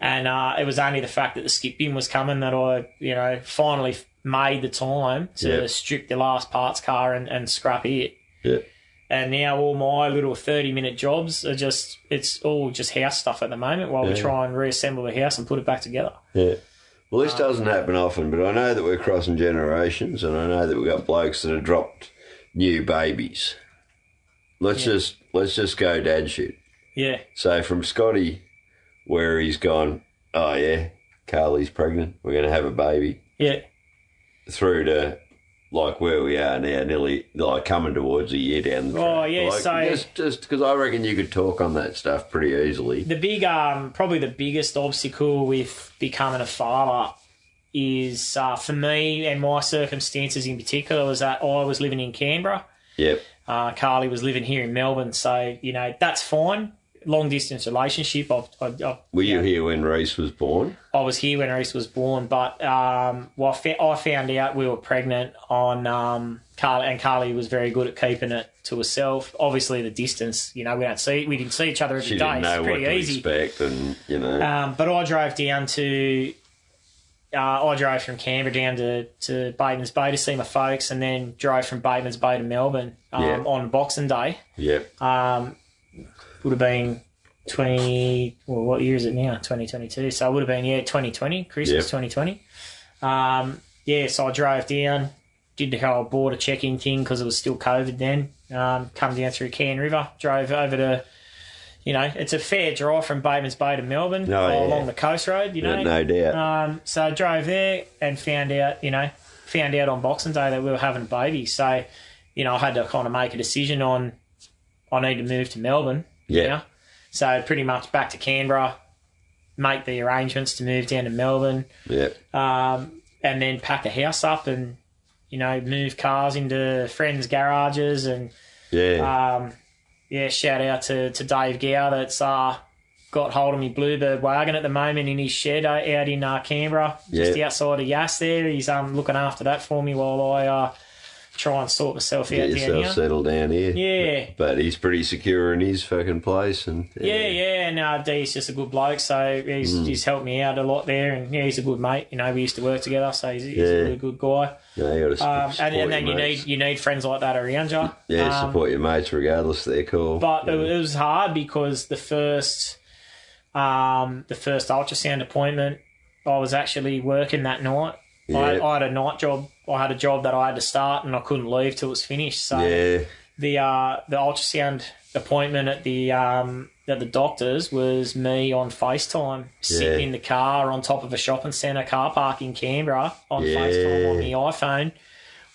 And uh, it was only the fact that the skip bin was coming that I, you know, finally f- made the time to Yeah. strip the last parts car and, and scrap it. Yeah. And now all my little 30 minute jobs are just, it's all just house stuff at the moment while we Yeah. try and reassemble the house and put it back together. Yeah. Well, Oh, this doesn't happen often, but I know that we're crossing generations, and I know that we've got blokes that have dropped new babies. Let's just let's just go dad shit. Yeah. So from Scotty, where he's gone, oh yeah, Carly's pregnant. We're going to have a baby. Yeah. Through to like where we are now, nearly like coming towards a year down the Oh, track. yeah, Like, so- just just because I reckon you could talk on that stuff pretty easily. The big, um, probably the biggest obstacle with becoming a father is uh, for me and my circumstances in particular was that I was living in Canberra. Yep. Uh, Carly was living here in Melbourne, so you know that's fine. Long distance relationship. I've, I've, I've, Were you you here when Reese was born? I was here when Reese was born, but um, well, I fa- I found out we were pregnant on um, Carly, and Carly was very good at keeping it to herself. Obviously, the distance. You know, we don't see we didn't see each other every She day. didn't know it's what pretty to easy. expect, and you know. Um, but I drove down to, uh, I drove from Canberra down to, to Batemans Bay to see my folks, and then drove from Batemans Bay to Melbourne um, Yeah. on Boxing Day. Yep. um, would have been 20 well what year is it now 2022 so it would have been yeah 2020 Yep. christmas 2020 um, yeah so i drove down did the whole border check-in thing because it was still covid then um, come down through cairn river drove over to you know it's a fair drive from Batemans bay to melbourne Oh, yeah. along the coast road you know no doubt. um, so I drove there and found out, you know, found out on Boxing Day that we were having a baby. So, you know, I had to kind of make a decision on I need to move to Melbourne. you Yeah. know. So pretty much back to Canberra, make the arrangements to move down to Melbourne, Yep. um, and then pack the house up and you know move cars into friends' garages and Yeah. um, yeah, shout out to, to Dave Gow that's uh, got hold of me Bluebird wagon at the moment in his shed o- out in uh, Canberra, just Yeah. outside of Yass there. He's um, looking after that for me while I uh, try and sort myself out Get down yourself here. settled down here. Yeah. But, but he's pretty secure in his fucking place, and Yeah, yeah, and uh, D's just a good bloke, so he's, Mm. he's helped me out a lot there, and yeah, he's a good mate. You know, we used to work together, so he's, he's Yeah. a really good guy. No, you got to Um, support and, and then your you mates. need you need friends like that around you. yeah, Um, support your mates regardless of their call. but it, it was hard because the first um, the first ultrasound appointment I was actually working that night. I, Yeah. I had a night job. I had a job that I had to start and I couldn't leave till it was finished. So yeah, the uh, the ultrasound appointment at the um, at the doctor's was me on FaceTime sitting Yeah. in the car on top of a shopping centre car park in Canberra on Yeah. FaceTime on the iPhone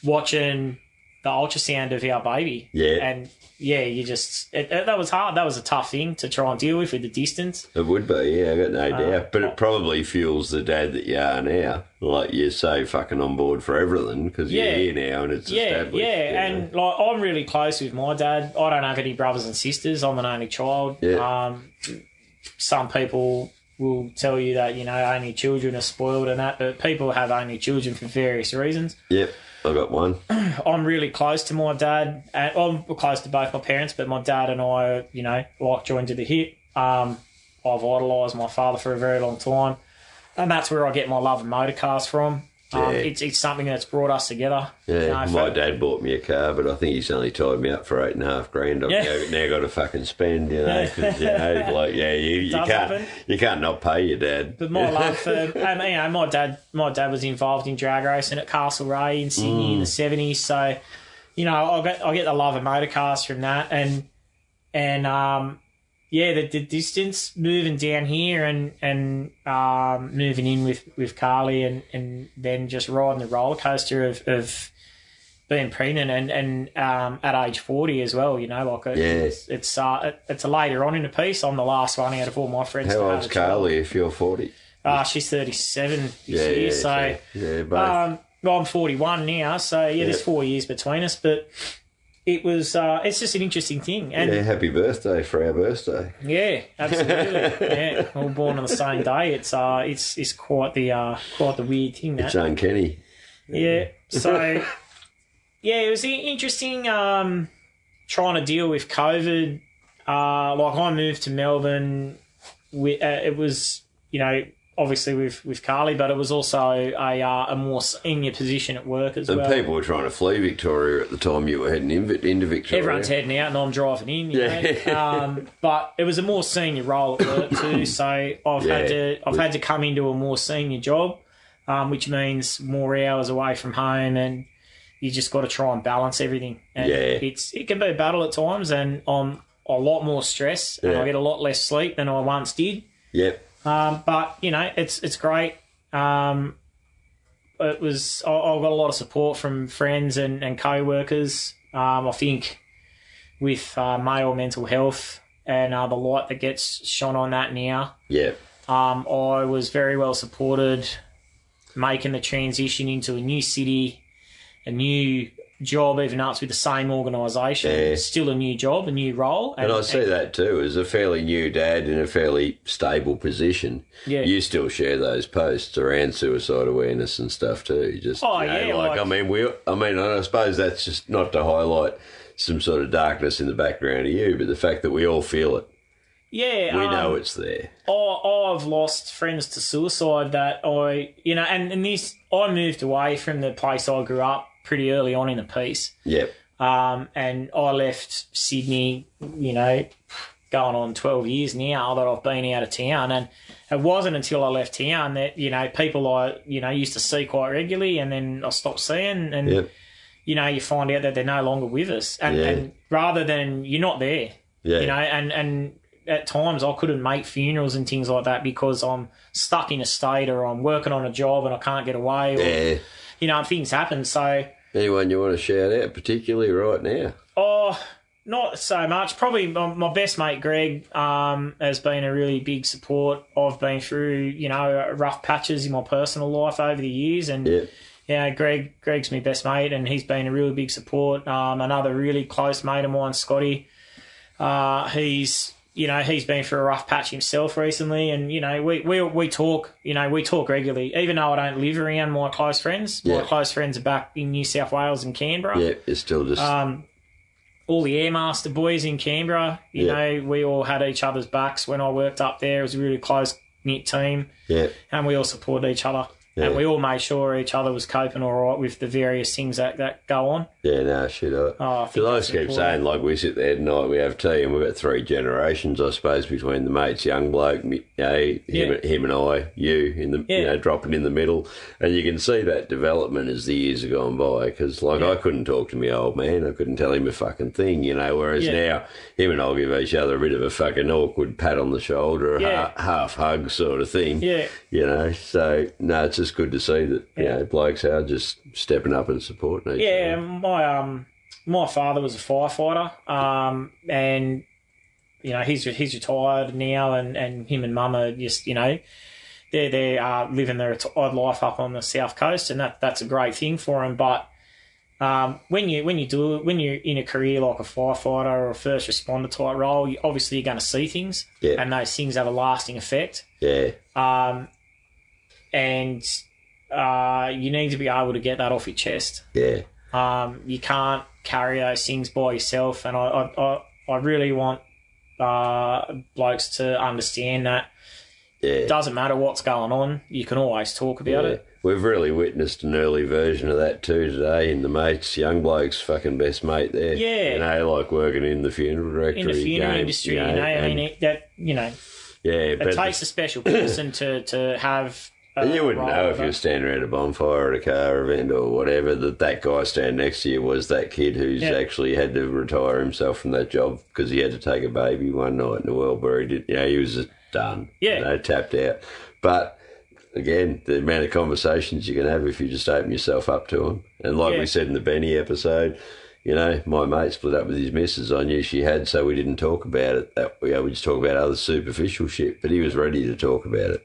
watching the ultrasound of our baby. Yeah. And yeah, you just it, it- that was hard. That was a tough thing to try and deal with with the distance. it would be. Yeah, I got no Uh, doubt. But it probably fuels the dad that you are now. Like you're so fucking on board for everything because Yeah. you're here now and it's Yeah, established. yeah, you know. and like I'm really close with my dad. I don't have any brothers and sisters. I'm an only child. Yeah. Um, some people will tell you that, you know, only children are spoiled and that, but people have only children for various reasons. Yep, I got one. I'm really close to my dad. And, well, I'm close to both my parents, but my dad and I, you know, like joined to the hip. Um, I've idolised my father for a very long time, and that's where I get my love of motorcars from. Um, Yeah. it's, it's something that's brought us together. You Yeah, know, my for- dad bought me a car, but I think he's only tied me up for eight and a half grand. I've Yeah. now, now got to fucking spend, you know, 'cause, you know, like yeah, you, you Does can't happen. you can't not pay your dad. But my love for, um, you know, my dad, my dad was involved in drag racing at Castlereagh in Sydney in the Mm. seventies. So, you know, I get I get the love of motorcars from that, and and um, yeah, the, the distance moving down here and and um, moving in with with Carly, and and then just riding the roller coaster of. of being pregnant and and um, at age forty as well, you know, like it- Yeah. it's it's, uh, it's later on in the piece. I'm the last one out of all my friends. to How have old's a child. Carly if you're forty? Ah, she's 37 this Yeah, year, yeah, so yeah, yeah, both. um, well, I'm 41 now, so yeah, there's Yeah. four years between us, but it was uh, it's just an interesting thing, yeah, and happy birthday for our birthday. yeah, absolutely, yeah, all born on the same day. It's uh, it's it's quite the uh, quite the weird thing that It's uncanny. yeah. So, yeah, it was i- interesting um, trying to deal with COVID. Uh, like I moved to Melbourne. With, uh, it was you know obviously with with Carly, but it was also a uh, a more senior position at work as And well. people were trying to flee Victoria at the time you were heading in, into Victoria. Everyone's heading out and I'm driving in. You Yeah. know? um, but it was a more senior role at work too, so I've Yeah. had to I've had to come into a more senior job, um, which means more hours away from home, and you just got to try and balance everything. And Yeah. it's it can be a battle at times, and I'm a lot more stressed, and Yeah. I get a lot less sleep than I once did. Yep. Um, but you know, it's it's great. Um, it was I, I got a lot of support from friends and, and co-workers. Um, I think with uh, male mental health and uh, the light that gets shone on that now, Yep. um, I was very well supported, making the transition into a new city, a new job, even though it's with the same organisation, Yeah. still a new job, a new role, And I see that too as a fairly new dad in a fairly stable position. Yeah. You still share those posts around suicide awareness and stuff too. You Just Oh, you know, yeah, like, I like- mean we I mean I suppose that's just not to highlight some sort of darkness in the background of you, but the fact that we all feel it. yeah, We um, know it's there. I, I've lost friends to suicide that I, you know, and, and this, I moved away from the place I grew up pretty early on in the piece. Yep. Um, and I left Sydney, you know, going on 12 years now that I've been out of town. And it wasn't until I left town that, you know, people I, you know, used to see quite regularly and then I stopped seeing. And, Yep. you know, you find out that they're no longer with us. And, Yeah. and rather than you're not there, Yeah. you know and and at times i couldn't make funerals and things like that because i'm stuck in a state or i'm working on a job and i can't get away or yeah. you know and things happen so Anyone you want to shout out, particularly right now? oh not so much probably my, my best mate greg um, has been a really big support i've been through you know rough patches in my personal life over the years and Yep. yeah, Greg. Greg's my best mate, and he's been a really big support. Um, another really close mate of mine, Scotty. Uh, he's you know he's been through a rough patch himself recently, and you know we we we talk. You know we talk regularly, even though I don't live around my close friends. Yeah. My close friends are back in New South Wales and Canberra. Yep. It's still just Um, all the Airmaster boys in Canberra. You Yeah. know we all had each other's backs when I worked up there. It was a really close knit team Yep. and we all supported each other. Yeah. And we all made sure each other was coping all right with the various things that, that go on. Yeah, no, shit. I, Oh, I think Because I that's just keep important. saying, like, we sit there tonight, we have tea, and we've got three generations, I suppose, between the mates, young bloke, me, you know, him, Yeah. him and I, you, in the you Yeah. know, dropping in the middle. And you can see that development as the years have gone by, because, like, I couldn't talk to my old man, I couldn't tell him a fucking thing, you know, whereas Yeah. now, him and I'll give each other a bit of a fucking awkward pat on the shoulder, a Yeah. ha- half hug sort of thing. Yeah. You know, so, no, it's just good to see that, you Yeah. know, blokes are just stepping up and supporting each other. Yeah, my um my father was a firefighter, um, and you know he's he's retired now, and, and him and mum are just you know they're they are living their retired life up on the south coast, and that that's a great thing for them. But Um, when you when you do when you're in a career like a firefighter or a first responder type role, you, obviously you're going to see things, Yeah. and those things have a lasting effect. Yeah. Um, and uh, you need to be able to get that off your chest. Yeah. Um, you can't carry those things by yourself, and I, I, I, I really want uh, blokes to understand that Yeah. it doesn't matter what's going on, you can always talk about Yeah. it. We've really witnessed an early version of that too today in the mates, young bloke's fucking best mate there. Yeah. You know, like working in the funeral directory. In the funeral game, industry, you know, I mean, and- it, that you know, yeah, it but takes a special person to to have. a you wouldn't role know if over- you were standing around a bonfire at a car event or whatever that that guy standing next to you was that kid who's Yeah. actually had to retire himself from that job because he had to take a baby one night in the world where he did. You know, he was just done. Yeah. you know, tapped out. But again, the amount of conversations you can have if you just open yourself up to them. And like Yeah. we said in the Benny episode, you know, my mate split up with his missus. I knew she had, so we didn't talk about it. That you know, we just talk about other superficial shit. But he was ready to talk about it.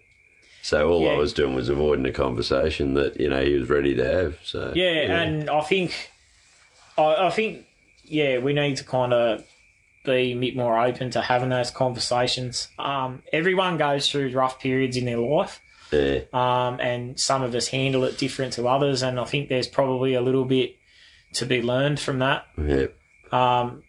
So all I Yeah. was doing was avoiding a conversation that you know he was ready to have. So Yeah, and I think, I, I think, yeah, we need to kind of be a bit more open to having those conversations. Um, everyone goes through rough periods in their life, yeah, um, and some of us handle it different to others. And I think there's probably a little bit to be learned from that. yeah, Um,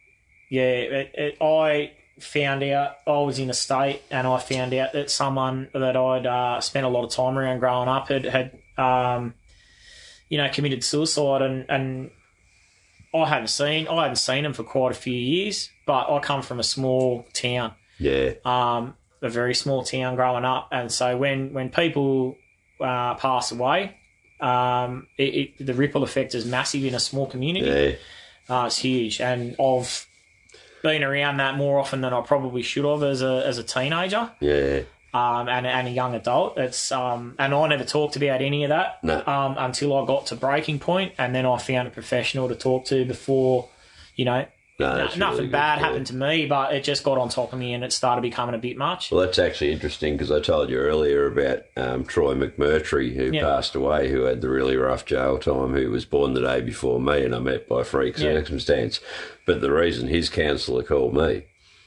yeah, it, it, I found out I was in a state, and I found out that someone that I'd uh, spent a lot of time around growing up had had um, you know committed suicide, and and I hadn't seen I hadn't seen him for quite a few years, but I come from a small town, yeah, um, a very small town growing up, and so when when people uh, pass away. Um, it, it, the ripple effect is massive in a small community. yeah, Uh, it's huge, and I've been around that more often than I probably should have as a as a teenager yeah. um, and and a young adult. It's um, and I never talked about any of that No. um, until I got to breaking point, and then I found a professional to talk to before, you know. No, n- that's nothing really good, bad yeah. happened to me, but it just got on top of me and it started becoming a bit much. Well, that's actually interesting because I told you earlier about um, Troy McMurtry, who Yeah. passed away, who had the really rough jail time, who was born the day before me, and I met by freak Yeah. circumstance. But the reason his counsellor called me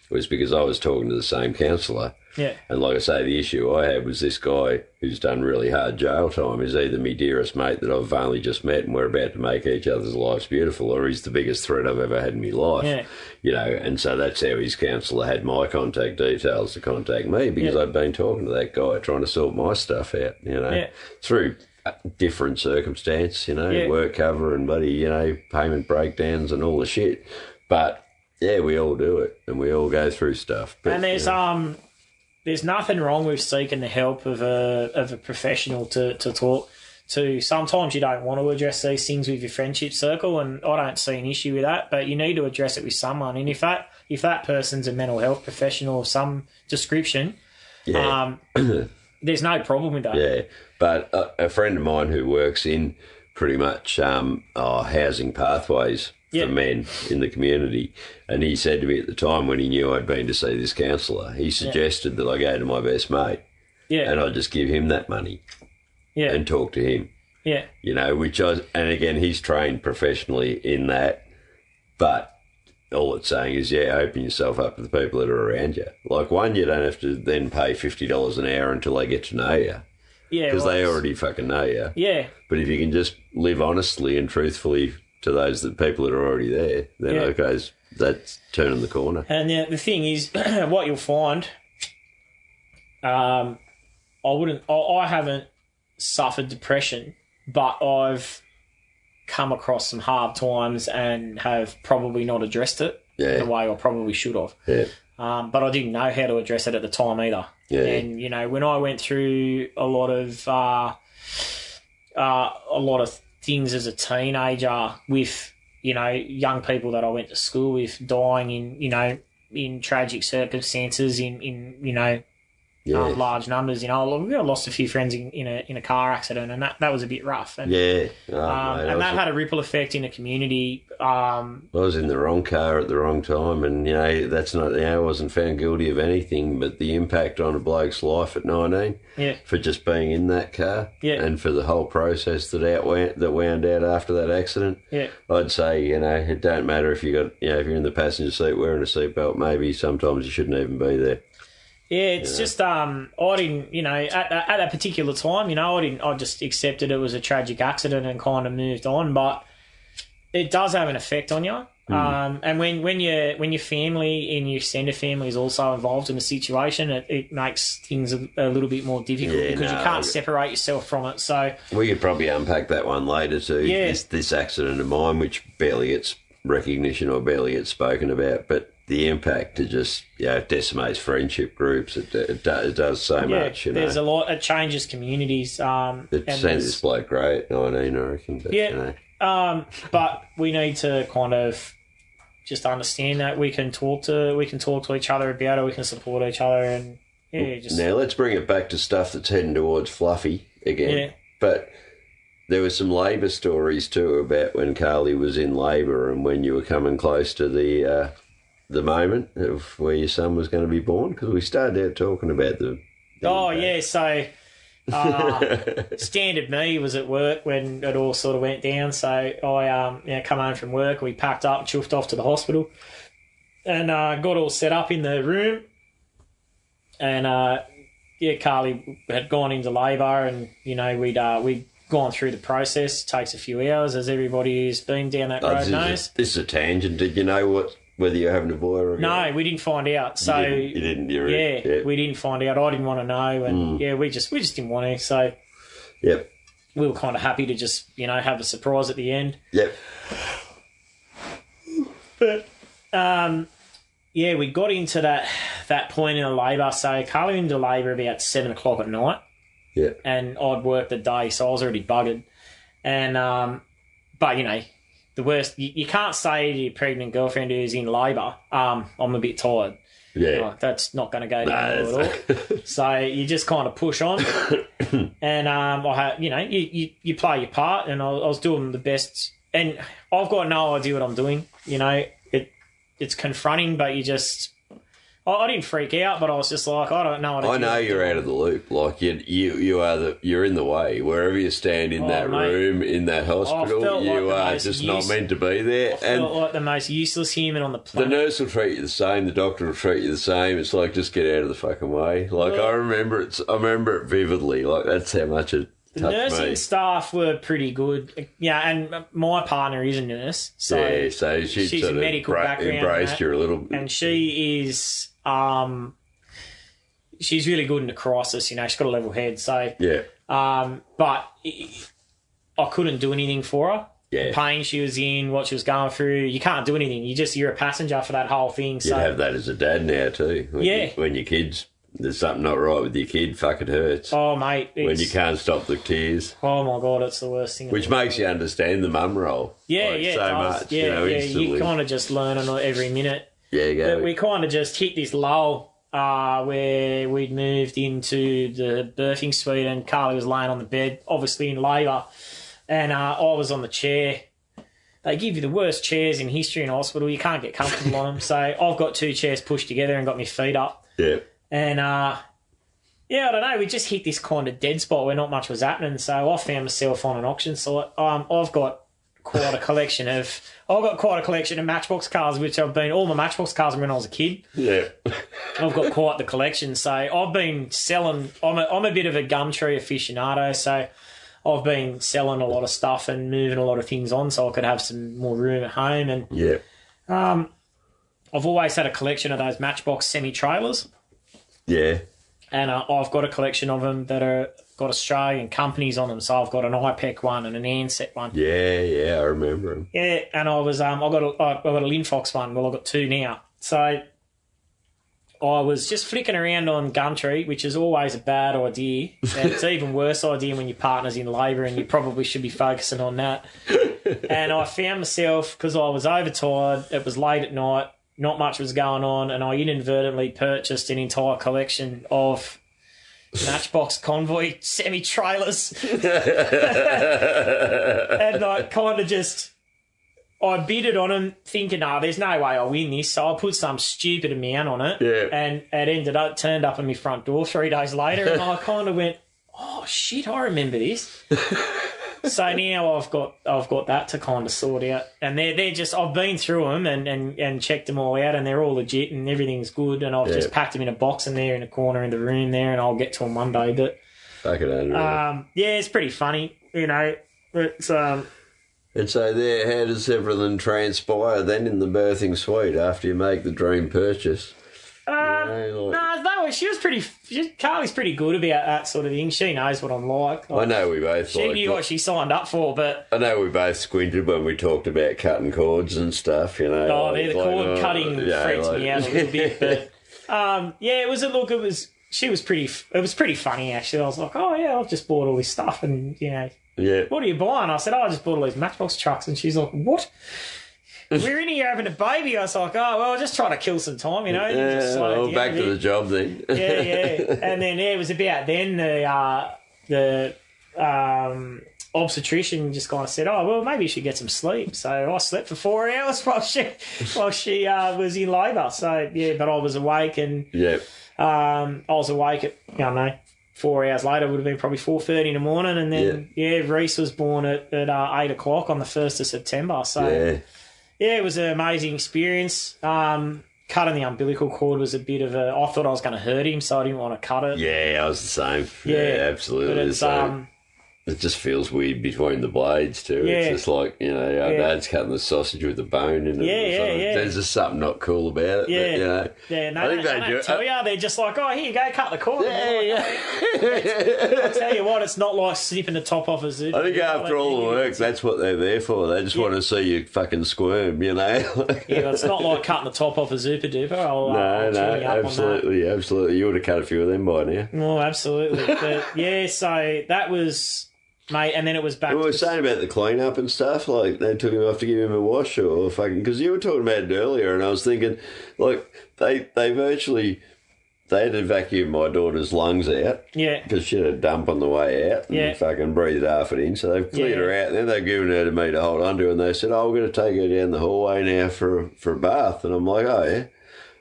was because I was talking to the same counsellor. Yeah, And like I say, the issue I had was this guy who's done really hard jail time is either my dearest mate that I've only just met and we're about to make each other's lives beautiful, or he's the biggest threat I've ever had in my life. Yeah. You know, and so that's how his counsellor had my contact details to contact me because Yeah. I'd been talking to that guy trying to sort my stuff out, you know, Yeah. through uh, different circumstance, you know, Yeah. work cover and buddy, you know, payment breakdowns and all the shit. But yeah, we all do it and we all go through stuff. But, and there's you know, um, there's nothing wrong with seeking the help of a of a professional to to talk to. Sometimes you don't want to address these things with your friendship circle, and I don't see an issue with that. But you need to address it with someone, and if that if that person's a mental health professional of some description, yeah. um, there's no problem with that. Yeah, but a, a friend of mine who works in pretty much um, oh, housing pathways Yeah. for men in the community, and he said to me at the time when he knew I'd been to see this counsellor, he suggested that I go to my best mate yeah, and I just give him that money yeah, and talk to him. yeah. You know, which I and again he's trained professionally in that, but. All it's saying is, yeah, open yourself up to the people that are around you. Like, one, you don't have to then pay $50 an hour until they get to know you yeah because well, they it's- already fucking know you. yeah, But if you can just live honestly and truthfully to those that people that are already there, then Yeah. okay, that's turning the corner. And the, the thing is, what you'll find, um, I wouldn't, I, I haven't suffered depression, but I've come across some hard times and have probably not addressed it the Yeah, way I probably should have. yeah, Um, but I didn't know how to address it at the time either. Yeah. And you know, when I went through a lot of uh, uh, a lot of things as a teenager with you know young people that I went to school with dying in you know in tragic circumstances in in you know Yeah. um, large numbers. You know, we lost a few friends in, in a in a car accident, and that, that was a bit rough. And, Yeah. Oh, um, mate, I and was- that had a ripple effect in the community. Um, I was in the wrong car at the wrong time, and you know that's not. You know, I wasn't found guilty of anything, but the impact on a bloke's life at nineteen yeah, for just being in that car, Yeah. and for the whole process that outwound that wound out after that accident, yeah, I'd say you know it don't matter if you got you know if you're in the passenger seat wearing a seatbelt, maybe sometimes you shouldn't even be there. yeah. It's just um, I didn't, you know, at, at at that particular time, you know, I didn't. I just accepted it was a tragic accident and kind of moved on. But it does have an effect on you. Hmm. Um, and when when your when your family and your extended family is also involved in the situation, it, it makes things a, a little bit more difficult Yeah, because no, you I- can't separate yourself from it. So We could probably unpack that one later too. Yeah. This this accident of mine, which barely gets recognition or barely gets spoken about, but the impact to just you know, it decimates friendship groups. It, it, do, it does so yeah, much. You there's know, a lot. It changes communities. Um, it and sends there's- this bloke great nineteen, I reckon. But, Yeah. You know, Um, but we need to kind of just understand that we can talk to we can talk to each other about it. We can support each other, and yeah, just now let's bring it back to stuff that's heading towards fluffy again. Yeah. But there were some labour stories too about when Carly was in labour and when you were coming close to the uh, the moment of where your son was going to be born because we started out talking about the. the oh impact. yeah. So uh, standard me was at work when it all sort of went down. So I um, you know, come home from work, we packed up, chuffed off to the hospital, and uh, got all set up in the room, and uh, yeah, Carly had gone into labour, and you know we'd uh, we'd gone through the process. takes a few hours, as everybody who's been down that Oh, road this, is knows. a, this is a tangent. Did you know what whether you're having a boy or a girl? No, we didn't find out. So you didn't. Mm. You didn't you yeah, yeah, we didn't find out. I didn't want to know, and yeah, we just we just didn't want to. So yep, we were kind of happy to just you know have a surprise at the end. yep. But um, yeah, we got into that that point in the labour. So Carly went into labour about seven o'clock at night, Yeah, and I'd worked the day, so I was already buggered. And um, but you know, the worst you, you can't say to your pregnant girlfriend who's in labour, um, "I'm a bit tired." yeah. Like, that's not going to go Nah, down well at all. it's- So you just kind of push on, and um, I ha you know you, you, you play your part, and I, I was doing the best, and I've got no idea what I'm doing. You know, it it's confronting, but you just I, I didn't freak out, but I was just like I don't know. What to I do. know you're out of the loop. Like you, you, you are the you're in the way. Wherever you stand in Oh, that mate. Oh, room, in that hospital, felt like you the are most just not use- meant to be there. I And felt like the most useless human on the the planet. nurse will treat you the same. The doctor will treat you the same. It's like just get out of the fucking way. Like I remember it's, I remember it vividly. Like that's how much it touched Nursing me. staff were pretty good. Yeah, and my partner is a nurse, so yeah, so she she's a sort of medical bra- background embraced and you a little. and she is um she's really good in a crisis you know she's got a level head so yeah, um but i I couldn't do anything for her yeah. the pain she was in what she was going through you can't do anything you just you're a passenger for that whole thing You'd so have that as a dad now too. When Yeah. you, when your kids, there's something not right with your kid. Fuck it hurts. oh mate when you it's, can't stop the tears. oh my god it's the worst thing in Which the world. makes you understand the mum role. yeah like, yeah it so does. much. yeah you know, yeah you instantly. kind of just learn on every minute yeah, you go. But we kind of just hit this lull uh, where we'd moved into the birthing suite and Carly was laying on the bed, obviously in labour, and uh, I was on the chair. They give you the worst chairs in history in hospital. You can't get comfortable on them. So I've got two chairs pushed together and got my feet up. yeah, And uh, yeah, I don't know. We just hit this kind of dead spot where not much was happening. So I found myself on an auction site. Um, I've got quite a collection of I've got quite a collection of Matchbox cars, which I've been all my Matchbox cars were when I was a kid. yeah. I've got quite the collection. So I've been selling. I'm a, I'm a bit of a gum tree aficionado. So I've been selling a lot of stuff and moving a lot of things on, so I could have some more room at home. And yeah. I've always had a collection of those Matchbox semi trailers, Yeah. and uh, I've got a collection of them that are got Australian companies on them. So I've got an IPEC one and an Ansett one. Yeah. Yeah. I remember him. Yeah, and I was um, I got a, I I got a Linfox one. Well, I got two now. So I was just flicking around on Gumtree, which is always a bad idea. And it's an even worse idea when your partner's in labour and you probably should be focusing on that. And I found myself because I was overtired. It was late at night. Not much was going on, and I inadvertently purchased an entire collection of Matchbox convoy semi trailers. and like kind of just, I bidded on them thinking, oh, there's no way I win this. So I put some stupid amount on it. Yeah. And it ended up, turned up at my front door three days later. And I kind of went, oh shit, I remember this. so now I've got I've got that to kind of sort out, and they're they're just I've been through them and and and checked them all out, and they're all legit and everything's good, and I've just Yeah. packed them in a box in there in a corner in the room there, and I'll get to them one day. But Fucking unreal. um, yeah, it's pretty funny, you know. It's um, and so there, how does everything transpire then in the birthing suite after you make the dream purchase? um You know, like- no, no, she was pretty. She, Carly's pretty good about that sort of thing. She knows what I'm like. I know we both she like, knew what she signed up for, but I know we both squinted when we talked about cutting cords and stuff, you know. Oh, like- they're the like, cord oh, cutting yeah, freaks like- me out a little bit, but um, yeah, it was a look. It was she was pretty. f- It was pretty funny actually. I was like, oh yeah, I've just bought all this stuff, and you know, yeah. what are you buying? I said, oh, I just bought all these Matchbox trucks, and she's like, what? We're in here having a baby. I was like, oh well, just trying to kill some time, you know. and Yeah, just slow it well, down back a to the bit. job then. yeah, yeah. And then yeah, it was about then the uh, the um, obstetrician just kind of said, "Oh, well, maybe you should get some sleep." So I slept for four hours while she while she uh, was in labour. So yeah, but I was awake and yeah. um, I was awake at I don't know. Four hours later would have been probably four thirty in the morning, and then yeah, Reese was born at, at uh, eight o'clock on the first of September. So Yeah. yeah, it was an amazing experience. Um, cutting the umbilical cord was a bit of a. I thought I was going to hurt him, so I didn't want to cut it. Yeah, I was the same. Yeah, Yeah, but absolutely the it's same. um, it just feels weird between the blades too. Yeah. It's just like you know, our Yeah. dad's cutting the sausage with the bone in it. Yeah, or yeah, something. yeah. There's just something not cool about it. Yeah. But, you know. yeah, no, I they, think they they do don't it. tell you. They're just like, oh, here you go, cut the cord. Yeah, I yeah. tell you what, it's not like snipping the top off a zoo. I think after all the work, that's what they're there for. They just want to see you fucking squirm, you know. Yeah, but it's not like cutting the top off a Zupa Duper. I'll, uh, no, I'll no, cheer you up on that. absolutely, absolutely. You would have cut a few of them by now. No, absolutely. But yeah, so that was, mate, and then it was back. We were to- saying about the cleanup and stuff, like they took him off to give him a wash or fucking. Because you were talking about it earlier, and I was thinking, like they they virtually they had to vacuum my daughter's lungs out yeah, because she had a dump on the way out and Yeah. fucking breathed half it in. So they've cleared Yeah. her out. Then they've given her to me to hold onto, and they said, "Oh, we're going to take her down the hallway now for for a bath." And I'm like, "Oh yeah."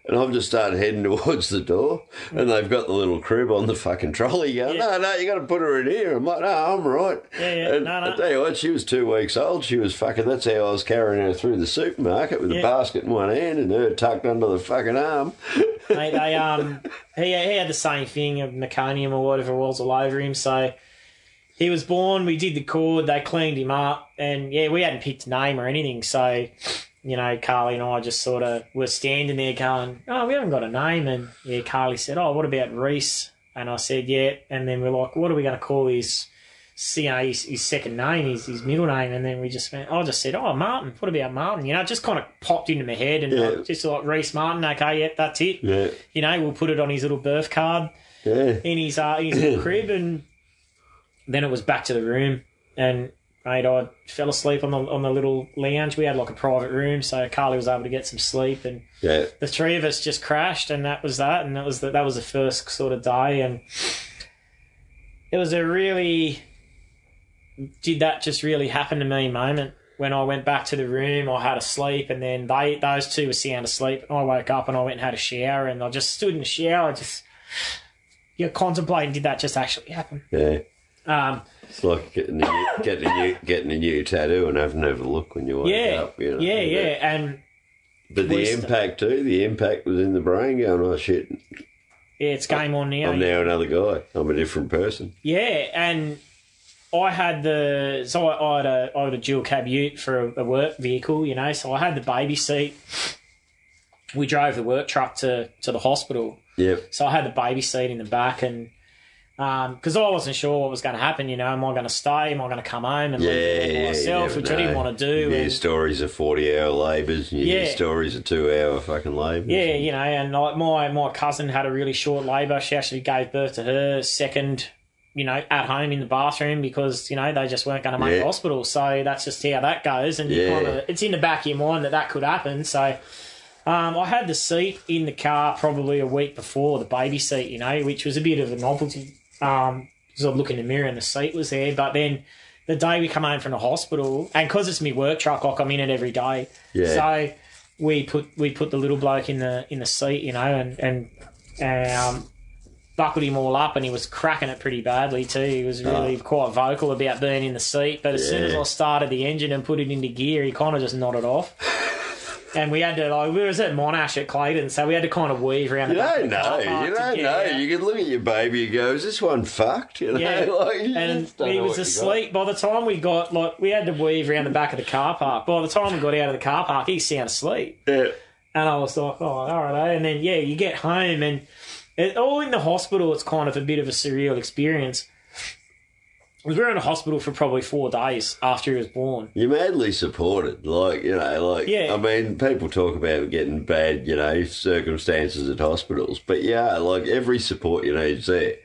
And I've just started heading towards the door, and they've got the little crib on the fucking trolley. Going, no, Yeah. no, you got to put her in here. I'm like, no, I'm right. Yeah, yeah, And no, no. I tell you what, she was two weeks old. She was fucking. That's how I was carrying her through the supermarket with Yeah. a basket in one hand and her tucked under the fucking arm. mate, they um he he had the same thing of meconium or whatever it was all over him, so he was born, we did the cord, they cleaned him up, and yeah, we hadn't picked a name or anything, so you know, Carly and I just sort of were standing there going, Oh, we haven't got a name and yeah, Carly said, Oh, what about Reese? And I said, Yeah and then we're like, What are we gonna call his you know, his, his second name, his, his middle name, and then we just went. I just said, "Oh, Martin. What about Martin?" You know, it just kind of popped into my head, and Yeah. I just like Reese Martin. Okay, yep, that's it Yeah, you know, we'll put it on his little birth card yeah. in his uh, in his little crib, and then it was back to the room. And mate, I fell asleep on the on the little lounge. We had like a private room, so Carly was able to get some sleep, and Yeah, the three of us just crashed, and that was that, and that was the, that was the first sort of day, and it was a really did that just really happen to me moment when I went back to the room. I had a sleep, and then they those two were sound asleep. I woke up and I went and had a shower, and I just stood in the shower, just you know, contemplating did that just actually happen? yeah. Um, It's like getting a new, getting a new, getting a new tattoo and having to have a look when you wake yeah, up. You know? yeah, yeah, and But the Wasted. impact too, the impact was in the brain going, oh shit, yeah, it's game on now. I'm now another guy. I'm a different person. Yeah, and I had the so I, I had a I had a dual cab ute for a, a work vehicle, you know. So I had the baby seat. We drove the work truck to to the hospital, Yep. so I had the baby seat in the back, and because I wasn't sure what was going to happen, you know, am I going to stay? Am I going to come home and Yeah, leave yeah, it yeah, all myself, yeah, which I didn't no. want to do? You hear and- stories of forty hour labours and you Yeah. hear stories of two hour fucking labours. Yeah, you know, and like my my cousin had a really short labour. She actually gave birth to her second, you know, at home in the bathroom because you know they just weren't going to make Yeah. the hospital. So that's just how that goes, and you Yeah. kind of it's in the back of your mind that that could happen. So. Um, I had the seat in the car probably a week before the baby seat, you know, which was a bit of a novelty Um, so I'd look in the mirror and the seat was there. But then the day we come home from the hospital, and because it's my work truck, like I'm in it every day. Yeah. So we put we put the little bloke in the in the seat, you know, and and um, buckled him all up, and he was cracking it pretty badly too. He was really quite vocal about being in the seat. But as soon as Ah. Yeah. I started the engine and put it into gear, he kind of just nodded off. And we had to like we was at Monash at Clayton, so we had to kind of weave around. You the back don't of the know. car park You to don't get know. out. You can look at your baby and go, "Is this one fucked?" You know, Yeah, like, you and just don't he know was what you got. asleep. By the time we got, like, we had to weave around the back of the car park. By the time we got out of the car park, he's sound asleep, Yeah. and I was like, "Oh, all right." eh?" And then yeah, you get home, and it, all in the hospital, it's kind of a bit of a surreal experience. 'Cause We were in a hospital for probably four days after he was born. You're madly supported, like you know, like Yeah. I mean, people talk about getting bad, you know, circumstances at hospitals, but yeah, like every support you need's there.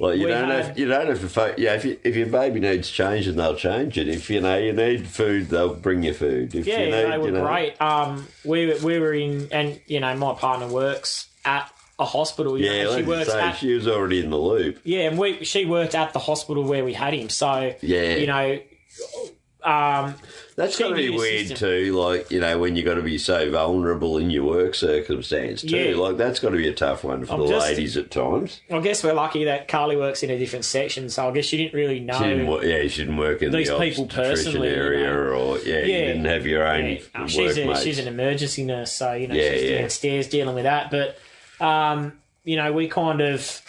Like you We don't had- have, you don't have to, fo- yeah. If you, if your baby needs changing, they'll change it. If you know you need food, they'll bring you food. If Yeah, you need, they were you know, great. Um, we were- we were in, and you know, my partner works at a hospital. You Yeah, know, she let's works say at she was already in the loop. Yeah, and we she worked at the hospital where we had him, so Yeah. you know, um, That's She got to be knew the weird system. too, like you know when you got to be so vulnerable in your work circumstance too. Yeah. Like that's got to be a tough one for I'm the just- ladies at times. I guess we're lucky that Carly works in a different section, so I guess she didn't really know. She didn't work, yeah, she didn't work in These the people obstetrician personally, you area, know. or yeah, you Yeah. didn't have your own Yeah. Uh, she's, a, workmates. she's an emergency nurse, so you know Yeah, she's yeah. downstairs dealing with that. But um, you know, we kind of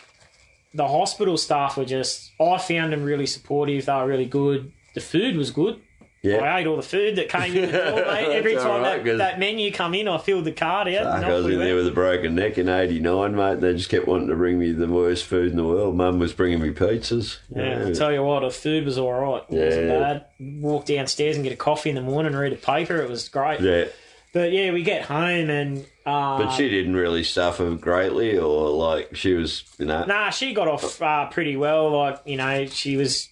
the hospital staff were just I found them really supportive. They were really good. The food was good. yeah, I ate all the food that came in the door, mate. Every That's time all right, that, 'cause- that menu come in, I filled the card out. Fuck, and I off was we in there went. with a broken neck in '89, mate. And they just kept wanting to bring me the worst food in the world. Mum was bringing me pizzas. Yeah, I'll tell you what, the food was all right. It wasn't Yeah. bad. Walk downstairs and get a coffee in the morning, read a paper. It was great. yeah. But yeah, we get home and. Uh, But she didn't really suffer greatly, or like she was, you know. nah, she got off uh, pretty well. Like, you know, she was.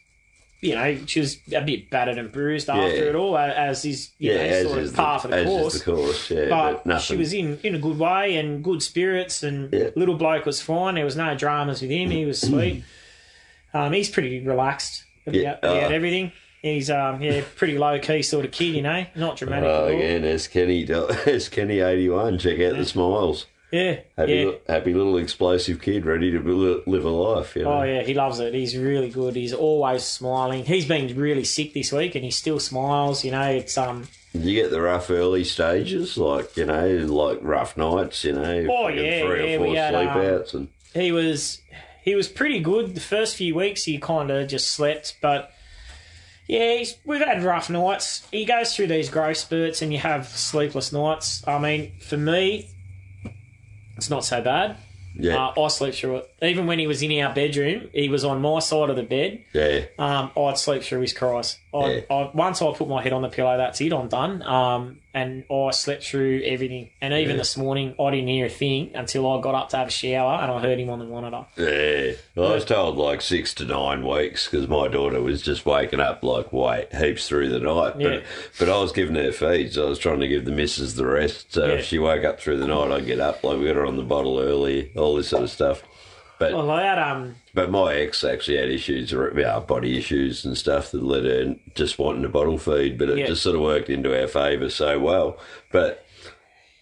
You know, she was a bit battered and bruised after Yeah. it all, a- as is you yeah, know, as sort is of par for the as is course. the course, yeah. But, but nothing. she was in, in a good way and good spirits, and Yeah. little bloke was fine. There was no dramas with him. He was sweet. um, he's pretty relaxed about, Yeah, about uh. everything. He's um, yeah, pretty low key sort of kid, you know, not Oh, dramatic. at all. again, as Kenny, do- as Kenny eighty one. Check out the smiles. Yeah, Happy, yeah. li- happy little explosive kid, ready to li- live a life. You know? Oh yeah, he loves it. He's really good. He's always smiling. He's been really sick this week, and he still smiles. You know, it's um. You get the rough early stages, like you know, like rough nights. You know, Oh, fucking yeah, three yeah, or we four had, um, sleepouts, and he was he was pretty good the first few weeks. He kind of just slept, but yeah, he's, we've had rough nights. He goes through these growth spurts, and you have sleepless nights. I mean, for me, it's not so bad. yeah, Uh, I sleep through it. Even when he was in our bedroom, he was on my side of the bed. yeah, Um, I'd sleep through his cries. I, Yeah. I, once I put my head on the pillow, that's it, I'm done. Um, and I slept through everything. And even Yeah. this morning, I didn't hear a thing until I got up to have a shower and I heard him on the monitor. yeah. Well, I was told like six to nine weeks because my daughter was just waking up like white heaps through the night. But Yeah. but I was giving her feeds. I was trying to give the missus the rest. So Yeah. if she woke up through the night, I'd get up. Like we got her on the bottle early, all this sort of stuff. But Well, I had, um, But my ex actually had issues about body issues and stuff that led her just wanting a bottle feed, but it Yeah. just sort of worked into our favour so well. But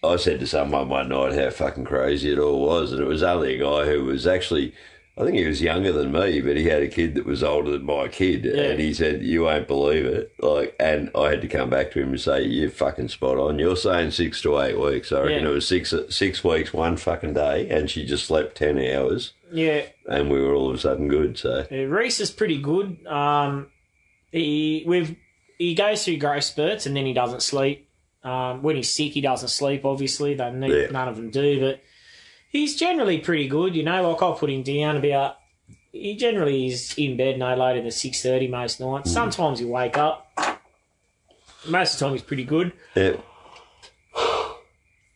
I said to someone one night how fucking crazy it all was, and it was only a guy who was actually, I think he was younger than me, but he had a kid that was older than my kid, and he said, "You won't believe it." Like, and I had to come back to him and say, "You're fucking spot on. You're saying six to eight weeks. I reckon Yeah. it was six six weeks, one fucking day, and she just slept ten hours." yeah, and we were all of a sudden good. So uh, Reese is pretty good. Um, he, we've, he goes through growth spurts and then he doesn't sleep. Um, when he's sick, he doesn't sleep, obviously. They, ne- Yeah. None of them do, but he's generally pretty good. You know, like I'll put him down about. He generally is in bed no later than six thirty most nights. Sometimes he wake up. Most of the time, he's pretty good. yeah,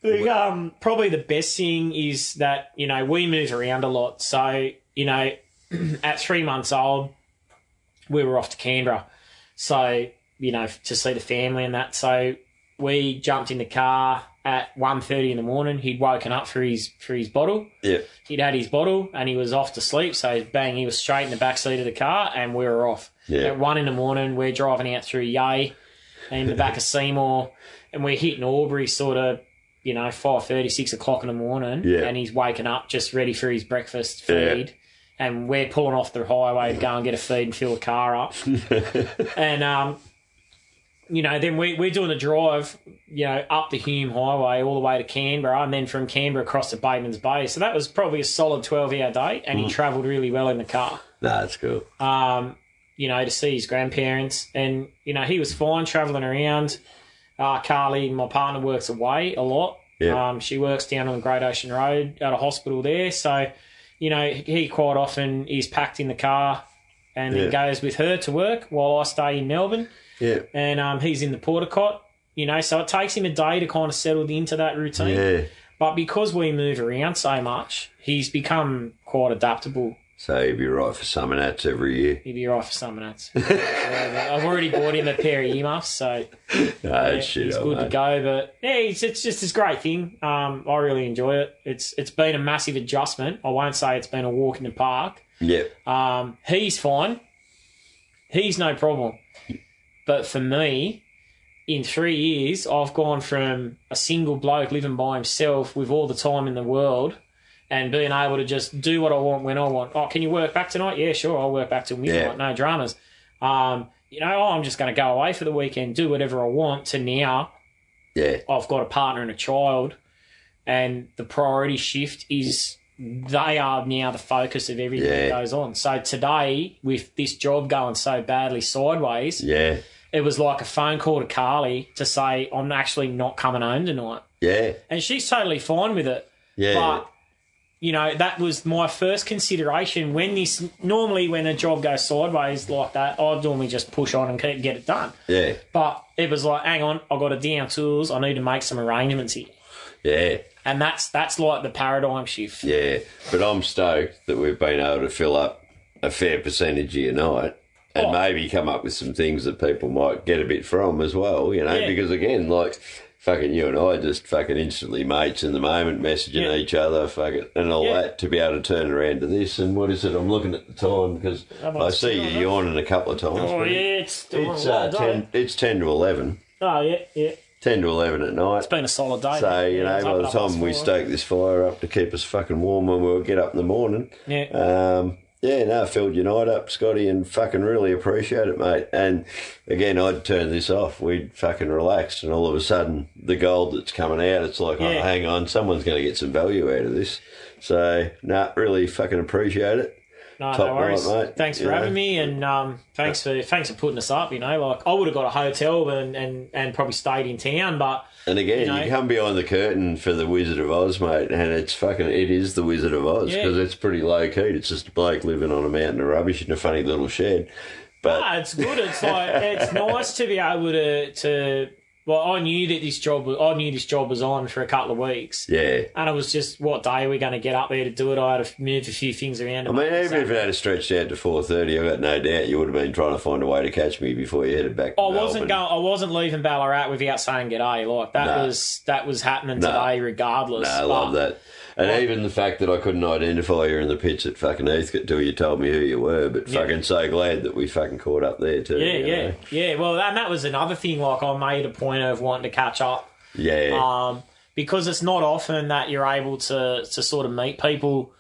The, um, probably the best thing is that you know we move around a lot, so you know at three months old we were off to Canberra, so you know to see the family and that. So we jumped in the car at 1.30 in the morning. He'd woken up for his for his bottle. Yeah. He'd had his bottle and he was off to sleep. So bang, he was straight in the back seat of the car and we were off. Yeah. At one in the morning, we're driving out through Yay and in the back of Seymour, and we're hitting Aubrey sort of. You know, five thirty, six o'clock in the morning, Yeah. and he's waking up just ready for his breakfast Yeah. feed, and we're pulling off the highway to go and get a feed and fill the car up. and um, you know, then we, we're doing the drive, you know, up the Hume Highway all the way to Canberra, and then from Canberra across to Bateman's Bay. So that was probably a solid twelve hour day, Mm. and he travelled really well in the car. Nah, it's cool. Um, you know, to see his grandparents, and you know, he was fine travelling around. Uh, Carly, my partner, works away a lot. Yeah. Um, she works down on Great Ocean Road at a hospital there. So, you know, he quite often is packed in the car and Yeah. then goes with her to work while I stay in Melbourne. Yeah. And um, he's in the portacot, you know, so it takes him a day to kind of settle into that routine. Yeah. But because we move around so much, he's become quite adaptable. So he'd be right for summer nats every year. He'd be right for summer nuts. I've already bought him a pair of earmuffs, so Nah, yeah, it's shit he's up, good to mate. go. But yeah, it's, it's just this great thing. Um, I really enjoy it. It's it's been a massive adjustment. I won't say it's been a walk in the park. Yeah. Um, he's fine. He's no problem. But for me, in three years, I've gone from a single bloke living by himself with all the time in the world and being able to just do what I want when I want. Oh, can you work back tonight? Yeah, sure. I'll work back till midnight. No dramas. Um, you know, oh, I'm just going to go away for the weekend, do whatever I want to now Yeah. I've got a partner and a child, and the priority shift is they are now the focus of everything that Yeah. goes on. So today, with this job going so badly sideways, Yeah. it was like a phone call to Carly to say, I'm actually not coming home tonight. Yeah. And she's totally fine with it. Yeah. But you know, that was my first consideration when this normally when a job goes sideways like that, I'd normally just push on and keep- get it done. yeah. But it was like, hang on, I've got to down tools, I need to make some arrangements here. Yeah. And that's that's like the paradigm shift. Yeah. But I'm stoked that we've been able to fill up a fair percentage of your night. And Oh. maybe come up with some things that people might get a bit from as well, you know, Yeah. because again, like fucking you and I just fucking instantly mates in the moment, messaging Yeah. each other, fucking and all Yeah. that to be able to turn around to this. And what is it? I'm looking at the time because Have I I see seen you that? yawning a couple of times. Oh mate. yeah, it's It's uh, ten. It's ten to eleven. Oh yeah, yeah. Ten to eleven at night. It's been a solid day. So you know, Yeah, by the it's up and time up we last stoke this fire up to keep us fucking warm when we get up in the morning. night. Yeah. Um, yeah, no, filled your night up, Scotty, and fucking really appreciate it, mate. And again, I'd turn this off. We'd fucking relaxed, and all of a sudden, the gold that's coming out, it's like, oh, Yeah. hang on, someone's going to get some value out of this. So, no, really fucking appreciate it. No, top no worries. night, mate. Thanks for You having know. me, and um, thanks for thanks for putting us up. You know, like I would have got a hotel and, and and probably stayed in town, but And again, you, You know- come behind the curtain for the Wizard of Oz, mate, and it's fucking it is the Wizard of Oz Yeah. because it's pretty low key. It's just a bloke living on a mountain of rubbish in a funny little shed. But no, it's good. It's like it's nice to be able to to. Well, I knew that this job was I knew this job was on for a couple of weeks, yeah, and it was just what day are we going to get up there to do it? I had to move a few things around. I mean, even if it had stretched out to four thirty, I got no doubt you would have been trying to find a way to catch me before you headed back. to I wasn't Melbourne. going. I wasn't leaving Ballarat without saying g'day. Like that No. was that was happening No. today, regardless. Nah, I But love that. And even the fact that I couldn't identify you in the pitch at fucking Heathcote till you told me who you were, but Yeah. fucking so glad that we fucking caught up there too. Yeah, you yeah, know? yeah. Well, and that was another thing. Like I made a point of wanting to catch up yeah, um, because it's not often that you're able to to sort of meet people.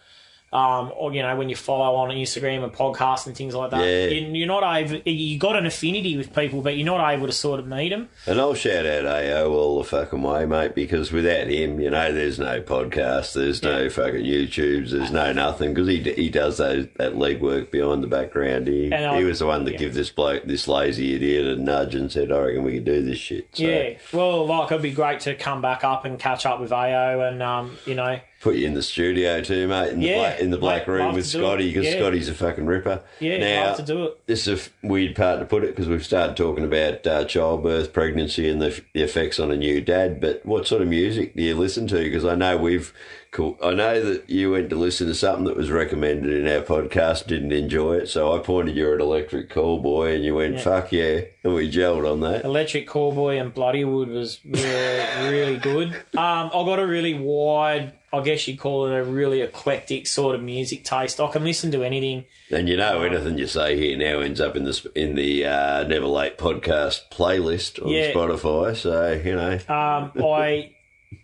Um, or you know when you follow on Instagram and podcasts and things like that, Yeah. you, you're not able. You got an affinity with people, but you're not able to sort of meet them. And I'll shout out AO all the fucking way, mate, because without him, you know, there's no podcast, there's no fucking YouTubes, there's no nothing, because he, he does those, that legwork behind the background. He, And I- he was the one that gave this bloke, this lazy idiot, a nudge and said, I reckon we could do this shit. So, Yeah. Well, like it'd be great to come back up and catch up with AO and um, you know, put you in the studio too, mate. In the Yeah, black, in the black love- room love with to do it. Scotty because Yeah. Scotty's a fucking ripper. Yeah, now, love to do it. This is a f- weird part to put it because we've started talking about uh, childbirth, pregnancy, and the, f- the effects on a new dad. But what sort of music do you listen to? Because I know we've, cool, I know that you went to listen to something that was recommended in our podcast, didn't enjoy it, so I pointed you at Electric Callboy, and you went, "Fuck yeah," and we gelled on that. Electric Callboy and Bloodywood was really, really good. Um, I got a really wide, I guess you'd call it a really eclectic sort of music taste. I can listen to anything. And you know, anything you say here now ends up in the sp- in the uh, Never Late podcast playlist on Yeah. Spotify. So you know, Um, I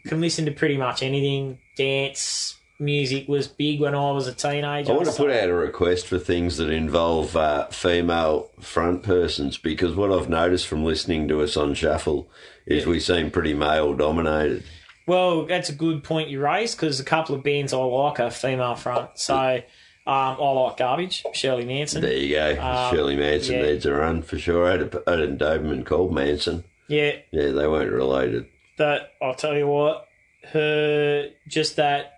can listen to pretty much anything. Dance music was big when I was a teenager. I want to so- put out a request for things that involve uh, female front persons because what I've noticed from listening to us on Shuffle is we seem pretty male dominated. Well, that's a good point you raised because a couple of bands I like are female front. So um, I like Garbage, Shirley Manson. There you go. Shirley Manson Ah, yeah. needs a run for sure. I had a, I had a Doberman called Manson. Yeah, Yeah, they weren't related. that I'll tell you what, her just that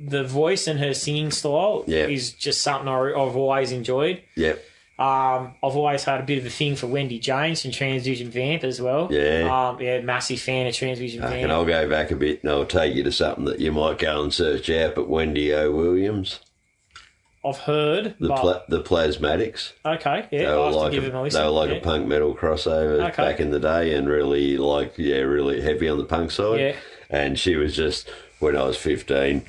the voice and her singing style Yeah. is just something I, I've always enjoyed. Yep. Um, I've always had a bit of a thing for Wendy James and Transvision Vamp as well. Yeah. Ah, um, yeah, massive fan of Transvision Fucking, Vamp. I'll go back a bit and I'll take you to something that you might go and search out. But Wendy O. Williams, I've heard, the but pla- the Plasmatics. okay, yeah, They I'll were have like, to give a, him a listen. they were like yeah. a punk metal crossover Okay. back in the day, and really like yeah, really heavy on the punk side. Yeah. And she was just when I was fifteen,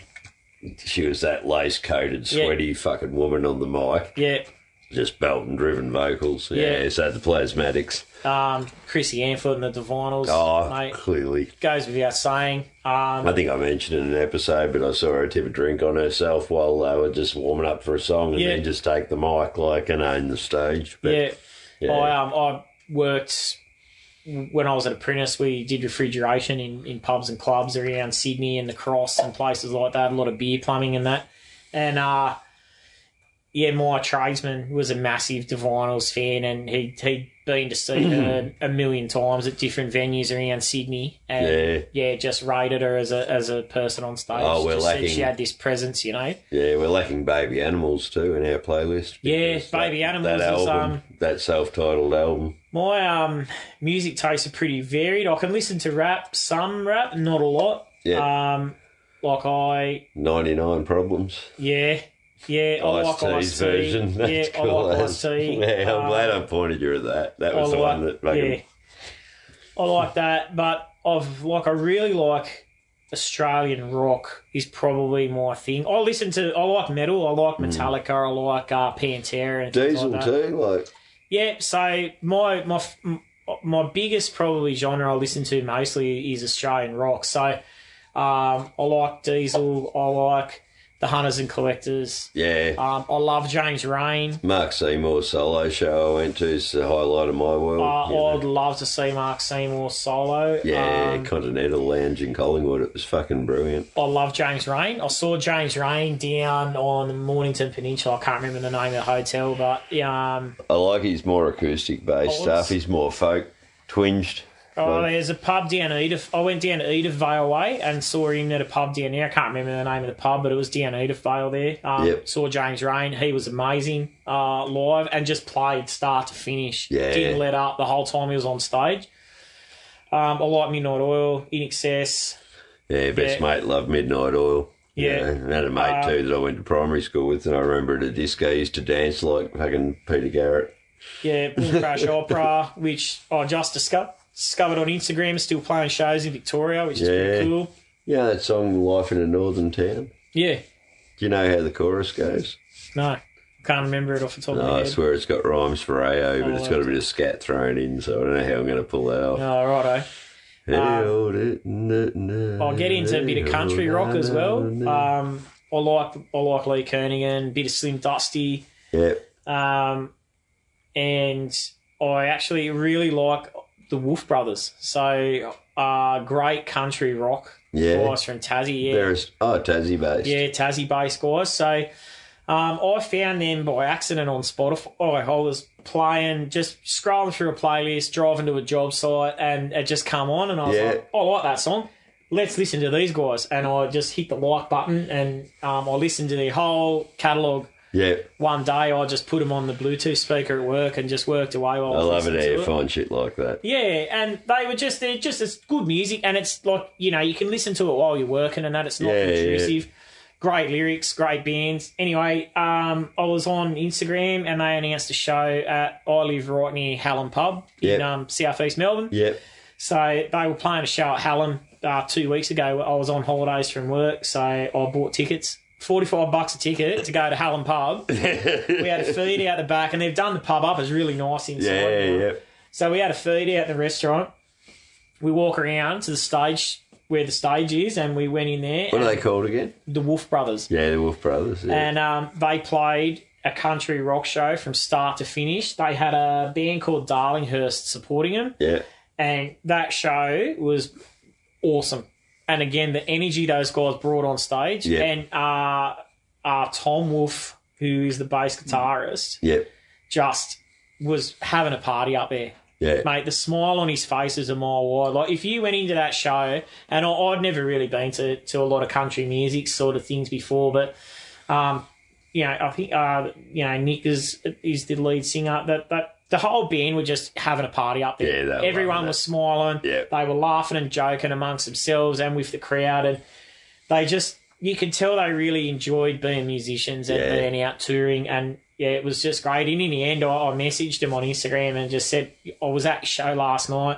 she was that lace coated, Yeah. sweaty fucking woman on the mic, yeah. just belting driven vocals. Yeah. Yeah. So the Plasmatics, Um, Chrissy Anford and the Divinals, oh, mate, clearly. goes without saying. Um, I think I mentioned in an episode, but I saw her tip a drink on herself while they were just warming up for a song, and Yeah. then just take the mic like and own the stage. But yeah. yeah. I um, I worked when I was an apprentice. We did refrigeration in, in pubs and clubs around Sydney and the Cross and places like that. A lot of beer plumbing and that. And uh, yeah, my tradesman was a massive Divinals fan, and he he'd been to see her a million times at different venues around Sydney, and yeah, just rated her as a as a person on stage. Oh, we're Just said lacking- She had this presence, you know. Yeah, we're lacking baby animals too in our playlist. Yeah, because Baby Animals that is, album, um, that self-titled album. My um, music tastes are pretty varied. I can listen to rap, some rap, not a lot. Yeah. Um, like I, Ninety Nine Problems. yeah, yeah, I Ice like T's Ice-T. version. yeah, That's cool. I like as- Ice T. Um, Yeah, I'm glad I pointed you at that. That was the one that yeah, fucking I like that. But I've like I really like Australian rock is probably my thing. I listen to I like metal. I like Metallica. I like uh, Pantera and things Mm. Diesel like that. too. Like Yeah, so my my f- m- my biggest probably genre I listen to mostly is Australian rock. So um, I like Diesel. I like the Hunters and Collectors. yeah, Um, I love James Rain. Mark Seymour solo show I went to is the highlight of my world. Uh, you know. I'd love to see Mark Seymour solo. yeah, Um, Continental Lounge in Collingwood. It was fucking brilliant. I love James Rain. I saw James Rain down on the Mornington Peninsula. I can't remember the name of the hotel, but yeah, um, I like his more acoustic based Oh, stuff. it's- He's more folk twinged. Oh, Right. there's a pub down Edith. I went down to Edith Vale Way and saw him at a pub down there. I can't remember the name of the pub, but it was down Edith Vale there. Um, Yep. Saw James Rain. He was amazing uh, live and just played start to finish. Yeah. Didn't let up the whole time he was on stage. Um, I like Midnight Oil, In Excess. Yeah, best Yeah. mate loved Midnight Oil. Yeah. Um, and I had a mate too that I went to primary school with, and I remember at a disco he used to dance like fucking Peter Garrett. Yeah, Bull Crash Opera, which I just discovered. Discovered on Instagram, still playing shows in Victoria, which is Yeah. pretty cool. Yeah, that song "Life in a Northern Town." Yeah, Do you know how the chorus goes? no, can't remember it off the top of No, my I head. swear it's got rhymes for AO, but Oh, it's got a bit of scat thrown in, so I don't know how I'm going to pull that off. Oh, righto. I'll I'll Um, get into a bit of country rock as well. Um, I like I like Lee Kernigan, bit of Slim Dusty, yep. um, and I actually really like the Wolf Brothers. So uh, great country rock Yeah. guys from Tassie. Yeah, There's oh Tassie based. yeah, Tassie based guys. So um, I found them by accident on Spotify. oh, I was playing, just scrolling through a playlist, driving to a job site, and it just come on, and I was Yeah. like, "Oh, I like that song. let's listen to these guys. And I just hit the like button and um, I listened to the whole catalogue. Yeah, One day I just put them on the Bluetooth speaker at work and just worked away while I I was love it eh? listening how to you find shit like that. Yeah, and they were just they're just it's good music, and it's like you know you can listen to it while you're working, and that it's not Yeah, yeah, yeah. intrusive. Great lyrics, great bands. Anyway, um, I was on Instagram and they announced a show at I live right near Hallam Pub in Yep. um, southeast Melbourne. Yep. So they were playing a show at Hallam uh, two weeks ago. I was on holidays from work, so I bought tickets. 45 bucks a ticket to go to Hallam Pub. we had a feed out the back, and they've done the pub up. It's really nice inside. Yeah, now. yeah, So we had a feed out the restaurant. We walk around to the stage where the stage is, and we went in there. What are they called again? The Wolf Brothers, Yeah, the Wolf Brothers. Yeah. and um, they played a country rock show from start to finish. They had a band called Darlinghurst supporting them, yeah. and that show was awesome. And again, the energy those guys brought on stage, Yeah. and uh, uh, Tom Wolf, who is the bass guitarist, Yeah. just was having a party up there Yeah. mate, the smile on his face is a mile wide. Like if you went into that show, and I, I'd never really been to, to a lot of country music sort of things before, but um, you know, I think uh, you know Nick is is the lead singer. That that the whole band were just having a party up Yeah, there. they were loving Everyone it. was smiling. Yeah. they were laughing and joking amongst themselves and with the crowd, and they just you could tell they really enjoyed being musicians and Yeah. being out touring and yeah, it was just great. And in the end, I, I messaged him on Instagram and just said I was at your show last night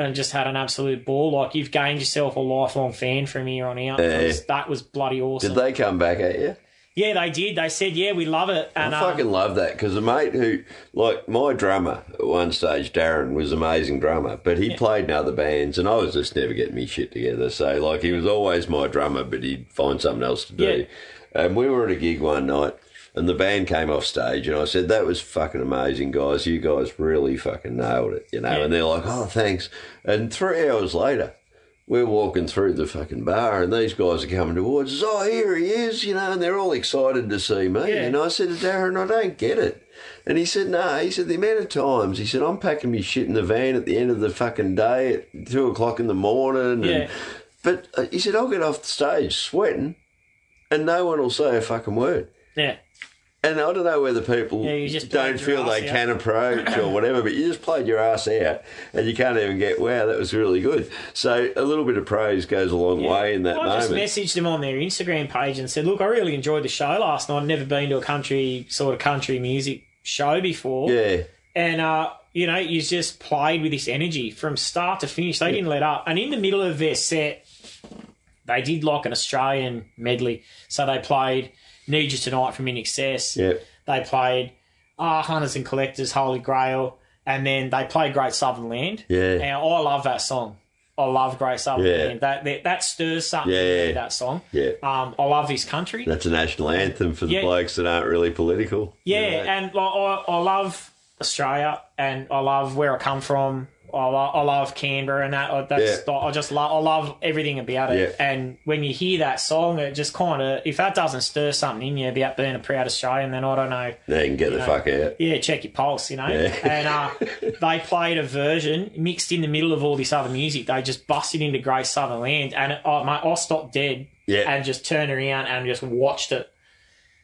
and just had an absolute ball. Like you've gained yourself a lifelong fan from here on out. Yeah. 'Cause That was bloody awesome. Did they come back at you? yeah, they did. They said, yeah, we love it. And I um, fucking love that because a mate who, like, my drummer at one stage, Darren, was an amazing drummer, but he played in other bands and I was just never getting me shit together. So, like, he was always my drummer, but he'd find something else to do. And we were at a gig one night and the band came off stage and I said, That was fucking amazing, guys. You guys really fucking nailed it, you know? And they're like, Oh, thanks. And three hours later, we're walking through the fucking bar and these guys are coming towards us. Oh, here he is, you know, and they're all excited to see me. Yeah. And I said to Darren, I don't get it. And he said, No, he said, the amount of times, he said, I'm packing me shit in the van at the end of the fucking day at two o'clock in the morning. Yeah. And, but uh, he said, I'll get off the stage sweating and no one will say a fucking word. yeah, And I don't know whether people Yeah, you just don't played your feel they arse out. can approach or whatever, but you just played your ass out and you can't even get, wow, that was really good. So a little bit of praise goes a long way in that I just moment. messaged them on their Instagram page and said, look, I really enjoyed the show last night. I've never been to a country sort of country music show before. Yeah, and uh, you know, you just played with this energy from start to finish. They didn't let up, and in the middle of their set, they did like an Australian medley. So they played "Need You Tonight" from In Excess. yeah, They played "Ah Hunters and Collectors," "Holy Grail," and then they played "Great Southern Land." Yeah. Now I love that song. I love "Great Southern Yeah. Land." That, that that stirs something. Yeah, in me, yeah. That song. yeah. Um, I love this country. That's a national anthem for the Yeah. blokes that aren't really political. Yeah, You know? and like, I, I love Australia and I love where I come from. I, lo- I love Canberra and that. I, that's I I just love. I love everything about it. Yeah. And when you hear that song, it just kind of if that doesn't stir something in you about being a proud Australian, then I don't know. They can get the fuck out. Yeah, check your pulse, you know. And uh, they played a version mixed in the middle of all this other music. They just busted into Great Southern Land, and it, oh, my, I stopped dead Yeah. and just turned around and just watched it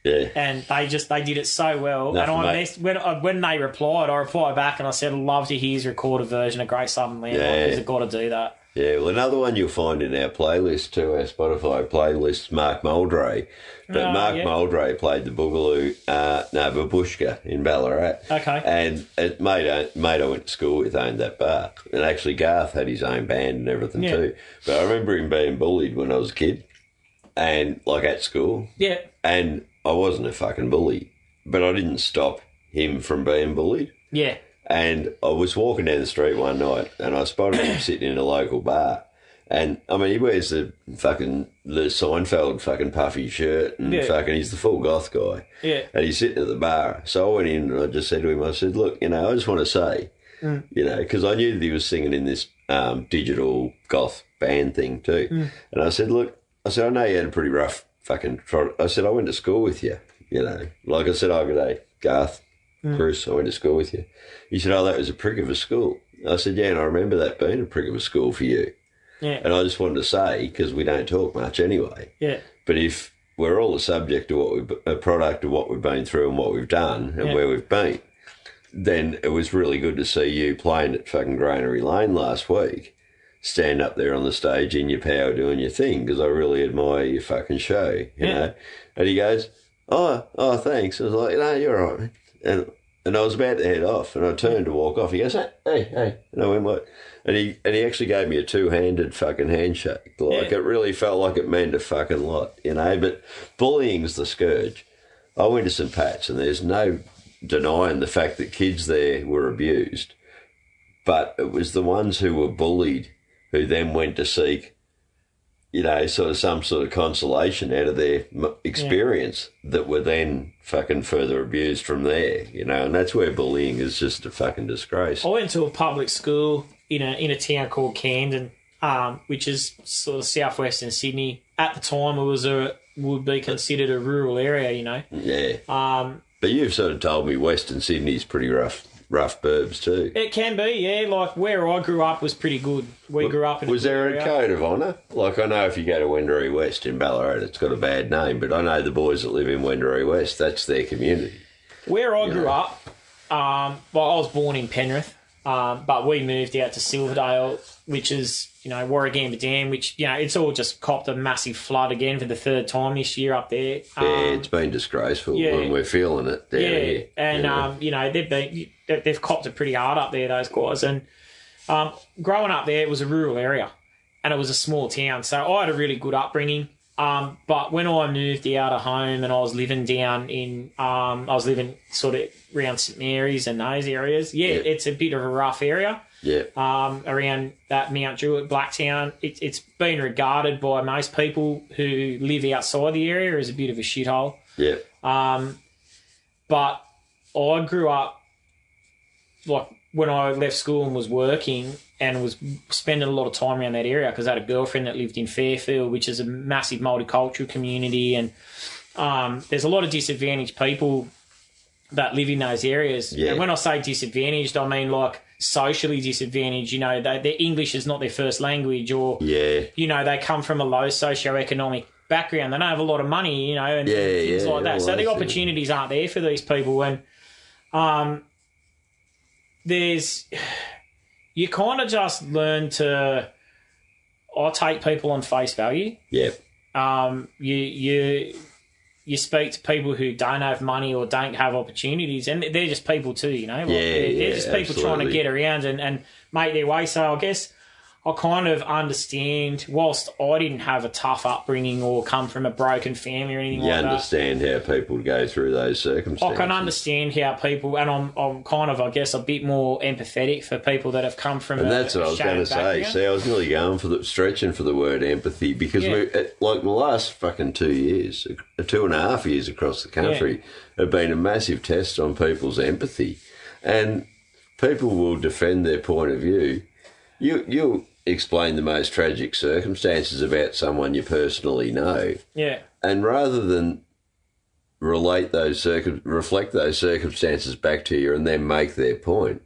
Yeah. and they just they did it so well. Nothing, and I mate. messed, when I, when they replied, I replied back and I said, "I'd love to hear his recorded version of Great Southern Land. Yeah. Because I've got to do that." Yeah, well, another one you'll find in our playlist too, our Spotify playlist, Mark Muldray. But Oh, Mark yeah. Muldray played the Boogaloo, uh, no, Babushka in Ballarat. Okay. And it, mate, uh, mate I went to school with owned that bar. And actually, Garth had his own band and everything Yeah. too. But I remember him being bullied when I was a kid and like at school. Yeah, And I wasn't a fucking bully, but I didn't stop him from being bullied. yeah, And I was walking down the street one night and I spotted him sitting in a local bar. And I mean, he wears the fucking, the Seinfeld fucking puffy shirt and Yeah. fucking, he's the full goth guy. yeah, And he's sitting at the bar. So I went in and I just said to him, I said, look, you know, I just want to say, you know, because I knew that he was singing in this um, digital goth band thing too. And I said, look, I said, I know you had a pretty rough fucking, tro- I said, I went to school with you, you know. Like I said, oh, good day, Garth, Bruce, I went to school with you. He said, oh, that was a prick of a school. I said, yeah, and I remember that being a prick of a school for you. Yeah. And I just wanted to say because we don't talk much anyway. Yeah. But if we're all a subject of what we've, a product of what we've been through and what we've done and Yeah. where we've been, then it was really good to see you playing at fucking Granary Lane last week, stand up there on the stage in your power doing your thing because I really admire your fucking show, you Yeah. know. And he goes, "Oh, oh, thanks." I was like, "No, you're all right." Man. And and I was about to head off, and I turned to walk off. He goes, "Hey, hey, hey!" And I went, "What?" And he and he actually gave me a two-handed fucking handshake. Like Yeah. it really felt like it meant a fucking lot, you know. But bullying's the scourge. I went to St Oh, Pat's, and there's no denying the fact that kids there were abused, but it was the ones who were bullied who then went to seek you know, sort of some sort of consolation out of their m- experience that were then fucking further abused from there, you know, and that's where bullying is just a fucking disgrace. I went to a public school in a in a town called Camden, um, which is sort of southwestern Sydney. At the time, it was a would be considered a rural area, you know. Yeah. Um, But you've sort of told me Western Sydney's pretty rough, rough burbs too. it can be, yeah. Like where I grew up was pretty good. We grew up in Was good there a area. code of honour? Like, I know if you go to Wendouree West in Ballarat, it's got a bad name, but I know the boys that live in Wendouree West, that's their community. Where I grew up, um, well, I was born in Penrith, um, but we moved out to Silverdale, which is, you know, Warragamba Dam, which, you know, it's all just copped a massive flood again for the third time this year up there. Um, Yeah, it's been disgraceful yeah. when we're feeling it down yeah, here. and, you know. Um, you know, they've been, they- they've copped it pretty hard up there, those guys. And um, growing up there, it was a rural area and it was a small town. So I had a really good upbringing. Um, but when I moved out of home and I was living down in, um, I was living sort of around St Mary's and those areas. Yeah, Yeah. it's a bit of a rough area yeah. um, around that Mount Druitt, Blacktown. It, it's been regarded by most people who live outside the area as a bit of a shithole. yeah. Um, but I grew up like when I left school and was working and was spending a lot of time around that area because I had a girlfriend that lived in Fairfield, which is a massive multicultural community, and um, there's a lot of disadvantaged people that live in those areas. Yeah. And when I say disadvantaged, I mean like socially disadvantaged. You know, they, their English is not their first language, or Yeah. you know, they come from a low socioeconomic background. They don't have a lot of money, you know, and Yeah, things yeah, like all that. those So the things. opportunities aren't there for these people. And um, there's, you kind of just learn to, I take people on face value. Yeah. Um, you, you, you speak to people who don't have money or don't have opportunities, and they're just people too, you know. Like, Yeah, they're, they're yeah, just people trying to absolutely. get around and, and make their way. So I guess I kind of understand. Whilst I didn't have a tough upbringing or come from a broken family or anything You like that, understand how people go through those uh, I circumstances. can understand how people, and I'm, I'm kind of, I guess, a bit more empathetic for people that have come from. And a, that's what I was going to say. See, I was nearly going for the stretching for the word empathy because Yeah. we, it- like the last fucking two years, uh, two and a half years across the country, have been a massive test on people's empathy, and people will defend their point of view. You you explain the most tragic circumstances about someone you personally know, yeah, and rather than relate those circum- reflect those circumstances back to you and then make their point,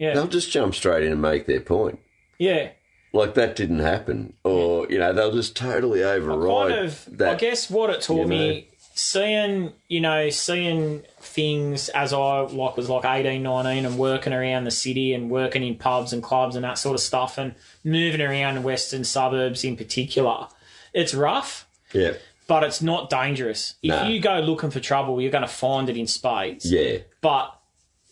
yeah, they'll just jump straight in and make their point yeah. like that didn't happen, or you know they'll just totally override kind of that. I guess what it taught you know. me seeing you know seeing things as I like was like 18 19 and working around the city and working in pubs and clubs and that sort of stuff and moving around in western suburbs in particular it's rough yeah, but it's not dangerous if No. you go looking for trouble you're going to find it in spades yeah, but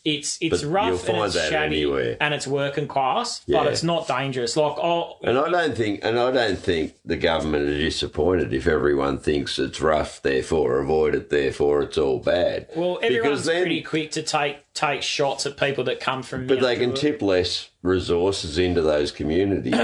it's it's But rough you'll find and it's that shabby anywhere. and it's working class Yeah. but it's not dangerous like oh and I don't think, and I don't think the government are disappointed if everyone thinks it's rough, therefore avoid it, therefore it's all bad. Well, Because everyone's then- pretty quick to take take shots at people that come from. But they can tip less resources into those communities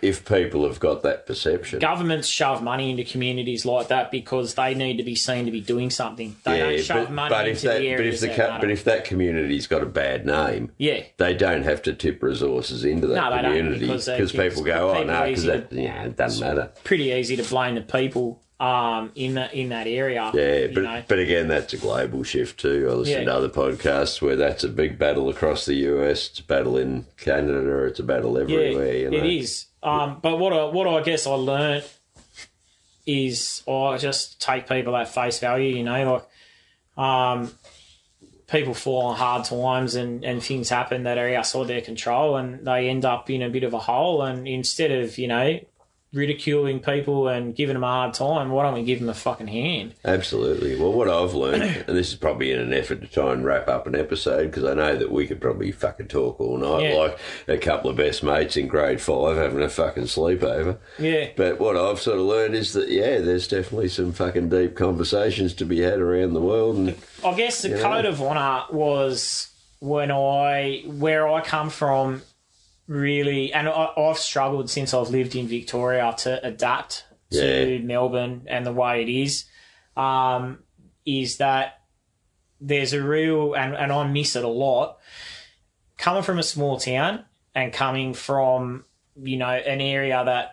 if people have got that perception. Governments shove money into communities like that because they need to be seen to be doing something. They don't shove money into if that, the areas but if the that co- matter. but if that community's got a bad name, yeah, they don't have to tip resources into that No, they don't, community because they- because people it's- go, oh people no, are because easy that yeah, it doesn't matter. pretty easy to blame the people um, in that in that area. Yeah, you but know. but again, that's a global shift too. I listen Yeah. to other podcasts where that's a big battle across the US. It's a battle in Canada. It's a battle everywhere. you Yeah, know? it is. Um, but what I, what I guess I learned is I just take people at face value. You know, like um, people fall on hard times and, and things happen that are outside their control, and they end up in a bit of a hole. And instead of you know ridiculing people and giving them a hard time, why don't we give them a fucking hand? Absolutely. Well, what I've learned, and this is probably in an effort to try and wrap up an episode, because I know that we could probably fucking talk all night Yeah. like a couple of best mates in grade five having a fucking sleepover. Yeah. But what I've sort of learned is that, yeah, there's definitely some fucking deep conversations to be had around the world. And I guess the code of honor was when I where I come from really and I, I've struggled since I've lived in Victoria to adapt to Yeah. Melbourne and the way it is um, is that there's a real and, and I miss it a lot coming from a small town and coming from you know an area that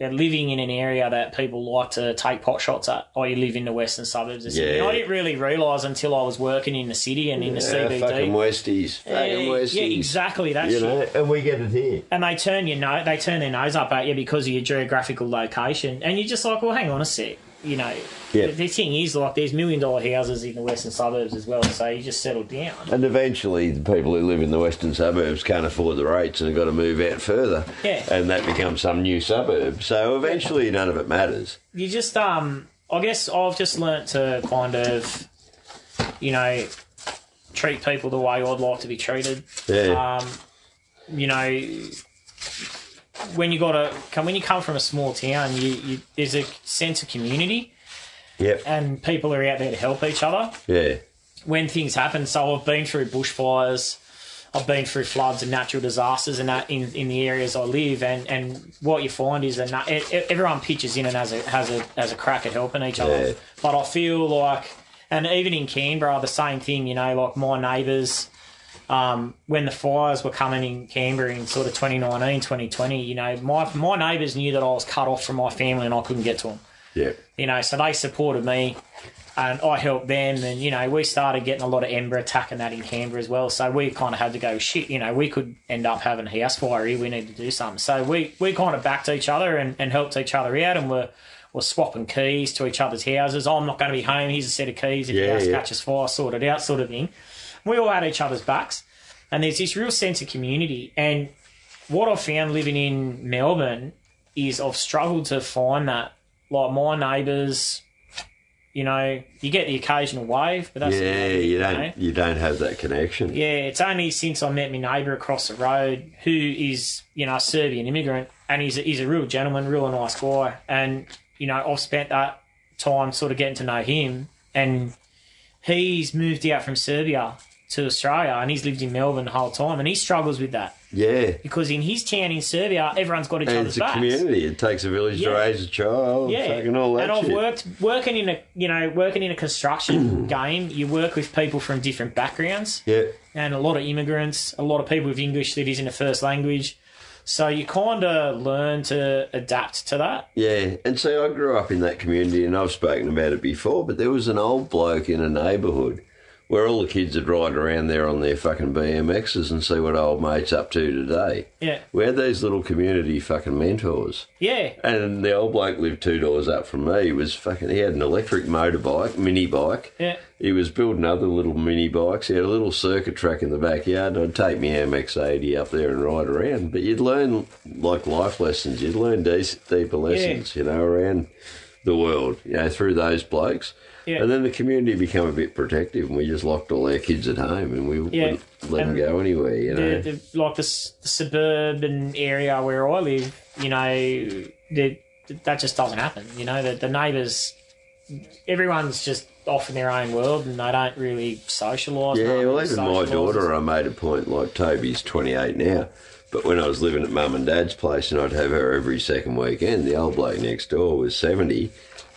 and living in an area that people like to take pot shots at or you live in the western suburbs of Sydney. Yeah. I didn't really realise until I was working in the city and in the Yeah, CBD. fucking Westies. Yeah, Fucking Westies. yeah, exactly. That's You it know, and we get it here. and they turn your nose, they turn their nose up at you because of your geographical location, and you're just like, well, hang on a sec, you know. Yeah. The, the thing is, like, there's million dollar houses in the western suburbs as well, so you just settle down. And eventually, the people who live in the western suburbs can't afford the rates and have got to move out further. Yeah. And that becomes some new suburb. So eventually, none of it matters. You just, um, I guess I've just learnt to kind of, you know, treat people the way I'd like to be treated. Yeah. um, you know, when you got to come when you come from a small town, you, you there's a sense of community, yep. and people are out there to help each other. Yeah. when things happen. So I've been through bushfires, I've been through floods and natural disasters, and that in, in the areas I live. And, and what you find is that na- e- e- everyone pitches in and has a has a has a crack at helping each other. Yeah. But I feel like, and even in Canberra, the same thing. You know, like my neighbours. Um, when the fires were coming in Canberra in sort of 2019, 2020, you know, my my neighbours knew that I was cut off from my family and I couldn't get to them Yep. you know, so they supported me and I helped them. And, you know, we started getting a lot of Ember attacking that in Canberra as well. So we kind of had to go, shit, you know, we could end up having a house fire here. We need to do something. So we, we kind of backed each other and, and helped each other out and we're, we're swapping keys to each other's houses. Oh, I'm not going to be home. Here's a set of keys. If Yeah, your house yeah. catches fire, sort it out, sort of thing. We all had each other's backs. And there's this real sense of community. And what I've found living in Melbourne is I've struggled to find that. Like my neighbours, you know, you get the occasional wave, but that's Yeah. You don't. You don't have that connection. yeah. It's only since I met my neighbour across the road, who is you know a Serbian immigrant, and he's a, he's a real gentleman, real nice guy, and you know I've spent that time sort of getting to know him, and he's moved out from Serbia to Australia, and he's lived in Melbourne the whole time, and he struggles with that Yeah. because in his town in Serbia, everyone's got each And other's it's a backs. community. It takes a village to Yeah. raise a child. Yeah, Fucking all that and I've shit. worked working in a you know working in a construction game. You work with people from different backgrounds Yeah. and a lot of immigrants, a lot of people with English that isn't a first language. So you kind of learn to adapt to that. Yeah, and see, I grew up in that community, and I've spoken about it before. But there was an old bloke in a neighbourhood where all the kids would ride around there on their fucking BMXs and see what old mates up to today. Yeah, We had these little community fucking mentors, yeah, and the old bloke lived two doors up from me. He was fucking. He had an electric motorbike, mini bike. yeah, He was building other little mini bikes. He had a little circuit track in the backyard. I'd take my MX-80 up there and ride around. But you'd learn like life lessons. You'd learn these deeper lessons, you know, around the world, you know, through those blokes. Yeah. And then the community become a bit protective, and we just locked all our kids at home, and we wouldn't let them And go anywhere, you know. the, the, like the, s- the suburban area where I live, you know, the, that just doesn't happen. You know, the, the neighbours, everyone's just off in their own world and they don't really socialise. no Yeah, one well, really even my socialises. daughter, I made a point like Toby's 28 now, but when I was living at mum and dad's place and I'd have her every second weekend, the old bloke next door was 70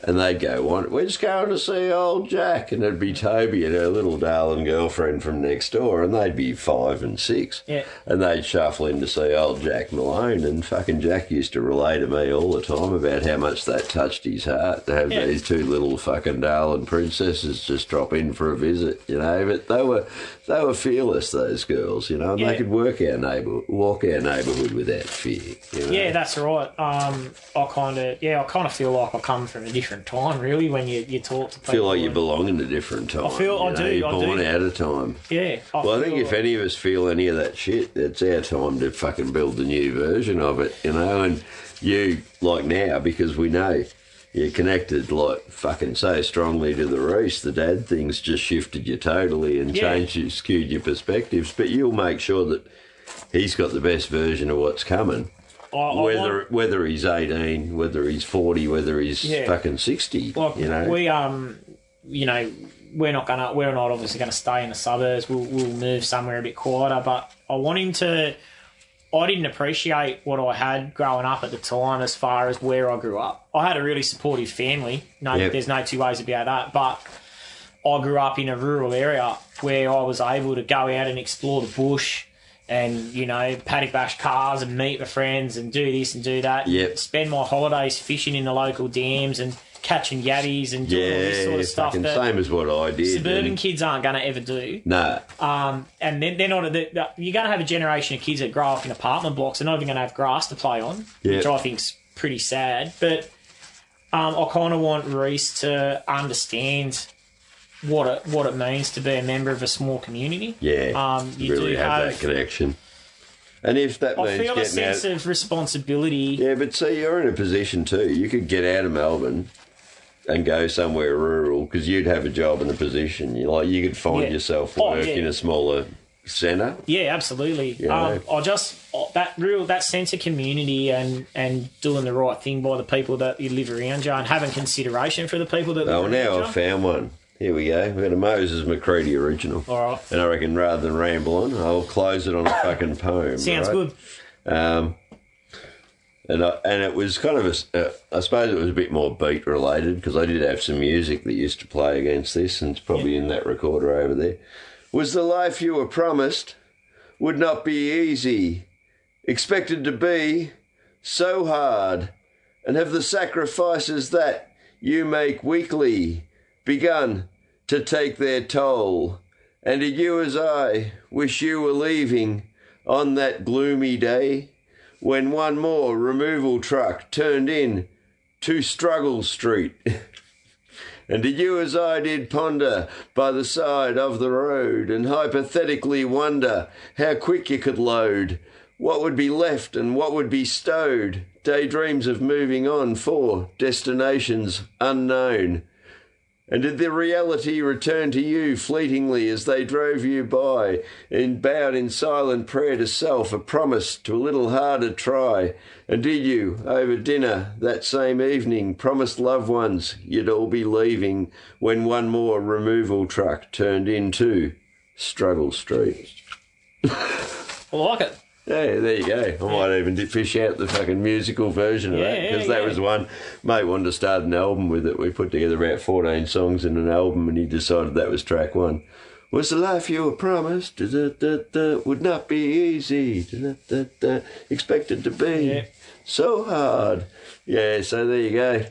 and they'd go on. We're just going to see old Jack, and it'd be Toby and her little darling girlfriend from next door, and they'd be five and six, Yeah. and they'd shuffle in to see old Jack Malone. And fucking Jack used to relay to me all the time about how much that touched his heart to have Yeah. these two little fucking darling princesses just drop in for a visit, you know. But they were they were fearless, those girls, you know, and Yeah. they could work our neighbour, walk our neighbourhood without fear. You know? Yeah, that's right. Um, I kind of yeah, I kind of feel like I come from a different time, really. When you, you talk to people, I feel like you and- belong in a different time. feel- you I do, You're I born do. out of time. yeah. Well, I think feel- if any of us feel any of that shit, it's our time to fucking build the new version of it, you know. And you, like now, because we know you're connected like fucking so strongly to the race, the dad things just shifted you totally and Yeah. changed you, skewed your perspectives. But you'll make sure that he's got the best version of what's coming. I, I Whether want- whether he's eighteen, whether he's forty, whether he's Yeah. fucking sixty, Like you know, we um, you know, we're not gonna we're not obviously gonna stay in the suburbs. We'll we'll move somewhere a bit quieter. But I want him to. I didn't appreciate what I had growing up at the time, as far as where I grew up. I had a really supportive family. No, Yep. there's no two ways about that. But I grew up in a rural area where I was able to go out and explore the bush and, you know, paddock bash cars and meet my friends and do this and do that. Yep. Spend my holidays fishing in the local dams and catching yatties and doing all this sort of stuff fucking that same as what I did. suburban and- kids aren't going to ever do. No, Um, and then they're not. They're, they're- you're going to have a generation of kids that grow up in apartment blocks. They're not even going to have grass to play on, Yeah. which I think's pretty sad. But um, I kind of want Reese to understand what it what it means to be a member of a small community. yeah, um, you really do have, have. that connection. And if that I means feel a getting out, sense of responsibility. yeah, but see, you're in a position too. You could get out of Melbourne and go somewhere rural because you'd have a job and a position. You like, you could find Yeah. yourself Oh, work yeah. in a smaller centre. Yeah, absolutely. Um, I just that real that sense of community and and doing the right thing by the people that you live around you and having consideration for the people that Oh, live now around I've you. found one. Here we go. We've got a Moses McCready original. All right. And I reckon rather than ramble on, I'll close it on a fucking poem. Sounds right? good. Um, and I, and it was kind of a s- uh, I suppose it was a bit more beat related because I did have some music that used to play against this, and it's probably in that recorder over there. Was the life you were promised would not be easy, expected to be so hard, and have the sacrifices that you make weekly begun to take their toll? And did you as I wish you were leaving on that gloomy day? when one more removal truck turned in to Struggle Street. and did you, as I did, ponder by the side of the road and hypothetically wonder how quick you could load, what would be left and what would be stowed? Daydreams of moving on for destinations unknown. And did the reality return to you fleetingly as they drove you by and bowed in silent prayer to self, a promise to a little harder try? And did you, over dinner that same evening, promise loved ones you'd all be leaving when one more removal truck turned into Struggle Street? I like it. Yeah, there you go. I might even di- fish out the fucking musical version of that Yeah, because yeah, that yeah. was one mate wanted to start an album with it. We put together about fourteen songs in an album, and he decided that was track one. Was the life you were promised da, da, da, da, would not be easy? Da, da, da, da, expected to be Yeah. so hard. Yeah, so there you go.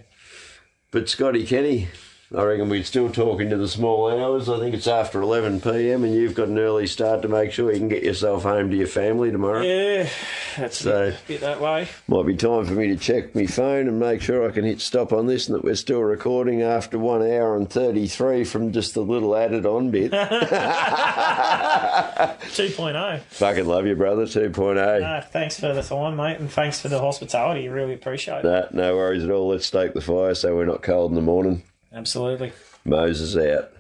But Scotty Kenny, I reckon we're still talking to the small hours. I think it's after 11 p.m. and you've got an early start to make sure you can get yourself home to your family tomorrow. Yeah, that's a So bit that way. might be time for me to check my phone and make sure I can hit stop on this and that we're still recording after one hour and 33 from just the little added on bit. 2.0. Fucking love you, brother. oh. 2.0. Uh, oh. thanks for the time, mate, and thanks for the hospitality. Really appreciate it. No, no worries at all. Let's stoke the fire so we're not cold in the morning. Absolutely. Moses out.